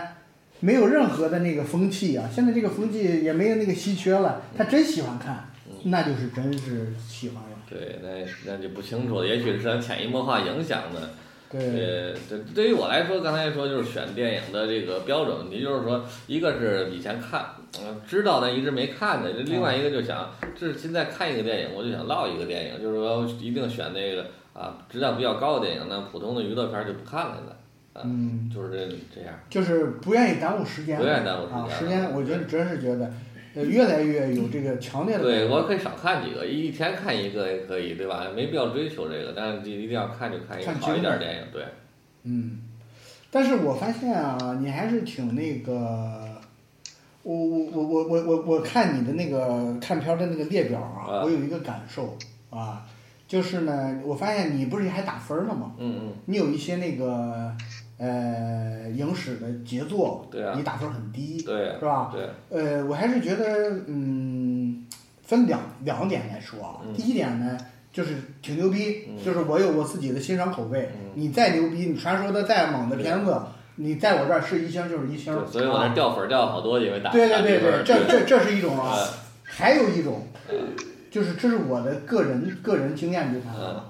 Speaker 3: 没有任何的那个风气啊，现在这个风气也没有那个稀缺了。他真喜欢看，
Speaker 2: 嗯
Speaker 3: 那就是真是喜欢了。
Speaker 2: 对，那那就不清楚了，也许是他潜移默化影响的。
Speaker 3: 对，
Speaker 2: 呃，对，对于我来说，刚才说就是选电影的这个标准问题，就是说，一个是以前看，嗯，知道但一直没看的，另外一个就想，就是现在看一个电影，我就想唠一个电影，就是说一定选那个啊质量比较高的电影，那普通的娱乐片儿就不看了的，啊，
Speaker 3: 嗯。
Speaker 2: 就是这这样。
Speaker 3: 就是不愿意耽误时间，
Speaker 2: 不愿意耽误时间
Speaker 3: 啊！时间，我觉得真是觉得，呃，越来越有这个强烈的。
Speaker 2: 对，我可以少看几个，一一天看一个也可以，对吧？没必要追求这个，但是就一定要看就看一个
Speaker 3: 看
Speaker 2: 好一
Speaker 3: 清
Speaker 2: 点儿
Speaker 3: 楚
Speaker 2: 电影，对。
Speaker 3: 嗯，但是我发现啊，你还是挺那个，我我我我我我我看你的那个看片儿的那个列表啊
Speaker 2: 啊，
Speaker 3: 我有一个感受啊，就是呢，我发现你不是还打分儿呢吗？
Speaker 2: 嗯
Speaker 3: 你有一些那个呃影史的杰作，
Speaker 2: 对啊
Speaker 3: 你打分儿很低，
Speaker 2: 嗯，对
Speaker 3: 是吧？
Speaker 2: 对，
Speaker 3: 呃，我还是觉得，嗯，分两两点来说啊。
Speaker 2: 嗯
Speaker 3: 第一点呢，就是挺牛逼，
Speaker 2: 嗯
Speaker 3: 就是我有我自己的欣赏口味。
Speaker 2: 嗯
Speaker 3: 你再牛逼，你传说的再猛的片子，你在我这儿是一星就是一星
Speaker 2: 对，。所以我那
Speaker 3: 啊
Speaker 2: 掉粉儿掉了好多，因为打
Speaker 3: 对
Speaker 2: 打
Speaker 3: 对对
Speaker 2: 低分
Speaker 3: 对，
Speaker 2: 儿
Speaker 3: 这这这是一种啊
Speaker 2: 呃。
Speaker 3: 还有一种，就是这是我的个人个人经验就谈
Speaker 2: 嗯
Speaker 3: 了。啊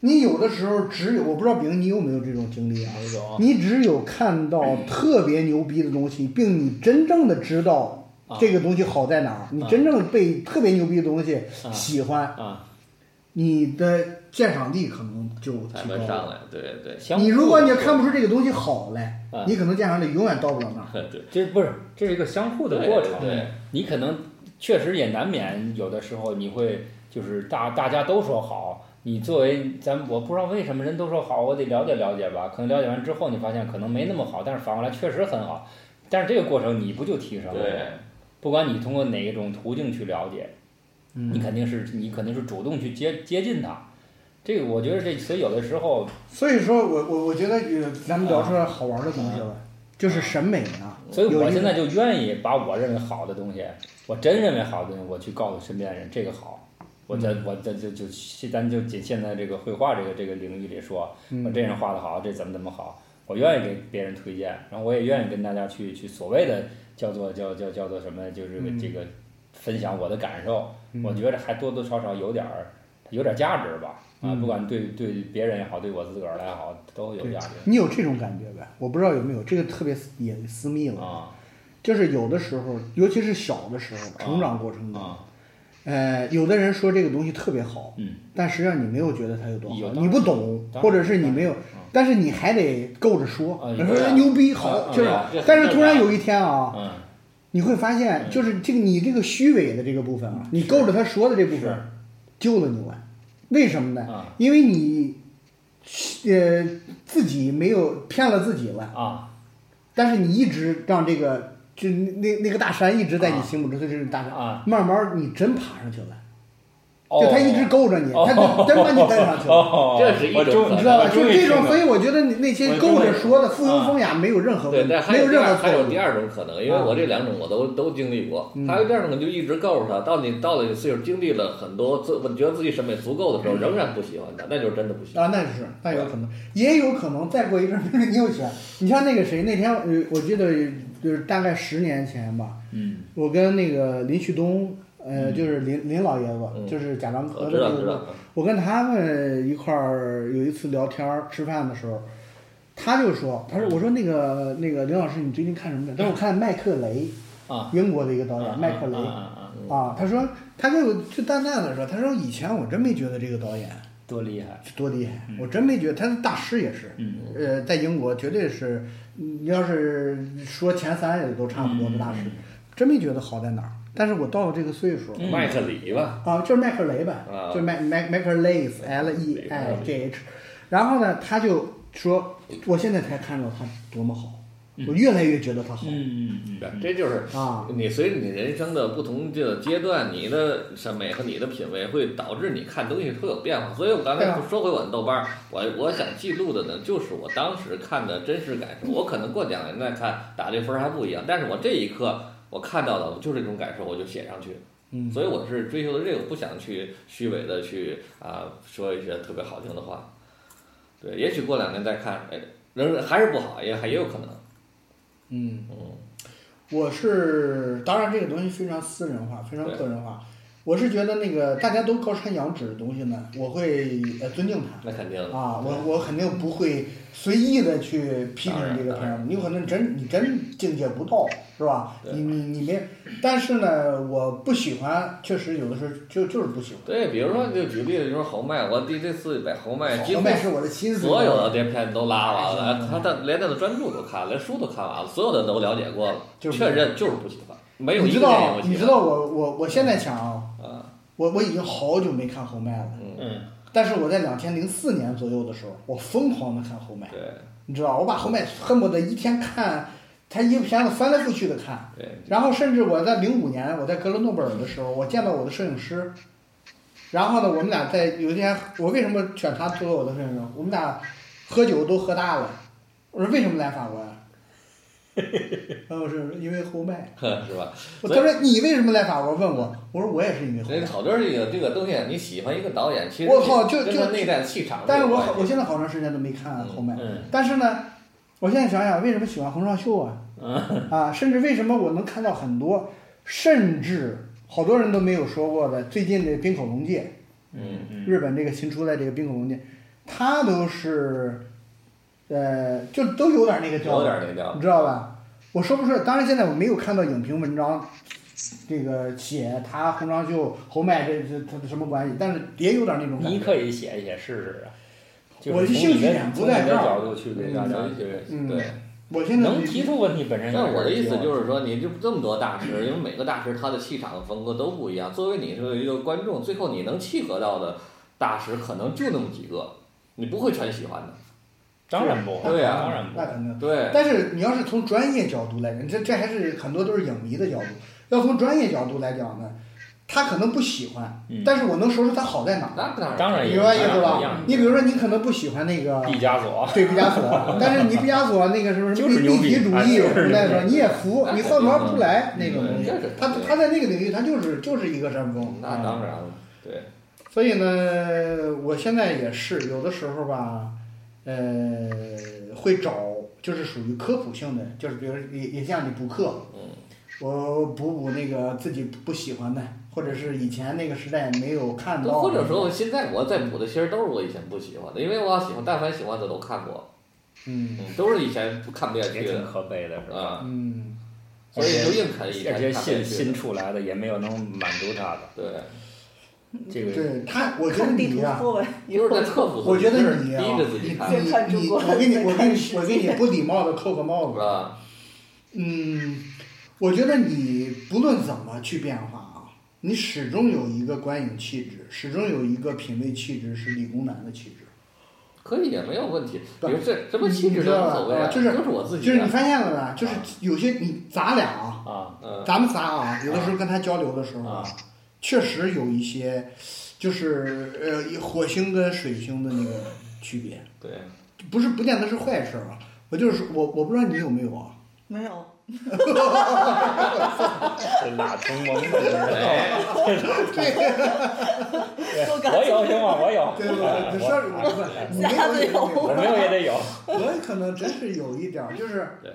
Speaker 3: 你有的时候只有，我不知道饼你有没有这种经历啊？
Speaker 1: 有一种
Speaker 3: 你只有看到特别牛逼的东西，并你真正的知道
Speaker 2: 啊
Speaker 3: 这个东西好在哪儿，你真正被特别牛逼的东西喜欢，
Speaker 1: 啊，
Speaker 3: 你的鉴赏力可能就
Speaker 2: 才
Speaker 3: 提高
Speaker 2: 会上
Speaker 3: 了。
Speaker 2: 来，对 对
Speaker 1: 行，
Speaker 3: 你如果你看不出这个东西好来
Speaker 2: 嗯
Speaker 1: 啊，
Speaker 3: 你可能鉴赏力永远到不了那儿。
Speaker 2: 对，
Speaker 1: 这不是，这是一个相互的
Speaker 2: 对
Speaker 1: 过程。
Speaker 2: 对
Speaker 1: 你可能确实也难免有的时候你会就是大大家都说好，你作为咱我不知道为什么人都说好，我得了解了解吧。可能了解完之后，你发现可能没那么好，但是反过来确实很好。但是这个过程你不就提升了？
Speaker 2: 对，
Speaker 1: 不管你通过哪一种途径去了解，你
Speaker 3: 嗯，
Speaker 1: 肯定是你肯定是主动去接接近它。这个我觉得这所以有的时候
Speaker 3: 所以说我我我觉得呃咱们聊出来好玩的东西了，
Speaker 1: 嗯
Speaker 3: 就是审美呢。
Speaker 1: 所以
Speaker 3: 有
Speaker 1: 我
Speaker 3: 一
Speaker 1: 现在就愿意把我认为好的东西，我真认为好的东西，我去告诉身边人这个好。我
Speaker 3: 嗯
Speaker 1: 在我在就就就咱就仅现在这个绘画这个这个领域里说，我
Speaker 3: 嗯
Speaker 1: 这人画的好，这怎么怎么好，我愿意给别人推荐，然后我也愿意跟大家去去所谓的叫做叫叫叫做什么，就是
Speaker 3: 嗯
Speaker 1: 这个分享我的感受，
Speaker 3: 嗯
Speaker 1: 我觉得还多多少少有点儿有点价值吧，啊，
Speaker 3: 嗯
Speaker 1: 不管对对别人也好，对我自个儿来好，都有
Speaker 3: 对
Speaker 1: 价值
Speaker 3: 你有这种感觉呗？我不知道有没有，这个特别私也私密了。
Speaker 1: 啊。
Speaker 3: 就是有的时候，尤其是小的时候，成长过程中，
Speaker 1: 啊，
Speaker 3: 呃，有的人说这个东西特别好，
Speaker 1: 嗯，
Speaker 3: 但实际上你没有觉得它有多
Speaker 1: 有
Speaker 3: 好，
Speaker 1: 道理
Speaker 3: 你不懂，
Speaker 1: 当然
Speaker 3: 或者是你没有
Speaker 1: 嗯，
Speaker 3: 但是你还得够着说
Speaker 1: 啊，
Speaker 3: 说
Speaker 1: 对啊
Speaker 3: 哎牛逼
Speaker 1: 啊
Speaker 3: 好，
Speaker 1: 啊
Speaker 3: 就
Speaker 1: 对
Speaker 3: 是
Speaker 1: 啊这，很
Speaker 3: 但是
Speaker 1: 正
Speaker 3: 突然
Speaker 1: 常
Speaker 3: 有一天啊，
Speaker 1: 嗯，
Speaker 3: 你会发现，就是这个你这个虚伪的这个部分啊，你够着他说的这部分
Speaker 1: 是，
Speaker 3: 救了你了，为什么呢
Speaker 1: 啊？
Speaker 3: 因为你，呃，自己没有骗了自己了，
Speaker 1: 啊
Speaker 3: 但是你一直让这个就那那个大山一直在你心目中，就是大山，
Speaker 1: 啊，
Speaker 3: 慢慢你真爬上去了，
Speaker 1: 哦
Speaker 3: 就他一直勾着你，他
Speaker 1: 哦
Speaker 3: 就真把你带上去了。
Speaker 1: 哦，
Speaker 2: 这是一种
Speaker 1: 我终
Speaker 2: 可
Speaker 3: 你知道吧？
Speaker 1: 我
Speaker 3: 就
Speaker 1: 终于
Speaker 3: 这
Speaker 1: 听
Speaker 3: 种，
Speaker 1: 到
Speaker 3: 所以我觉得你那些勾着说的附庸风雅没有任何
Speaker 2: 对
Speaker 3: 问，题
Speaker 2: 但，还
Speaker 3: 没
Speaker 2: 有
Speaker 3: 有
Speaker 2: 第
Speaker 3: 任
Speaker 2: 二，
Speaker 3: 何
Speaker 2: 还
Speaker 3: 错
Speaker 2: 有
Speaker 3: 误啊嗯
Speaker 2: 第。二种可能，因为我这两种我都都经历过。还有第二种，就一直告诉他，到你到了岁数，经历了很多，自我觉得自己审美足够的
Speaker 3: 嗯
Speaker 2: 时候，仍然不喜欢他，那就是真的不喜欢。
Speaker 3: 啊，那是，那有可能，也有可能再过一阵儿， 你又选。你像那个谁，那天呃，我记得就是大概十年前吧，
Speaker 1: 嗯
Speaker 3: 我跟那个林旭东，呃，就是林林老爷子，
Speaker 2: 嗯
Speaker 3: 就是贾樟柯
Speaker 2: 我
Speaker 3: 的
Speaker 2: 知道，
Speaker 3: 这
Speaker 2: 知
Speaker 3: 个
Speaker 2: 道。
Speaker 3: 我跟他们一块儿有一次聊天儿吃饭的时候，他就说，他说我说那个那个林老师，你最近看什么电影？他说我看麦克雷，
Speaker 1: 啊，
Speaker 3: 英国的一个导演呃麦克雷
Speaker 1: 啊啊啊啊
Speaker 3: 啊。他说他跟我就淡淡的说，他说以前我真没觉得这个导演
Speaker 1: 多厉害，
Speaker 3: 多厉害，我真没觉得他是大师也是，
Speaker 1: 嗯
Speaker 3: 呃，在英国绝对是，你要是说前三也都差不多的大师，真没觉得好在哪儿。但是我到了这个岁数，
Speaker 2: 麦克里吧，
Speaker 3: 啊，就是麦克雷呗，
Speaker 2: 嗯啊
Speaker 3: 就是麦麦麦克雷 L E I G H，然后呢，他就说，我现在才看到他多么好，我越来越觉得他好、
Speaker 1: 嗯嗯嗯，
Speaker 2: 这就是
Speaker 3: 啊，
Speaker 2: 你随着你人生的不同的阶段，你的审美和你的品味会导致你看东西会有变化。所以我刚才
Speaker 3: 对啊
Speaker 2: 说回我的豆瓣儿，我我想记录的呢，就是我当时看的真实感受。我可能过两年再看，打这分儿还不一样，但是我这一刻我看到的就是这种感受，我就写上去。
Speaker 3: 嗯
Speaker 2: 所以我是追求的这个，不想去虚伪的去啊说一些特别好听的话。对，也许过两年再看，哎，仍然还是不好，也还也有可能。
Speaker 3: 嗯，
Speaker 2: 嗯，
Speaker 3: 我是当然这个东西非常私人化，非常
Speaker 2: 对
Speaker 3: 个人化，我是觉得那个大家都高山仰止的东西呢，我会呃尊敬他。
Speaker 2: 那肯定的。
Speaker 3: 啊，我我肯定不会随意的去批评这个
Speaker 2: 当然当然，
Speaker 3: 朋友你可能真你真境界不到，是吧？
Speaker 2: 对
Speaker 3: 你你你没，但是呢，我不喜欢，确实有的时候就就是不喜欢。
Speaker 2: 对，比如说就举例子，就是侯麦，我第这次买侯麦，哎几
Speaker 3: 豪
Speaker 2: 乎
Speaker 3: 迈是我的心思。
Speaker 2: 所有的这片都拉完了，他的连他的专著都看了，连书都看完了，所有的都了解过了，
Speaker 3: 就是
Speaker 2: 确认就是不喜欢，没有
Speaker 3: 你
Speaker 2: 一
Speaker 3: 知
Speaker 2: 个电影
Speaker 3: 道
Speaker 2: 我喜欢。
Speaker 3: 你知道我我我现在想啊，
Speaker 2: 啊，
Speaker 3: 我我已经好久没看侯麦了，
Speaker 2: 嗯，
Speaker 1: 嗯
Speaker 3: 但是我在两千零四年左右的时候，我疯狂的看侯麦，
Speaker 2: 对
Speaker 3: 你知道，我把侯麦恨不得一天看，他一个片子翻来覆去的看。
Speaker 2: 对，
Speaker 3: 然后甚至我在零五年，我在格罗诺贝尔的时候，我见到我的摄影师，然后呢，我们俩在有一天，我为什么选他做我的摄影师？我们俩喝酒都喝大了。我说为什么来法国呀、然后我说因为侯麦。
Speaker 2: 是吧？
Speaker 3: 我他说你为什么来法国？问我，我说我也是因为侯
Speaker 2: 所以
Speaker 3: 麦。
Speaker 2: 好多这个这个东西，你喜欢一个导演，其实
Speaker 3: 我靠就
Speaker 2: 跟
Speaker 3: 就
Speaker 2: 他内在气场有关系。
Speaker 3: 但是我好，我现在好长时间都没看侯麦。
Speaker 1: 嗯
Speaker 3: 但是呢，我现在想想，为什么喜欢洪尚秀啊？
Speaker 1: 嗯
Speaker 3: 啊，甚至为什么我能看到很多，甚至好多人都没有说过的，最近的冰口龙介，
Speaker 1: 嗯嗯，
Speaker 3: 日本这个新出来这个冰口龙介，他都是，呃，就都有点那个
Speaker 2: 有
Speaker 3: 调子，
Speaker 2: 点那个调
Speaker 3: 你知道吧？我说不出来，当然现在我没有看到影评文章，这个写他洪尚秀、侯麦这这他的什么关系，但是也有点那种感
Speaker 1: 你
Speaker 3: 觉。
Speaker 1: 可以写一写试试啊。就
Speaker 3: 我
Speaker 1: 是
Speaker 3: 的
Speaker 1: 从
Speaker 3: 兴
Speaker 1: 你
Speaker 3: 趣
Speaker 1: 的
Speaker 3: 点不
Speaker 1: 从
Speaker 3: 在
Speaker 1: 你的
Speaker 3: 这儿
Speaker 1: 角度去给大家去，
Speaker 3: 嗯
Speaker 2: 对，
Speaker 3: 我现在
Speaker 1: 能提出问题本身也，
Speaker 2: 但我的意思就是是说，你这这么多大师，因为每个大师他的气场和风格都不一样。作为你是一个观众，最后你能契合到的大师可能就那么几个，你不会全喜欢的。
Speaker 1: 当然不，
Speaker 2: 对啊
Speaker 1: 当然不
Speaker 3: 那，肯定。
Speaker 2: 对，
Speaker 3: 但是你要是从专业角度来讲，这这还是很多都是影迷的角度。要从专业角度来讲呢，他可能不喜欢，
Speaker 1: 嗯
Speaker 3: 但是我能说出他好在哪儿。
Speaker 2: 那当然，
Speaker 1: 当然
Speaker 3: 你
Speaker 1: 也
Speaker 3: 明白意思
Speaker 1: 一
Speaker 3: 吧
Speaker 1: 样？
Speaker 3: 你比如说，你可能不喜欢那个
Speaker 1: 毕加索，
Speaker 3: 对毕加索，但是你毕加索那个什么什
Speaker 1: 就
Speaker 3: 么
Speaker 1: 是
Speaker 3: 立
Speaker 1: 牛逼
Speaker 3: 体主
Speaker 1: 哎
Speaker 3: 义
Speaker 1: 就是
Speaker 3: 什么来
Speaker 1: 牛
Speaker 3: 着，
Speaker 1: 逼
Speaker 3: 你也服，你造造不出来
Speaker 2: 嗯
Speaker 3: 那种东西
Speaker 2: 嗯这是。
Speaker 3: 他他在那个领域，他就是就是一个山峰。啊
Speaker 2: 那当然了，对，
Speaker 3: 所以呢，我现在也是有的时候吧，呃，会找就是属于科普性的，就是比如也也像你补课，
Speaker 2: 嗯，
Speaker 3: 我补补那个自己不喜欢的，或者是以前那个时代没有看到的，
Speaker 2: 或者说现在我在补的其实都是我以前不喜欢的，因为我要喜欢，但凡喜欢的都看过，
Speaker 3: 嗯
Speaker 2: 嗯，都是以前看不下
Speaker 1: 也
Speaker 2: 去
Speaker 1: 挺
Speaker 2: 的
Speaker 1: 可悲的是吧？
Speaker 2: 啊。哎
Speaker 3: 嗯，
Speaker 2: 所以就硬啃一
Speaker 1: 而且
Speaker 2: 啃，
Speaker 1: 新新出来的也没有能满足他的
Speaker 2: 对，
Speaker 1: 这个。
Speaker 3: 对他，我觉得
Speaker 4: 看地
Speaker 3: 你
Speaker 4: 图
Speaker 3: 呀、
Speaker 1: 啊
Speaker 4: 说呗，以
Speaker 2: 就是
Speaker 4: 后
Speaker 2: 在克服自己，
Speaker 3: 我觉得
Speaker 2: 就是
Speaker 3: 你啊呀、
Speaker 2: 逼着自
Speaker 3: 你
Speaker 2: 己
Speaker 3: 你
Speaker 2: 看
Speaker 4: 先看中
Speaker 3: 你，
Speaker 4: 国
Speaker 3: 我给你，
Speaker 4: 再
Speaker 3: 我
Speaker 4: 看
Speaker 3: 给你
Speaker 4: 世，界
Speaker 3: 我给你不礼貌的扣个帽子。
Speaker 2: 啊，
Speaker 3: 嗯，我觉得你不论怎么去变化啊，你始终有一个观影气质，始终有一个品味气质，是理工男的气质。
Speaker 2: 可以也没有问题。
Speaker 3: 不
Speaker 2: 比如这什么
Speaker 3: 你
Speaker 2: 气质
Speaker 3: 你知
Speaker 2: 都
Speaker 3: 道
Speaker 2: 无
Speaker 3: 吧
Speaker 2: 所谓啊，
Speaker 3: 啊
Speaker 2: 就
Speaker 3: 就是
Speaker 2: 我自己
Speaker 3: 就是你
Speaker 2: 的，
Speaker 3: 发现了吧？就是有些你咱俩啊，
Speaker 1: 啊
Speaker 2: 嗯
Speaker 3: 咱们仨啊，有的时候跟他交流的时候
Speaker 1: 啊，
Speaker 3: 确实有一些，就是呃，火星跟水星的那个区别，
Speaker 2: 对，
Speaker 3: 不是不见得是坏事儿啊。我就是说我，我不知道你有没有啊。
Speaker 4: 没有，
Speaker 1: 这俩同盟的人，
Speaker 2: 哎，
Speaker 4: 我感
Speaker 1: 我
Speaker 4: 觉
Speaker 1: 有行吗？我有，哎
Speaker 3: 对吧？你说不是，你
Speaker 4: 下次
Speaker 3: 没有，
Speaker 1: 我没有也得有。
Speaker 3: 我可能真是有一点儿，就是
Speaker 2: 对，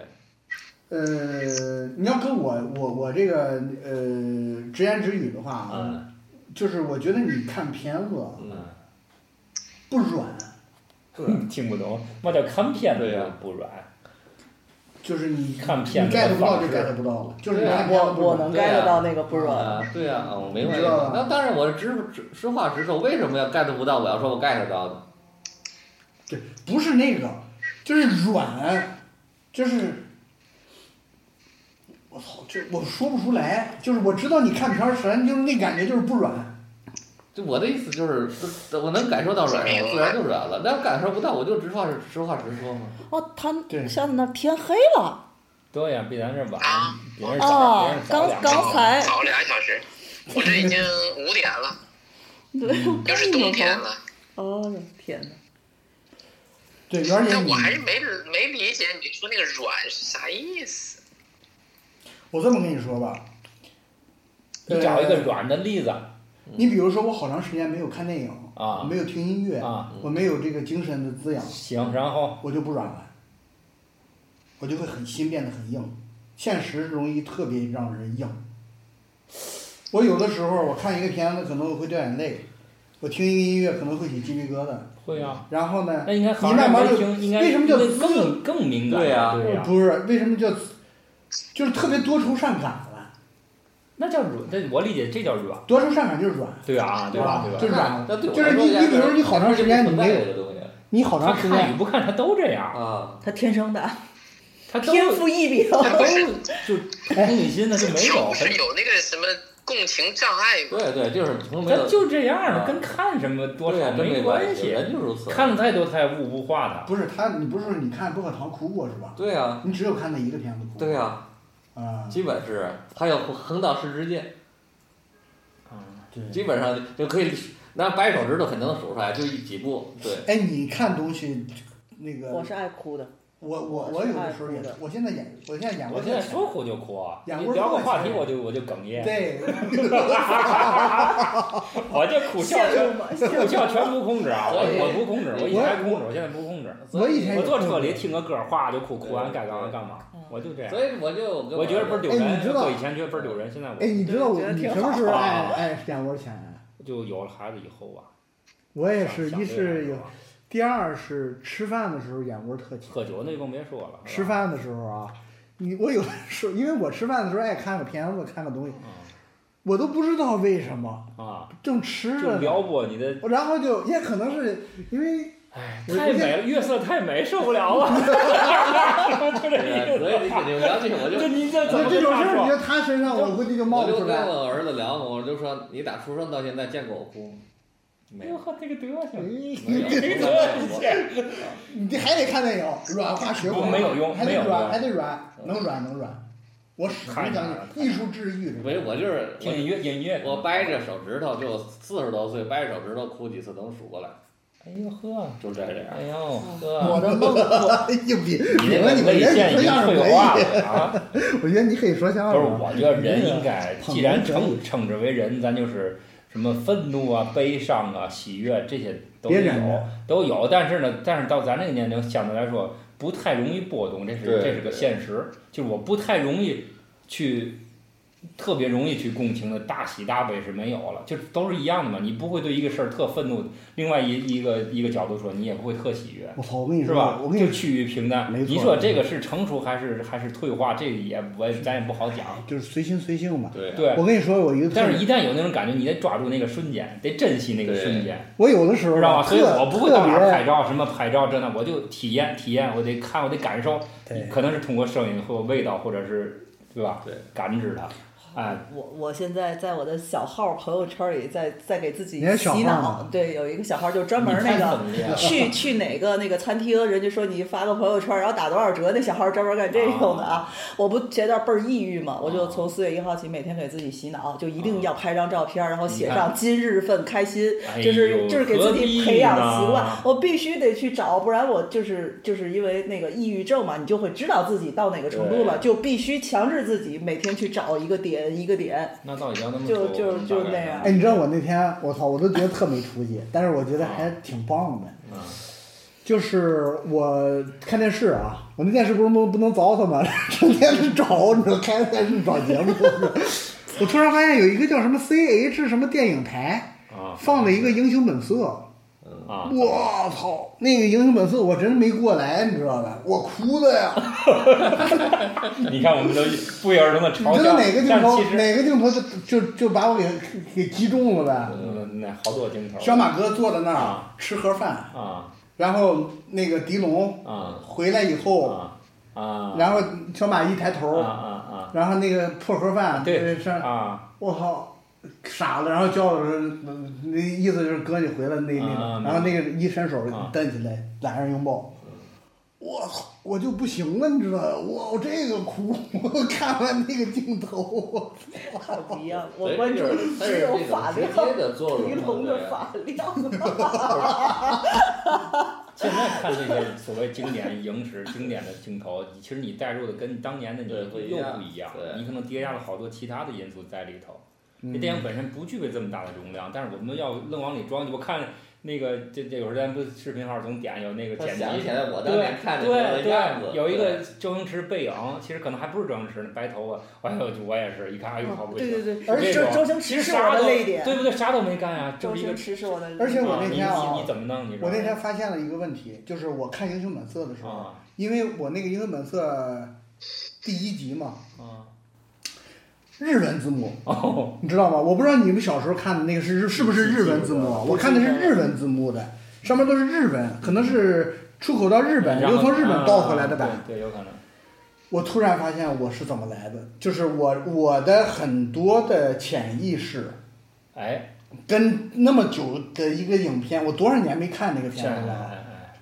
Speaker 3: 呃，你要跟我我我这个呃直言直语的话啊，
Speaker 2: 嗯
Speaker 3: 就是我觉得你看片子
Speaker 2: 嗯，
Speaker 3: 不软，
Speaker 1: 嗯听不懂，嘛叫看片子
Speaker 2: 对呀
Speaker 1: 不软，
Speaker 3: 就是你
Speaker 1: 看
Speaker 3: 你
Speaker 1: 片子
Speaker 3: get 不到
Speaker 1: 方
Speaker 3: 就
Speaker 1: 式
Speaker 3: get 不到了，就是
Speaker 2: 对啊
Speaker 3: 看片子
Speaker 4: 我
Speaker 3: 不
Speaker 4: 我
Speaker 3: 软
Speaker 4: 能
Speaker 2: 对啊
Speaker 4: get 到那个不软，
Speaker 2: 啊，对啊，哦我明白
Speaker 3: 你知道吧。
Speaker 2: 那当然，我是直直实话实说，为什么要 get 不到？我要说我 get 到的，
Speaker 3: 对，不是那个，就是软，就是，我操，这我说不出来，就是我知道你看片儿，实际上就是那感觉就是不软，
Speaker 2: 就我的意思就是，这我能感受到软，我自然就软了。那感受不到，我就直话实实话实说嘛。
Speaker 4: 哦，他
Speaker 3: 对
Speaker 4: 下子那天黑了，
Speaker 1: 对呀，比咱这晚
Speaker 5: 啊，
Speaker 1: 别人早，别人早两
Speaker 4: 哦
Speaker 1: 天。
Speaker 4: 刚
Speaker 5: 早
Speaker 4: 才
Speaker 5: 早俩小时，我这已经五点了，
Speaker 4: 对，
Speaker 5: 又嗯是冬天了。
Speaker 4: 哦，天哪，
Speaker 3: 对，而且
Speaker 5: 但
Speaker 3: 你
Speaker 5: 哎我，还是没没理解你说那个软是啥意思。
Speaker 3: 我这么跟你说吧，
Speaker 1: 你找一个软的例子
Speaker 3: 你比如说，我好长时间没有看电影，
Speaker 1: 啊
Speaker 3: 我没有听音乐，
Speaker 1: 啊，
Speaker 3: 我没有这个精神的滋养，
Speaker 1: 行，然后
Speaker 3: 我就不软了，我就会很心变得很硬，现实容易特别让人硬。我有的时候我看一个片子，可能我会掉眼泪，我听一个音乐可能会起鸡皮疙瘩，
Speaker 1: 会啊，
Speaker 3: 然后呢，
Speaker 1: 那应该好
Speaker 3: 哎你慢慢
Speaker 1: 没
Speaker 3: 就
Speaker 1: 听，应该
Speaker 3: 为什么叫
Speaker 1: 应该
Speaker 3: 自
Speaker 1: 更更敏感？
Speaker 2: 对呀
Speaker 1: 对哎呀，
Speaker 3: 不是为什么叫，就是特别多愁善感了，
Speaker 1: 那叫软，这我理解这叫软，
Speaker 3: 多愁善感就是软，
Speaker 1: 对啊，对吧？对吧？
Speaker 3: 就是软
Speaker 2: 那对我
Speaker 3: 就是
Speaker 2: 来说
Speaker 3: 你你
Speaker 2: 压根儿
Speaker 3: 比如说你好长时间你没有
Speaker 2: 这个东西
Speaker 3: 你好
Speaker 1: 他
Speaker 3: 长时间
Speaker 1: 看与不看，他都这样，
Speaker 2: 啊，
Speaker 4: 他天生的，
Speaker 1: 他都
Speaker 4: 天赋异禀，
Speaker 1: 他都就同理心的就没
Speaker 5: 就
Speaker 1: 有
Speaker 5: 不，是有那个什么共情障碍吗？
Speaker 2: 对对，就是从没有
Speaker 1: 他就这样的，
Speaker 2: 啊
Speaker 1: 跟看什么多
Speaker 2: 对啊
Speaker 1: 少
Speaker 2: 呀，真没
Speaker 1: 关
Speaker 2: 系，
Speaker 1: 系。
Speaker 2: 人就如此。
Speaker 1: 看了再多，他也物不化的。
Speaker 3: 不是他，你不是说你看《薄荷糖》哭过是吧？
Speaker 2: 对呀、
Speaker 3: 你只有看那一个片子哭。
Speaker 2: 对呀、
Speaker 3: 啊，
Speaker 2: 基本是还有横道世之介，
Speaker 3: 对。
Speaker 1: 啊
Speaker 2: 基本上就可以拿掰手指头肯定能数出来，就一几部。对，
Speaker 3: 哎，你看东西，那个
Speaker 4: 我是爱哭的，
Speaker 3: 我我
Speaker 4: 我
Speaker 3: 我
Speaker 4: 是
Speaker 3: 有
Speaker 4: 爱
Speaker 3: 的时候
Speaker 4: 哭
Speaker 3: 也
Speaker 4: 的，
Speaker 3: 我现在演，我现在演过
Speaker 1: 我现在说哭就哭 啊，
Speaker 3: 养
Speaker 1: 你
Speaker 3: 过
Speaker 1: 聊个
Speaker 3: 肉
Speaker 1: 话
Speaker 3: 也
Speaker 1: 题
Speaker 3: 是
Speaker 1: 我就我就哽咽，
Speaker 3: 对，
Speaker 1: 我这苦笑
Speaker 4: 羡
Speaker 1: 全
Speaker 4: 慕吗？
Speaker 1: 苦笑全不控制啊，我
Speaker 2: 对
Speaker 1: 我不控制，我以
Speaker 3: 我
Speaker 1: 前控制，我现在不控制。
Speaker 3: 我以前
Speaker 1: 我
Speaker 3: 也
Speaker 1: 坐车
Speaker 3: 哭
Speaker 1: 里听个歌，哗就哭，哭完
Speaker 2: 对
Speaker 1: 该干嘛干嘛
Speaker 4: 嗯，
Speaker 1: 我就这样。
Speaker 2: 所以我就跟
Speaker 1: 我觉得倍儿丢
Speaker 3: 哎你
Speaker 1: 人，
Speaker 3: 知道
Speaker 1: 我以前觉得倍儿丢人，现在
Speaker 3: 哎，
Speaker 1: 我
Speaker 3: 你知道
Speaker 4: 觉
Speaker 3: 我
Speaker 4: 得
Speaker 3: 你
Speaker 4: 挺
Speaker 3: 什么时候
Speaker 1: 好
Speaker 3: 爱爱点我钱？啊
Speaker 1: 就有了孩子以后啊，
Speaker 3: 我也
Speaker 1: 想
Speaker 3: 是，
Speaker 1: 想
Speaker 3: 一
Speaker 1: 这样
Speaker 3: 是
Speaker 1: 是
Speaker 3: 有，
Speaker 1: 吧
Speaker 3: 第二是吃饭的时候眼窝特浅。
Speaker 1: 喝酒那就更别说了，是
Speaker 3: 吃
Speaker 1: 吧
Speaker 3: 饭的时候啊，你我有的时候，因为我吃饭的时候爱看个片子，看个东西，
Speaker 1: 嗯
Speaker 3: 我都不知道为什么，
Speaker 1: 啊，
Speaker 3: 正吃
Speaker 1: 就
Speaker 3: 着呢，
Speaker 1: 撩拨你的，
Speaker 3: 然后就也可能是 因为
Speaker 1: 哎，
Speaker 3: 我
Speaker 1: 太
Speaker 3: 我
Speaker 1: 美了，月色太美，受不了啊，就这
Speaker 2: 对，所以
Speaker 1: 意思。
Speaker 2: 你肯定了解，我就
Speaker 1: 这你这怎
Speaker 3: 那
Speaker 1: 么
Speaker 3: 这
Speaker 1: 跟
Speaker 3: 种
Speaker 1: 他
Speaker 3: 事儿，你
Speaker 1: 说？
Speaker 3: 就他身上，我估计就冒
Speaker 2: 我
Speaker 3: 不
Speaker 2: 就
Speaker 3: 出
Speaker 2: 跟
Speaker 3: 来。
Speaker 2: 我儿子聊，我就说你打出生到现在见过我哭吗？没有
Speaker 1: 哟，呵，这个德行。
Speaker 2: 没有，
Speaker 3: 你
Speaker 1: 这
Speaker 2: 没
Speaker 1: 个
Speaker 2: 有
Speaker 1: 德
Speaker 2: 见
Speaker 1: 行
Speaker 2: 过。
Speaker 3: 你还得看电影，软化血
Speaker 1: 不
Speaker 3: 管，
Speaker 1: 没有用
Speaker 3: 还
Speaker 1: 没
Speaker 3: 得
Speaker 1: 有啊
Speaker 3: 软，
Speaker 1: 用
Speaker 3: 还得软，能软能软。我始终
Speaker 1: 太
Speaker 3: 讲
Speaker 1: 难了
Speaker 3: 你，艺术治愈，
Speaker 2: 没有，我就是
Speaker 1: 听
Speaker 2: 我
Speaker 1: 音乐，音乐。
Speaker 2: 我掰着手指头就四十多岁，掰着手指头哭几次能数过来，
Speaker 1: 哎呦呵，
Speaker 2: 就这样。
Speaker 1: 哎呦
Speaker 3: 我
Speaker 1: 呵，
Speaker 3: 的梦，我你比
Speaker 1: 你这
Speaker 3: 你
Speaker 1: 个
Speaker 3: 们你们
Speaker 1: 泪
Speaker 3: 人
Speaker 1: 腺已
Speaker 3: 说
Speaker 1: 经
Speaker 3: 相声可
Speaker 1: 退
Speaker 3: 以
Speaker 1: 化，了啊！
Speaker 3: 我觉得你可以说相
Speaker 1: 不是，
Speaker 3: 声。
Speaker 1: 我觉得人应该，
Speaker 3: 嗯
Speaker 1: 既然称称之为人，咱就是什么愤怒啊、悲伤啊、喜悦这些都
Speaker 3: 别忍
Speaker 1: 有，都有。但是呢，但是到咱这个年龄，相对来说不太容易波动，这是
Speaker 2: 对
Speaker 1: 这是个现实，就是我不太容易去特别容易去共情的大喜大悲是没有了，就都是一样的嘛。你不会对一个事儿特愤怒，另外一一个一个角度说，你也不会特喜悦。
Speaker 3: 我操！我跟你
Speaker 1: 是
Speaker 3: 说，
Speaker 1: 吧？
Speaker 3: 我跟你
Speaker 1: 就
Speaker 3: 说，
Speaker 1: 趋于平淡。
Speaker 3: 没错
Speaker 1: 你说这个是成熟还是还是退化？这个也我也咱也不好讲。
Speaker 3: 就是随心随性嘛。
Speaker 2: 对啊，
Speaker 1: 对，
Speaker 3: 我跟你说，我一个特，
Speaker 1: 但是一旦有那种感觉，你得抓住那个瞬间，得珍惜那个
Speaker 2: 对
Speaker 1: 瞬间，
Speaker 3: 我有的时候
Speaker 1: 知道
Speaker 3: 吧
Speaker 1: 吗？所以
Speaker 3: 特
Speaker 1: 我不会到
Speaker 3: 特
Speaker 1: 哪儿拍
Speaker 3: 别
Speaker 1: 照，什么拍照这那，我就体验体验，我得看，我得感受，
Speaker 3: 对
Speaker 1: 可能是通过声音或味道，或者是对吧？
Speaker 2: 对，
Speaker 1: 感知它。哎，
Speaker 4: 我我现在在我的小号朋友圈里在在给自己
Speaker 3: 你还小
Speaker 4: 洗
Speaker 3: 号
Speaker 4: 脑
Speaker 3: 呢，
Speaker 4: 对，有一个小号就专门
Speaker 1: 你
Speaker 4: 那
Speaker 1: 太
Speaker 4: 个
Speaker 1: 猛烈了
Speaker 4: 去去哪个那个餐厅，人家说你发个朋友圈，然后打多少折，那小号专门干这个的啊。我不前段倍儿抑郁嘛，我就
Speaker 2: 啊
Speaker 4: 从四月一号起每天给自己洗脑，就一定要拍张照片，然后写
Speaker 1: 你
Speaker 4: 上今日份开心，
Speaker 1: 哎
Speaker 4: 就
Speaker 1: 呦
Speaker 4: 是就是给自
Speaker 1: 何必
Speaker 4: 己培养
Speaker 1: 呢
Speaker 4: 习惯。我必须得去找，不然我就是就是因为那个抑郁症嘛，你就会知道自己到哪个程度了，就必须强制自己每天去找一个点一 个点。
Speaker 1: 那到底要那么
Speaker 4: 就
Speaker 1: 说
Speaker 4: 就
Speaker 1: 我们
Speaker 4: 就
Speaker 1: 大概啊
Speaker 4: 那样
Speaker 3: 哎，你知道我那天我操，我都觉得特没出息，但是我觉得还挺棒的。
Speaker 1: 嗯
Speaker 3: 就是我看电视啊，我那电视不是不不能糟蹋吗？ 成天是找，你知道，开电视找节目。我突然发现有一个叫什么 CH 什么电影台
Speaker 1: 啊
Speaker 3: 放了一个《英雄本色》，
Speaker 1: 啊，
Speaker 3: 我操，那个《英雄本色》我真没过来，你知道吧？我哭的呀！
Speaker 1: 你看我们都不约而同的
Speaker 3: 你
Speaker 1: 嘲笑
Speaker 3: 知道哪个，镜
Speaker 1: 但
Speaker 3: 头
Speaker 1: 其实
Speaker 3: 哪个镜头就就就把我给给击中了呗？
Speaker 1: 嗯，那好多镜头
Speaker 3: 小马哥坐在那儿
Speaker 1: 啊
Speaker 3: 吃盒饭，
Speaker 1: 啊
Speaker 3: 然后那个狄龙
Speaker 1: 啊
Speaker 3: 回来以后，
Speaker 1: 啊啊，
Speaker 3: 然后小马一抬
Speaker 1: 啊
Speaker 3: 头，
Speaker 1: 啊
Speaker 3: 然后那个破盒饭，
Speaker 1: 啊，对
Speaker 3: 呃上
Speaker 1: 啊，
Speaker 3: 我靠，傻了，然后叫我说，嗯那意思就是哥你回来那那
Speaker 1: 啊嗯
Speaker 3: 种，然后那个一伸手
Speaker 1: 啊
Speaker 3: 蹬起来，俩人拥抱。我靠，我就不行了，你知道吗？我这个哭， 我看完那个镜头，我
Speaker 4: 可不一样，
Speaker 2: 所
Speaker 4: 我
Speaker 2: 以
Speaker 4: 关注
Speaker 2: 这
Speaker 4: 的
Speaker 2: 是但
Speaker 4: 只
Speaker 2: 是
Speaker 4: 有
Speaker 2: 这
Speaker 4: 发
Speaker 2: 种直
Speaker 4: 量，
Speaker 2: 接的作 用
Speaker 4: 狄
Speaker 2: 嘛
Speaker 4: 龙
Speaker 2: 对
Speaker 4: 的发量。
Speaker 1: 现在看这些所谓经典影史、经典的镜头，其实你带入的跟当年的你
Speaker 2: 对
Speaker 1: 又
Speaker 2: 不
Speaker 1: 不
Speaker 2: 一
Speaker 1: 一
Speaker 2: 样
Speaker 1: 样
Speaker 2: 对，
Speaker 1: 你可能叠加了好多其他的因素在里头。那电影本身不具备这么大的容量，但是我们要愣往里装。我看那个这这有时候咱不是视频号总点有那个
Speaker 2: 他
Speaker 1: 剪
Speaker 2: 想
Speaker 1: 辑
Speaker 2: 起来我当年看
Speaker 1: 对
Speaker 2: 的时候的样子
Speaker 1: 对，，有一
Speaker 2: 对
Speaker 1: 个周星驰背影，其实可能还不是周星驰呢，白头发。哎呦，我也是一看，哎呦，好不行。
Speaker 4: 嗯对对对，
Speaker 1: 而
Speaker 4: 而
Speaker 1: 且
Speaker 4: 且
Speaker 1: 这种
Speaker 4: 周周星
Speaker 1: 其
Speaker 4: 驰
Speaker 1: 实
Speaker 4: 是
Speaker 1: 啥
Speaker 4: 我
Speaker 1: 都
Speaker 4: 的泪点，
Speaker 1: 对不对？啥都没干呀，
Speaker 4: 周
Speaker 1: 就是一个
Speaker 4: 星。驰是我的泪点。
Speaker 3: 而且我那天啊
Speaker 1: 你你你怎么弄？你说
Speaker 3: 我那天发现了一个问题，就是我看《英雄本色》的时候，
Speaker 1: 啊
Speaker 3: 因为我那个《英雄本色》第一集嘛，
Speaker 1: 啊
Speaker 3: 日文字幕，
Speaker 1: 哦
Speaker 3: 你知道吗？我不知道你们小时候看的那个是是不是日文字幕啊，我看的是日文字幕的，上面都是日文，可能是出口到日本，
Speaker 1: 然
Speaker 3: 又
Speaker 1: 后
Speaker 3: 从日本倒回来的
Speaker 1: 啊
Speaker 3: 版。
Speaker 1: 对，对有可能。
Speaker 3: 我突然发现我是怎么来的，就是我我的很多的潜意识
Speaker 1: 哎，
Speaker 3: 跟那么久的一个影片，我多少年没看那个
Speaker 1: 是，
Speaker 3: 片
Speaker 1: 哎
Speaker 3: 子了，
Speaker 1: 哎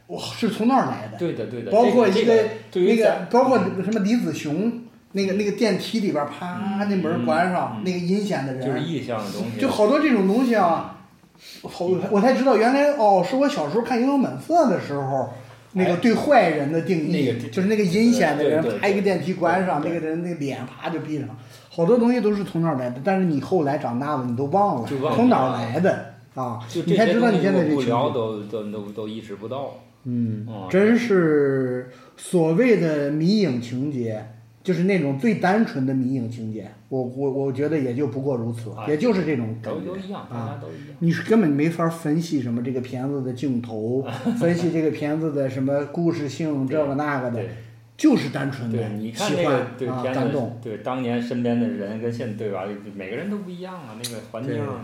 Speaker 3: 我是从那儿来
Speaker 1: 哎
Speaker 3: 的。
Speaker 1: 对的对的，
Speaker 3: 啊包括
Speaker 1: 这
Speaker 3: 一
Speaker 1: 个
Speaker 3: 个
Speaker 1: 这对
Speaker 3: 那
Speaker 1: 于
Speaker 3: 个
Speaker 1: 咱，
Speaker 3: 包括什么李子雄那个那个电梯里边啪那门关上
Speaker 1: 嗯
Speaker 3: 那个阴险的人，
Speaker 1: 就是意向的东西，
Speaker 3: 就好多这种东西啊，我操我我才知道原来哦，是我小时候看《英雄本色》的时候，那个对坏人的定
Speaker 1: 哎那
Speaker 3: 义，
Speaker 1: 个
Speaker 3: 就是那个阴险的人
Speaker 1: 对对对
Speaker 3: 啪一个电梯关上，
Speaker 1: 对
Speaker 3: 那
Speaker 1: 对
Speaker 3: 个人那个脸啪就闭上，好多东西都是从那儿来的，但是你后来长大了，你都忘了
Speaker 1: 就忘了
Speaker 3: 从哪儿来的啊，
Speaker 1: 就
Speaker 3: 你
Speaker 1: 这
Speaker 3: 才
Speaker 1: 些
Speaker 3: 知道
Speaker 1: 东
Speaker 3: 你
Speaker 1: 西
Speaker 3: 现在这
Speaker 1: 不
Speaker 3: 情
Speaker 1: 聊
Speaker 3: 绪。
Speaker 1: 都都都都意识不到。
Speaker 3: 嗯
Speaker 1: 嗯，
Speaker 3: 真是所谓的迷影情节，就是那种最单纯的迷影情节，我我我觉得也就不过如此，
Speaker 1: 哎
Speaker 3: 也就是这种感
Speaker 1: 都
Speaker 3: 觉
Speaker 1: 都一样，大家
Speaker 3: 啊。
Speaker 1: 都一样。
Speaker 3: 你是根本没法分析什么这个片子的 镜头，分析这个片子的什么故事性这个那个的
Speaker 1: 对，
Speaker 3: 就是单纯的
Speaker 1: 对，你看
Speaker 3: 喜
Speaker 1: 这
Speaker 3: 欢
Speaker 1: 个对
Speaker 3: 啊
Speaker 1: 片
Speaker 3: 感
Speaker 1: 子
Speaker 3: 动。，
Speaker 1: 对当年身边的人跟现在对吧？每个人都不一样啊，那个环境对吧？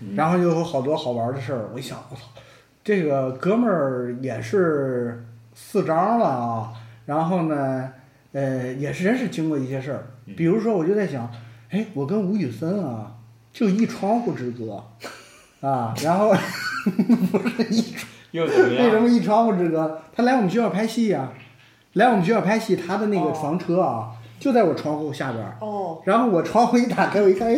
Speaker 3: 嗯然后又有好多好玩的事儿，我一想，我操，这个哥们儿也是四张了啊。然后呢，呃，也是真是经过一些事儿，
Speaker 1: 嗯
Speaker 3: 比如说我就在想，哎，我跟吴宇森啊，就一窗户之隔，啊，然后不是一
Speaker 1: 又怎么
Speaker 3: 为什
Speaker 1: 样？
Speaker 3: 么一窗户之隔？他来我们学校拍戏呀、来我们学校拍戏，他的那个
Speaker 4: 哦
Speaker 3: 房车啊，就在我窗户下边儿。
Speaker 4: 哦，
Speaker 3: 然后我窗户一打开，我一看，哎，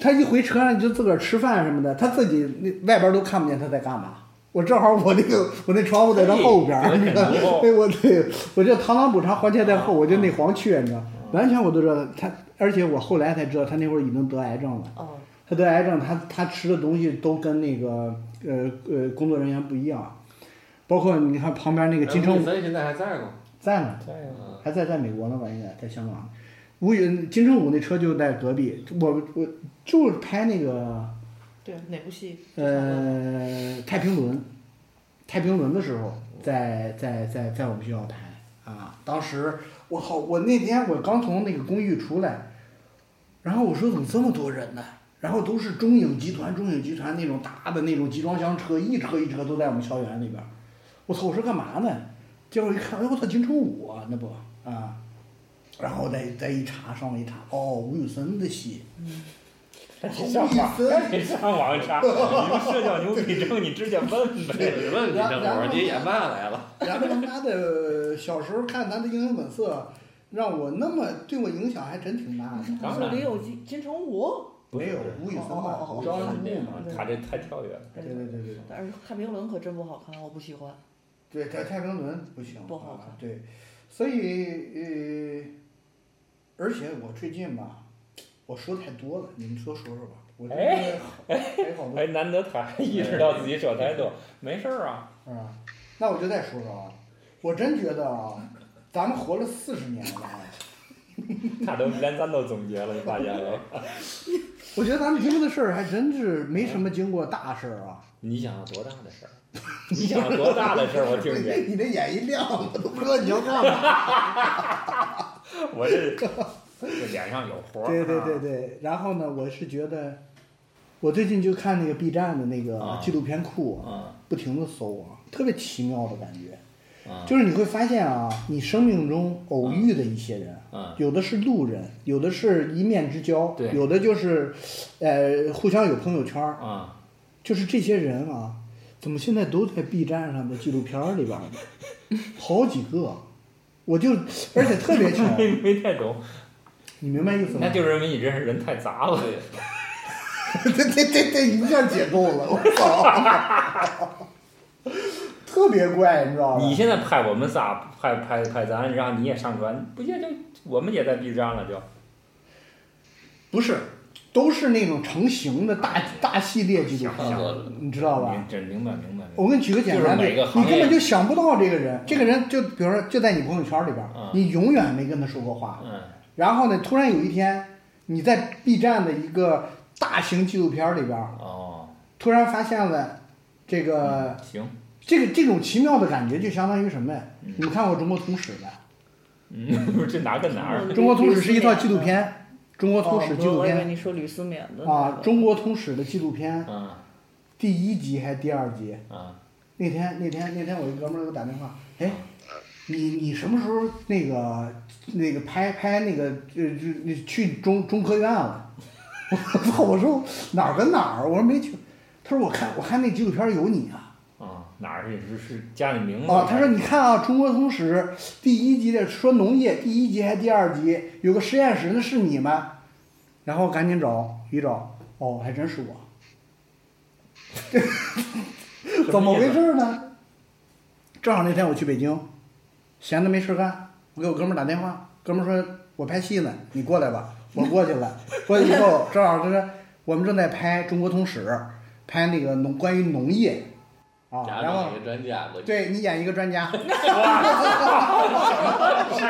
Speaker 3: 他一回车上就自个儿吃饭什么的，他自己那外边都看不见他在干嘛。我正好我那个我那窗户在他后边儿，
Speaker 1: 嘿
Speaker 3: 你知道哎
Speaker 1: 很牛，
Speaker 3: 对，我对我这螳螂捕蝉，黄雀在后，我就那黄雀，你知道，完全我都知道他，而且我后来才知道他那会儿已经得癌症了。
Speaker 4: 哦，
Speaker 3: 他得癌症，他他吃的东西都跟那个呃呃工作人员不一样，包括你
Speaker 2: 哎
Speaker 3: 看旁边那个金城武
Speaker 2: 森现在还在吗？
Speaker 3: 在呢，
Speaker 1: 对呀
Speaker 2: 啊
Speaker 3: 还在在美国呢吧？应该在香港。吴宇金城武那车就在隔壁，我我就是拍那个
Speaker 4: 对哪部戏？
Speaker 3: 呃太平轮，太平轮的时候，在在在在我们学校拍啊，当时我靠，我那天我刚从那个公寓出来，然后我说怎么这么多人呢？然后都是中影集团，中影集团那种大的那种集装箱车，一车一车都在我们校园里边儿。我操，我说干嘛呢？结果一看，哎我操，金城武啊，那不啊，然后再再一查，上网一查，哦，吴宇森的戏，
Speaker 1: 上网，你上网 查，你们社交牛逼症，你直接问 呗。
Speaker 2: 你问你等会儿，你演嘛来了？
Speaker 3: 然后他妈的小时候看他的《英雄本色》，让我那么对我影响还真挺大的。
Speaker 1: 当然
Speaker 4: 这里有金金城武，
Speaker 3: 没有吴宇森吧？
Speaker 4: 哦哦哦哦
Speaker 3: 吴宇
Speaker 1: 当然
Speaker 3: 森的
Speaker 1: 这
Speaker 3: 戏
Speaker 1: 样
Speaker 3: 嘛，
Speaker 1: 他这太跳跃了。
Speaker 3: 对对对对对。
Speaker 4: 但是太平轮可真不好看，我不喜欢。
Speaker 3: 对，在太平轮不行，
Speaker 4: 不好
Speaker 3: 啊
Speaker 4: 看
Speaker 3: 对，所以呃，而且我最近吧，我说太多了，你们多说说吧。我这
Speaker 1: 哎
Speaker 3: 个好还好多
Speaker 1: 哎，难得他意识到自己说太多，没事儿啊。
Speaker 3: 啊，那我就再说说啊，我真觉得啊，咱们活了四十年了啊，
Speaker 1: 他都连咱都总结了，你发现没？
Speaker 3: 我觉得咱们经历的事儿还真是没什么经过大事儿啊。
Speaker 1: 你想要多大的事儿？你想要多大的事儿？我听见，
Speaker 3: 你的眼一亮，我都不知道你要干嘛。
Speaker 1: 我这这脸上有活儿。
Speaker 3: 对对
Speaker 1: 啊
Speaker 3: 对对，然后呢，我是觉得，我最近就看那个 B 站的那个
Speaker 1: 啊
Speaker 3: 纪录片库
Speaker 1: 啊，
Speaker 3: 不停的搜啊，特别奇妙的感觉。
Speaker 1: 啊
Speaker 3: 就是你会发现啊，你生命中偶遇的一些人，
Speaker 1: 啊
Speaker 3: 有的是路人，有的是一面之交，
Speaker 1: 对
Speaker 3: 有的就是，呃，互相有朋友圈儿，
Speaker 1: 啊，
Speaker 3: 就是这些人啊，怎么现在都在 B 站上的纪录片儿里边儿 呢？好几个，我就而且特别巧，
Speaker 1: 没没太懂，
Speaker 3: 你明白意思吗？
Speaker 1: 那就是因为你认识人太杂了。
Speaker 3: 这这这这一下解构了，我操！特别怪，你知道吧？
Speaker 1: 你现在拍我们仨，拍拍拍咱，然后你也上传，不也就我们也在 B 站了就？
Speaker 3: 不是，都是那种成型的大大系列纪录
Speaker 2: 行
Speaker 3: 片
Speaker 2: 行，
Speaker 3: 你知道吧哦
Speaker 1: 明？这明白明白。明白
Speaker 3: 我给你举个简单
Speaker 1: 嗯就
Speaker 3: 的，
Speaker 1: 是每个行
Speaker 3: 你
Speaker 1: 业
Speaker 3: 根本就想不到这个人，这个人就比如说就在你朋友圈里边儿，
Speaker 1: 嗯
Speaker 3: 你永远没跟他说过话，
Speaker 1: 嗯
Speaker 3: 然后呢，突然有一天你在 B 站的一个大型纪录片里边儿，
Speaker 1: 哦，
Speaker 3: 突然发现了这个
Speaker 1: 行，
Speaker 3: 这个这种奇妙的感觉，就相当于什么呀？
Speaker 1: 嗯
Speaker 3: 你们看过《中国通史》吧？
Speaker 1: 嗯， 这哪跟哪儿？
Speaker 3: 《中国通史》是一套纪录片，《中国通史》纪
Speaker 4: 哦
Speaker 3: 录
Speaker 4: 我以为
Speaker 3: 片
Speaker 4: 你说吕思勉的
Speaker 3: 啊，《中国通史》的纪录片
Speaker 1: 嗯
Speaker 3: 第一集还是第二集？
Speaker 1: 嗯
Speaker 3: 那天那天那天我一哥们儿给我打电话，哎，你你什么时候那个那个拍拍那个呃就去中中科院了？ 我操！我说哪儿跟哪儿？我说没去。他说我看我看那纪录片有你啊。
Speaker 1: 嗯，哪儿是是是加你
Speaker 2: 嗯
Speaker 1: 名字？
Speaker 3: 哦，他说你看啊，《中国通史》第一集的说农业，第一集还第二集有个实验室，那是你吗？然后赶紧找一找，哦，还真是我，
Speaker 2: 啊
Speaker 3: 怎 么回？事呢？正好那天我去北京，闲的没事干，我给我哥们儿打电话，哥们儿说我拍戏呢，你过来吧。我过去了，过去以后正好就是我们正在拍《中国通史》，拍那个农关于农业啊，
Speaker 2: 假
Speaker 3: 然后
Speaker 2: 装一个专家，我
Speaker 3: 对你演一个专家。
Speaker 1: 太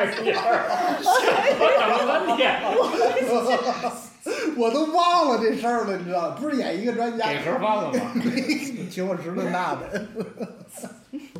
Speaker 1: 厉害了！我等了半天，
Speaker 3: 我都忘了这事儿了，你知道？不是演一个专家，
Speaker 1: 给盒饭了吗？
Speaker 3: 请我吃顿大的。哦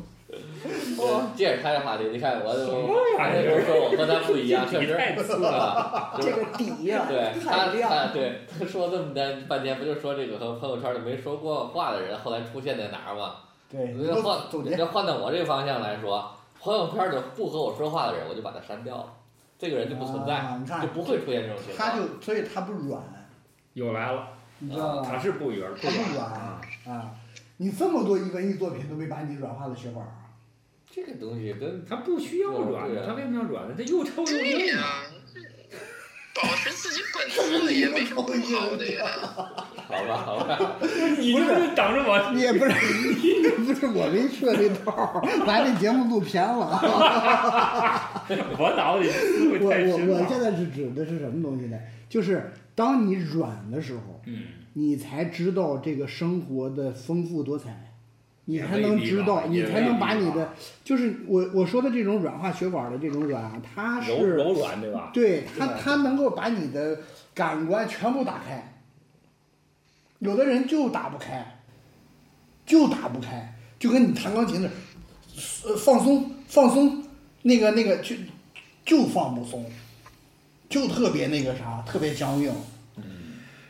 Speaker 2: 我接着开这话题，你看我
Speaker 1: 什
Speaker 2: 我
Speaker 1: 么
Speaker 2: 还
Speaker 1: 玩意
Speaker 2: 是
Speaker 1: 儿
Speaker 2: 说我和他不一样，确实
Speaker 1: 你太次
Speaker 2: 啊，就
Speaker 4: 这
Speaker 2: 是
Speaker 4: 个底 呀、
Speaker 2: 对他
Speaker 4: 太亮。
Speaker 2: 他对他说这么半半天，不就说这个和朋友圈里没说过话的人后来出现在哪儿吗？
Speaker 3: 对
Speaker 2: 那换
Speaker 3: 总
Speaker 2: 那
Speaker 3: 结，
Speaker 2: 换到我这个方向来说，朋友圈里不和我说话的人，我就把他删掉了，这个人就不存在，
Speaker 3: 啊你看
Speaker 2: 就不会出现这种情况。
Speaker 3: 他就所以他不软，
Speaker 1: 又来了，
Speaker 3: 你知道
Speaker 1: 他
Speaker 2: 啊
Speaker 3: 吧？
Speaker 1: 是不圆，
Speaker 3: 他不软
Speaker 1: 啊，
Speaker 3: 啊！你这么多一文艺作品都没把你软化的血管儿啊，
Speaker 2: 这个东西跟
Speaker 1: 他不需要软
Speaker 2: 对啊
Speaker 1: 他为什么要软呢？他又臭又
Speaker 5: 对
Speaker 1: 硬
Speaker 5: 呀、
Speaker 1: 啊。
Speaker 5: 保持自己本色也没什么不好的 呀。
Speaker 2: 好吧好啊吧，
Speaker 1: 你就是等着我，
Speaker 3: 你也不是不是 我没设这套儿， 咱这节目录 偏了。
Speaker 1: 我脑子里思
Speaker 3: 我
Speaker 1: 维
Speaker 3: 我
Speaker 1: 太深
Speaker 3: 我
Speaker 1: 了。
Speaker 3: 现在是指的是什么东西呢？就是当你软的时候，
Speaker 1: 嗯，
Speaker 3: 你才知道这个生活的丰富多彩。你才能知道，你才能把你的，就是我我说的这种软化血管的这种软啊，它
Speaker 1: 柔
Speaker 3: 是
Speaker 1: 柔软对吧？
Speaker 3: 对它
Speaker 1: 对
Speaker 3: 它能够把你的感官全部打开，有的人就打不开，就打不开，就跟你弹钢琴的，呃放松放松，那个那个就就放不松，就特别那个啥，特别僵硬。
Speaker 1: 嗯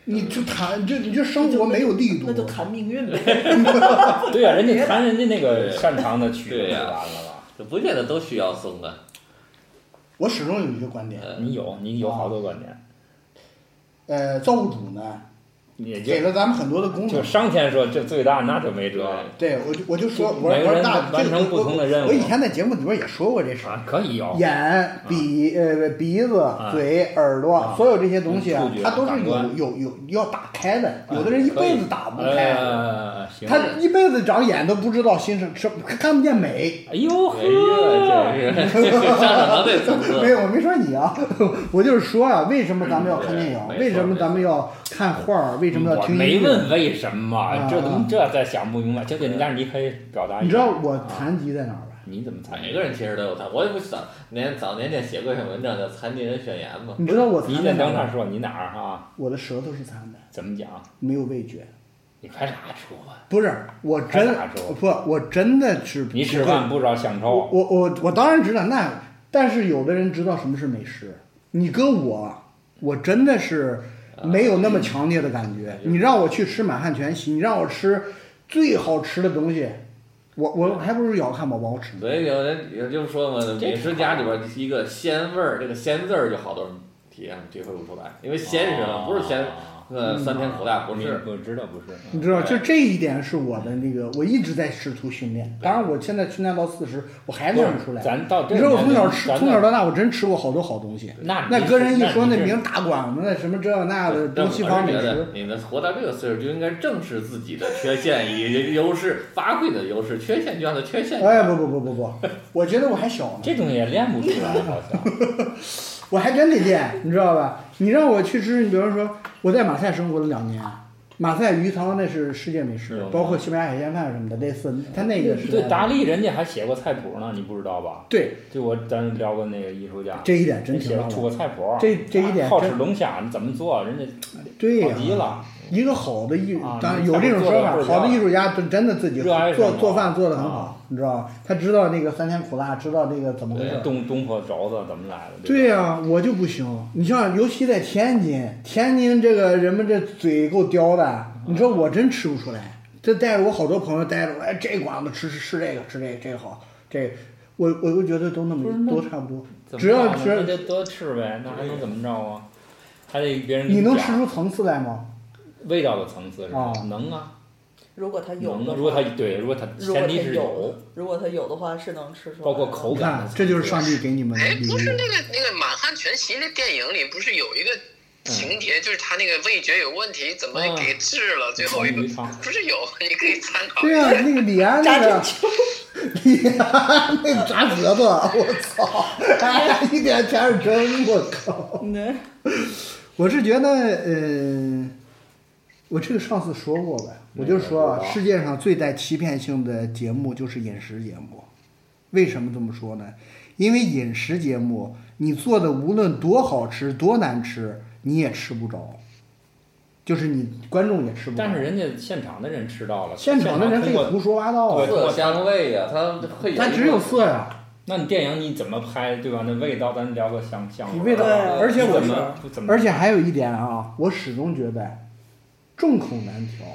Speaker 3: 你就弹，就你就生活没有力度，
Speaker 4: 那就谈命 运呗。
Speaker 1: 对呀、人家弹人家那个擅长的曲子
Speaker 2: 对
Speaker 1: 就
Speaker 2: 呀
Speaker 1: 完了
Speaker 2: 这不见得都需要松啊。
Speaker 3: 我始终有一个观点，
Speaker 1: 吧？你有你有好多观点，
Speaker 3: 呃，造物主呢
Speaker 1: 也就
Speaker 3: 给了咱们很多的功
Speaker 1: 就
Speaker 3: 能。
Speaker 1: 上天说这最大那就没辙了
Speaker 3: 对，我就我就说，
Speaker 1: 就
Speaker 3: 我
Speaker 1: 每个
Speaker 3: 我说
Speaker 1: 人
Speaker 3: 大
Speaker 1: 完
Speaker 3: 这个
Speaker 1: 成
Speaker 3: 我
Speaker 1: 不同的任务
Speaker 3: 我以前在节目里边也说过这事儿，
Speaker 1: 啊，可以有
Speaker 3: 眼、鼻、呃鼻子、嘴、耳朵
Speaker 1: 啊，
Speaker 3: 所有这些东西啊
Speaker 1: 嗯嗯触，觉
Speaker 3: 它都是
Speaker 1: 感
Speaker 3: 有
Speaker 1: 官嗯
Speaker 3: 有有要打开的。有的人一辈子打不开，
Speaker 1: 呃，行，
Speaker 3: 他一辈子长眼都不知道欣赏什么，看不见美。
Speaker 1: 哎 呦呵，
Speaker 2: 哎呀，这是上场得
Speaker 1: 嗯
Speaker 2: 层
Speaker 3: 没
Speaker 2: 次。
Speaker 3: 有，我没说 你啊，我就是说啊，为什么咱们
Speaker 1: 嗯
Speaker 3: 要看电影？
Speaker 2: 对没错
Speaker 3: 为什么咱们要看画儿？为什么要
Speaker 1: 我
Speaker 3: 听
Speaker 1: 嗯
Speaker 3: 音
Speaker 1: 没
Speaker 3: 乐？
Speaker 1: 问为什么，这怎么这再想不明白？这个，但是你可以表达一下。
Speaker 3: 啊你知道我残疾在哪儿吧？
Speaker 1: 你怎么猜？
Speaker 2: 每个人其实都有他，我也不早年早年间写过一篇文章叫《残疾人宣言》嘛。
Speaker 3: 你知道我
Speaker 1: 你
Speaker 3: 残在
Speaker 1: 先
Speaker 3: 哪
Speaker 1: 等他
Speaker 3: 儿吗？
Speaker 1: 说你哪儿啊？
Speaker 3: 我的舌头是残的，
Speaker 1: 怎么讲？
Speaker 3: 没有味觉。
Speaker 1: 你拍啥说啊？
Speaker 3: 不是，我
Speaker 1: 还
Speaker 3: 真
Speaker 1: 打嗝
Speaker 3: 不，我真的是
Speaker 1: 你吃饭不知道香
Speaker 3: 我
Speaker 1: 臭，
Speaker 3: 我我我当然知道那，但是有的人知道什么是美食，你跟我，我真的是没有那么强烈的感觉。你让我去吃满汉全席，你让我吃最好吃的东西，我我还不如咬个汉堡包吃呢。
Speaker 2: 所以有人也就是说嘛，美食家里边儿一个鲜味儿，这个鲜字儿就好多人体验体会不出来，因为鲜是什么？不是鲜，
Speaker 3: 嗯
Speaker 2: 呃，酸甜苦辣不
Speaker 1: 哦你
Speaker 2: 是。
Speaker 1: 我知道不是。
Speaker 3: 你知道，就这一点是我的那个，我一直在试图训练。当然，我现在训练到四十，我还练不出来。
Speaker 1: 咱到这
Speaker 3: 你
Speaker 1: 个
Speaker 3: 说
Speaker 1: 年龄，
Speaker 3: 我从小吃，
Speaker 1: 咱
Speaker 3: 从
Speaker 1: 到
Speaker 3: 小到大，我真吃过好多好东西。
Speaker 1: 那
Speaker 3: 那
Speaker 1: 个
Speaker 3: 跟人一说那
Speaker 1: 名
Speaker 3: 名大馆子，那什么这那的
Speaker 2: 但
Speaker 3: 东
Speaker 2: 我
Speaker 3: 西
Speaker 2: 是
Speaker 3: 方美
Speaker 2: 觉
Speaker 3: 食
Speaker 2: 得，你能活到这个岁数，就应该正视自己的缺陷，以优势发挥你的优势，缺陷就让它缺陷。
Speaker 3: 哎，不不不不不，我觉得我还小呢，
Speaker 1: 这种也练不出来，好像。
Speaker 3: 我还真得练，你知道吧？你让我去吃，你比方说我在马赛生活了两年，马赛鱼汤那是世界美食
Speaker 2: 嗯，
Speaker 3: 包括西班牙海鲜饭什么的，类似它那个是
Speaker 1: 对达利，人家还写过菜谱呢，你不知道吧？
Speaker 3: 对
Speaker 1: 就我咱聊过那个艺术家，
Speaker 3: 这一点真
Speaker 1: 人
Speaker 3: 挺
Speaker 1: 写
Speaker 3: 让
Speaker 1: 出
Speaker 3: 我
Speaker 1: 过菜谱，
Speaker 3: 这这一点
Speaker 1: 好吃
Speaker 3: 真
Speaker 1: 龙虾，你怎么做？人家
Speaker 3: 对呀
Speaker 1: 好、极了，
Speaker 3: 一个好的艺
Speaker 1: 啊，
Speaker 3: 当然
Speaker 1: 你
Speaker 3: 有这种说法
Speaker 1: 做得，
Speaker 3: 好的艺术家真真的自己
Speaker 1: 热爱
Speaker 3: 做
Speaker 1: 生活
Speaker 3: 做饭做的很好
Speaker 1: 啊，
Speaker 3: 你知道吧？他知道那个酸甜苦辣，知道这个怎么回事
Speaker 1: 对，
Speaker 3: 儿。
Speaker 1: 东东坡肘子怎么来的？
Speaker 3: 对
Speaker 1: 吧
Speaker 3: 呀、我就不行。你像，尤其在天津，天津这个人们这嘴够刁的，你说我真吃不出来。这带着我好多朋友带着我，哎，这馆子吃吃吃这个，吃这个，这个好，这个我我就觉得都那么都差不多。
Speaker 1: 怎么
Speaker 3: 只要
Speaker 1: 办呢
Speaker 3: 只要
Speaker 1: 那就多吃呗，那还能怎么着啊？还得别人给
Speaker 3: 你能
Speaker 1: 夹
Speaker 3: 吃出层次来吗？
Speaker 1: 味道的层次是吧
Speaker 3: 啊？
Speaker 1: 能啊，
Speaker 4: 如果他有
Speaker 1: 能
Speaker 4: 的
Speaker 1: 啊。
Speaker 4: 话，
Speaker 1: 如果他对，如果他
Speaker 4: 如果
Speaker 1: 前
Speaker 4: 他
Speaker 1: 提是
Speaker 4: 有
Speaker 1: 有，，
Speaker 4: 如果他有的话是能吃出来的，
Speaker 1: 包括口
Speaker 3: 你
Speaker 1: 感
Speaker 3: 看
Speaker 1: 的层，次。
Speaker 3: 这就是上帝给你们的
Speaker 5: 哎，
Speaker 3: 礼物
Speaker 5: 不。是那个那个《满汉全席》那电影里不是有一个情
Speaker 1: 嗯
Speaker 5: 节，就是他那个味觉有问题，怎
Speaker 1: 啊
Speaker 5: 么给治了？最后一个
Speaker 1: 鱼汤
Speaker 5: 不是有，你可以参考。
Speaker 1: 啊
Speaker 3: 对呀、那个李安那
Speaker 4: 扎
Speaker 3: 个
Speaker 4: 针，
Speaker 3: 李安那个炸舌头，啊我 操！哎呀，一点全是真，我靠！
Speaker 4: 嗯
Speaker 3: 我是觉得，呃，我这个上次说过吧，我就说
Speaker 1: 那个不知
Speaker 3: 啊，
Speaker 1: 道
Speaker 3: 世界上最带欺骗性的节目就是饮食节目。为什么这么说呢？因为饮食节目你做的无论多好吃多难吃，你也吃不着，就是你观众也吃不着。
Speaker 1: 但是人家现场的人吃到了，
Speaker 3: 现场的人可
Speaker 1: 通
Speaker 3: 以
Speaker 1: 过
Speaker 3: 胡说八道啊，
Speaker 1: 对
Speaker 2: 色香味呀、它会有一
Speaker 3: 它
Speaker 2: 个。
Speaker 3: 只有色啊呀、
Speaker 1: 那你电影你怎么拍，对吧？那味道咱聊个香香味儿。
Speaker 3: 味道
Speaker 4: 对
Speaker 3: 而且我
Speaker 1: 啊你怎么不怎么，
Speaker 3: 而且还有一点啊，我始终觉得众口难调。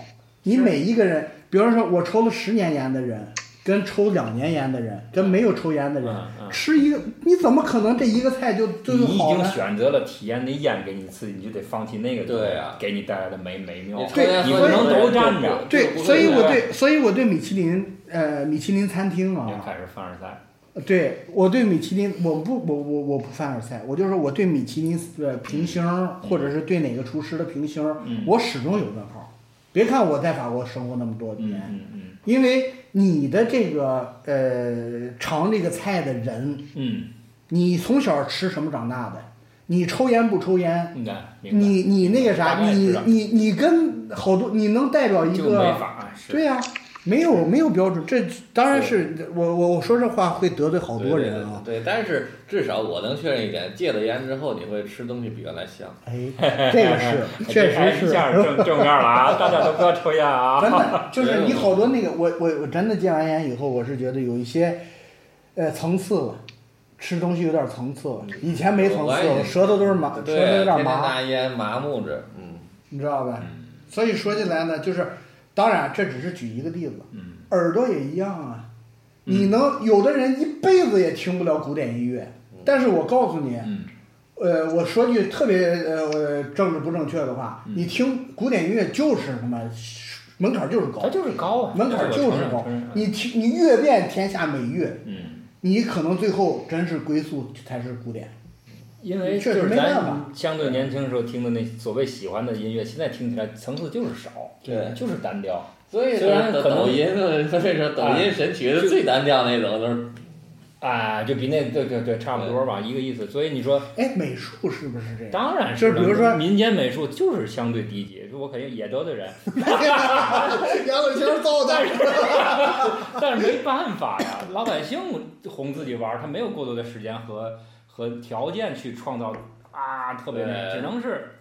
Speaker 3: 你每一个人，比方说我抽了十年烟的人，跟抽两年烟的人，跟没有抽烟的人，
Speaker 1: 嗯嗯
Speaker 3: 吃一个，你怎么可能这一个菜就就
Speaker 1: 你已
Speaker 3: 好
Speaker 1: 经
Speaker 3: 呢？
Speaker 1: 选择了体验那烟给你刺激，你就得放弃那个
Speaker 2: 对啊
Speaker 1: 给你带来的美美妙。
Speaker 2: 你抽
Speaker 3: 对
Speaker 2: 烟
Speaker 1: 你不
Speaker 2: 喝酒
Speaker 1: 能
Speaker 2: 的
Speaker 1: 都
Speaker 2: 人
Speaker 1: 站
Speaker 2: 就
Speaker 1: 着
Speaker 2: 不
Speaker 3: 对
Speaker 2: 就，不
Speaker 3: 所
Speaker 2: 会
Speaker 3: 以
Speaker 2: 来
Speaker 3: 我对，所以我对米其林，呃，米其林餐厅
Speaker 1: 又
Speaker 3: 啊，
Speaker 1: 开始凡尔赛，
Speaker 3: 对我对米其林，我不，我我我不凡尔赛，我就说我对米其林的评星儿，或者是对哪个厨师的评星儿，
Speaker 1: 嗯
Speaker 3: 我始终有问号。别看我在法国生活那么多
Speaker 1: 嗯
Speaker 3: 年，
Speaker 1: 嗯嗯
Speaker 3: 因为你的这个呃尝这个菜的人，
Speaker 1: 嗯，
Speaker 3: 你从小吃什么长大的？你抽烟不抽烟？
Speaker 1: 明白明白。
Speaker 3: 你你那个
Speaker 1: 大
Speaker 3: 啥？
Speaker 1: 概
Speaker 3: 你
Speaker 1: 知道
Speaker 3: 你你跟好多你能代表一
Speaker 1: 就没
Speaker 3: 个
Speaker 1: 法是
Speaker 3: 对呀、啊没有没有标准，这当然是我我我说这话会得罪好多人啊。
Speaker 2: 对，对对对但是至少我能确认一点，戒了烟之后你会吃东西比原来香。
Speaker 3: 哎，这 个是确
Speaker 1: 哎
Speaker 3: 实
Speaker 1: 一
Speaker 3: 是，
Speaker 1: 下正正面了啊！大家都不要抽烟啊！
Speaker 3: 真的就是你好多那个，我我我真的戒完烟以后，我是觉得有一些，呃，层次了，吃东西有点层次了，以前没层次，
Speaker 2: 我也
Speaker 3: 我舌头都是麻，舌头
Speaker 2: 对，
Speaker 3: 有
Speaker 2: 天
Speaker 3: 点
Speaker 2: 天
Speaker 3: 麻。
Speaker 2: 拿烟麻木着，嗯，
Speaker 3: 你知道吧？所以说起来呢，就是，当然这只是举一个例子，
Speaker 1: 嗯
Speaker 3: 耳朵也一样啊。
Speaker 2: 嗯
Speaker 3: 你能有的人一辈子也听不了古典音乐，
Speaker 2: 嗯
Speaker 3: 但是我告诉你，
Speaker 1: 嗯
Speaker 3: 呃，我说句特别呃呃政治不正确的话，
Speaker 2: 嗯
Speaker 3: 你听古典音乐就是他妈门槛就是高
Speaker 1: 它，就是高啊，
Speaker 3: 门槛就
Speaker 1: 这个我
Speaker 3: 是高
Speaker 1: 承认。
Speaker 3: 你听你阅遍天下美乐，
Speaker 1: 嗯，
Speaker 3: 你可能最后真是归宿才是古典。
Speaker 1: 因为就
Speaker 3: 确实
Speaker 1: 是
Speaker 3: 没办法
Speaker 1: 咱相对年轻时候听的那所谓喜欢的音乐，现在听起来层次就是少，
Speaker 2: 对
Speaker 1: 就是单调。
Speaker 2: 所以
Speaker 1: 虽然
Speaker 2: 抖
Speaker 1: 可能哎
Speaker 2: 抖音 的，所以说抖音神曲的最单调那种都是
Speaker 1: 啊，就比那对对对差不多吧，
Speaker 2: 嗯
Speaker 1: 一个意思。所以你说，
Speaker 3: 哎，美术是不是这样？
Speaker 1: 当然
Speaker 3: 就是比如说
Speaker 1: 民间美术就是相对低级，我肯定也得罪人，
Speaker 3: 杨柳青造的。
Speaker 1: 但是没办法呀，老百姓哄自己玩儿，他没有过多的时间和和条件去创造啊特别那，
Speaker 2: 对
Speaker 1: 只能是，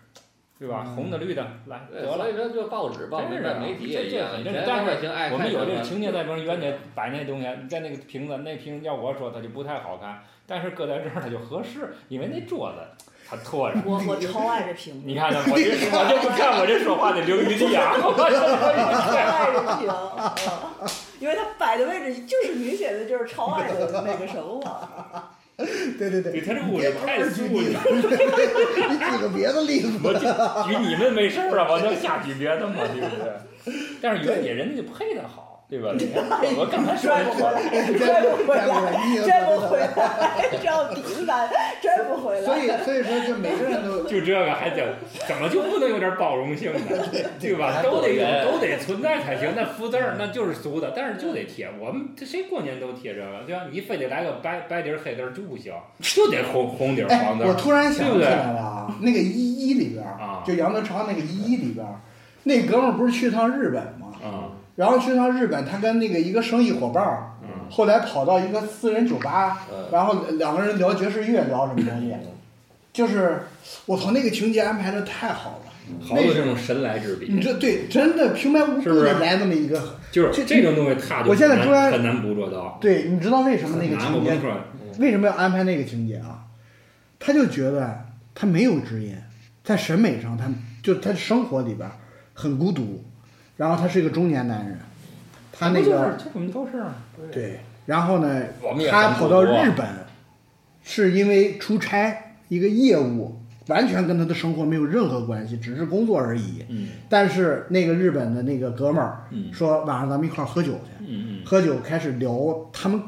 Speaker 1: 对吧？
Speaker 3: 嗯
Speaker 1: 红的绿的来
Speaker 2: 对，
Speaker 1: 得
Speaker 2: 所
Speaker 1: 了。
Speaker 2: 以说就报纸、报
Speaker 1: 真
Speaker 2: 纸
Speaker 1: 是啊、
Speaker 2: 媒体也一样，以
Speaker 1: 这这
Speaker 2: 前
Speaker 1: 但
Speaker 2: 老
Speaker 1: 是
Speaker 2: 百姓爱
Speaker 1: 我
Speaker 2: 看
Speaker 1: 们有这个
Speaker 2: 什么
Speaker 1: 情节在那儿，原来摆那东西，啊在那个瓶子，那瓶子要我说它就不太好看，但是搁在这儿它就合适，因为那桌子它拓着。
Speaker 4: 我我超爱这屏幕，
Speaker 1: 你看看，我这我这不看我这说话得留余地 啊！
Speaker 4: 超爱这屏幕，嗯因为它摆的位置就是明显的就是超爱的那个什么嘛。
Speaker 3: 对对对，
Speaker 1: 对他这物质太素了
Speaker 3: 你别玩儿举例子你举个别的例子
Speaker 1: 我就举你们没事儿啊，我能下举别的嘛，对不对？但是原野人家就配得好，对吧？ 你看我刚才说
Speaker 4: 拽不回
Speaker 1: 的，
Speaker 4: 来，拽不回
Speaker 3: 拽不回来你
Speaker 4: 来，
Speaker 3: 也
Speaker 4: 拽
Speaker 3: 不
Speaker 4: 不回来，这样鼻子大，拽不回来。
Speaker 3: 所以所以说，就每个人 都
Speaker 1: 就这个还怎怎么就不能有点包容 性呢？对吧？
Speaker 2: 还
Speaker 1: 都得
Speaker 2: 躲
Speaker 1: 有，
Speaker 2: 人
Speaker 1: 都得存在才行。那福字儿
Speaker 3: 嗯
Speaker 1: 那就是俗的，但是就得贴。我们这谁过年都贴这个，对吧？你非得来个白白底儿黑底儿就不行，就得红红底儿
Speaker 3: 哎
Speaker 1: 黄，底
Speaker 3: 我
Speaker 1: 儿。
Speaker 3: 突然想
Speaker 1: 对不
Speaker 3: 起
Speaker 1: 对
Speaker 3: 来了啊，那个一一里边儿
Speaker 1: 啊
Speaker 3: 就杨德昌那个一一里边儿，那哥们儿不是去趟日本吗？
Speaker 1: 啊
Speaker 3: 然后去趟日本，他跟那个一个生意伙伴儿，
Speaker 1: 嗯
Speaker 3: 后来跑到一个私人酒吧，
Speaker 2: 嗯
Speaker 3: 然后两个人聊爵士乐，聊什么东西，
Speaker 1: 嗯
Speaker 3: 就是我操，那个情节安排的太好了。
Speaker 1: 好有这种神来之笔
Speaker 3: 你，这对真的平白无
Speaker 1: 是不
Speaker 3: 故
Speaker 1: 是
Speaker 3: 的来这么一个，
Speaker 1: 就是这种东西，他就
Speaker 3: 我现在
Speaker 1: 很
Speaker 3: 突然
Speaker 1: 难很难捕捉到。
Speaker 3: 对，你知道为什么那个
Speaker 1: 很难我
Speaker 3: 情
Speaker 1: 不
Speaker 3: 节
Speaker 1: 能说，
Speaker 3: 为什么要安排那个情节啊？他就觉得他没有职业，在审美上，他就他生活里边儿很孤独，然后他是一个中年男人，他那个
Speaker 1: 就是我们都是啊
Speaker 3: 对，然后呢
Speaker 1: 我们，也
Speaker 3: 他
Speaker 1: 很孤
Speaker 3: 跑到
Speaker 1: 独啊
Speaker 3: 日本，是因为出差一个业务，完全跟他的生活没有任何关系，只是工作而已。
Speaker 1: 嗯
Speaker 3: 但是那个日本的那个哥们儿
Speaker 1: 嗯
Speaker 3: 说晚上咱们一块儿喝酒去，
Speaker 1: 嗯嗯
Speaker 3: 喝酒开始聊他们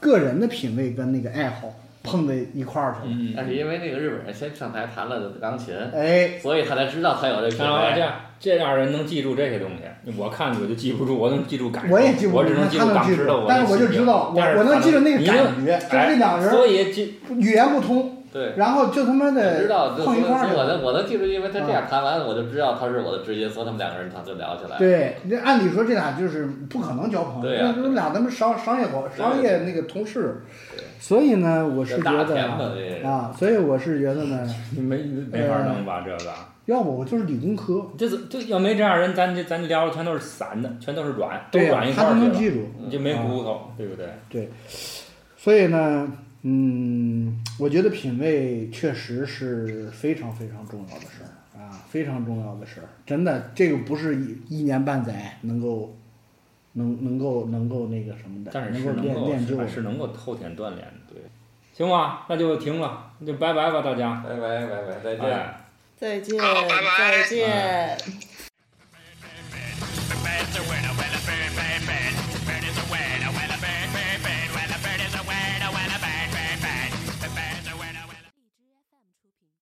Speaker 3: 个人的品味跟那个爱好碰在一块儿去了。
Speaker 1: 嗯
Speaker 2: 但是因为那个日本人先上台弹了钢琴，
Speaker 3: 哎，
Speaker 2: 所以他才知道他有这品
Speaker 1: 然后这
Speaker 2: 味。
Speaker 1: 样，这样人能记住这些东西，我看我就记不住，我能记住感受，
Speaker 3: 我也记不住
Speaker 1: 我只能记
Speaker 3: 他能
Speaker 1: 当
Speaker 3: 记
Speaker 1: 时
Speaker 3: 住
Speaker 1: 的我的心情，
Speaker 3: 但是我就知道我
Speaker 1: 但是
Speaker 3: 我能
Speaker 1: 可
Speaker 3: 记住那个
Speaker 1: 你
Speaker 3: 感觉就是那两人
Speaker 1: 哎所以这
Speaker 3: 语言不通，
Speaker 2: 对，
Speaker 3: 然后就他妈的
Speaker 2: 知道，就所
Speaker 3: 碰
Speaker 2: 以
Speaker 3: 一块儿去
Speaker 2: 我
Speaker 3: 了。嗯
Speaker 2: 能我能记住，因为他这样弹完，我就知道他是我的知音，所以他们两个人他就聊
Speaker 1: 哎
Speaker 2: 起来。
Speaker 3: 对，那按理说这俩就是不可能交朋友，
Speaker 2: 对呀
Speaker 1: 啊
Speaker 3: 这这俩他们商商业伙商业那个同事
Speaker 2: 对，
Speaker 3: 所以呢，我是
Speaker 2: 这
Speaker 3: 觉
Speaker 2: 大
Speaker 3: 得
Speaker 2: 甜吧
Speaker 3: 啊
Speaker 2: 这人
Speaker 3: 啊，所以我是觉得呢，
Speaker 1: 你没没法弄吧？这个，
Speaker 3: 要不我就是理工科，
Speaker 1: 这怎这要没这样人，咱这咱聊的全都是散的，全都是软，都
Speaker 3: 对呀
Speaker 1: 软一块
Speaker 3: 他
Speaker 1: 儿
Speaker 3: 都
Speaker 1: 去
Speaker 3: 能
Speaker 1: 了，
Speaker 3: 记住，
Speaker 1: 你就没骨头，对不对？
Speaker 3: 对，所以呢，嗯，我觉得品味确实是非常非常重要的事儿啊，非常重要的事儿，真的，这个不是一一年半载能够能能够能够那个什么的，
Speaker 1: 但是
Speaker 3: 能
Speaker 1: 是
Speaker 3: 够
Speaker 1: 能
Speaker 3: 练
Speaker 1: 够
Speaker 3: 练就的
Speaker 1: 是是能够后天锻炼的，对。行吧，那就停了，那就拜拜吧，大家。
Speaker 2: 嗯拜拜拜拜，再见。
Speaker 1: 哎，
Speaker 4: 再见，
Speaker 5: 好拜拜
Speaker 4: 再见。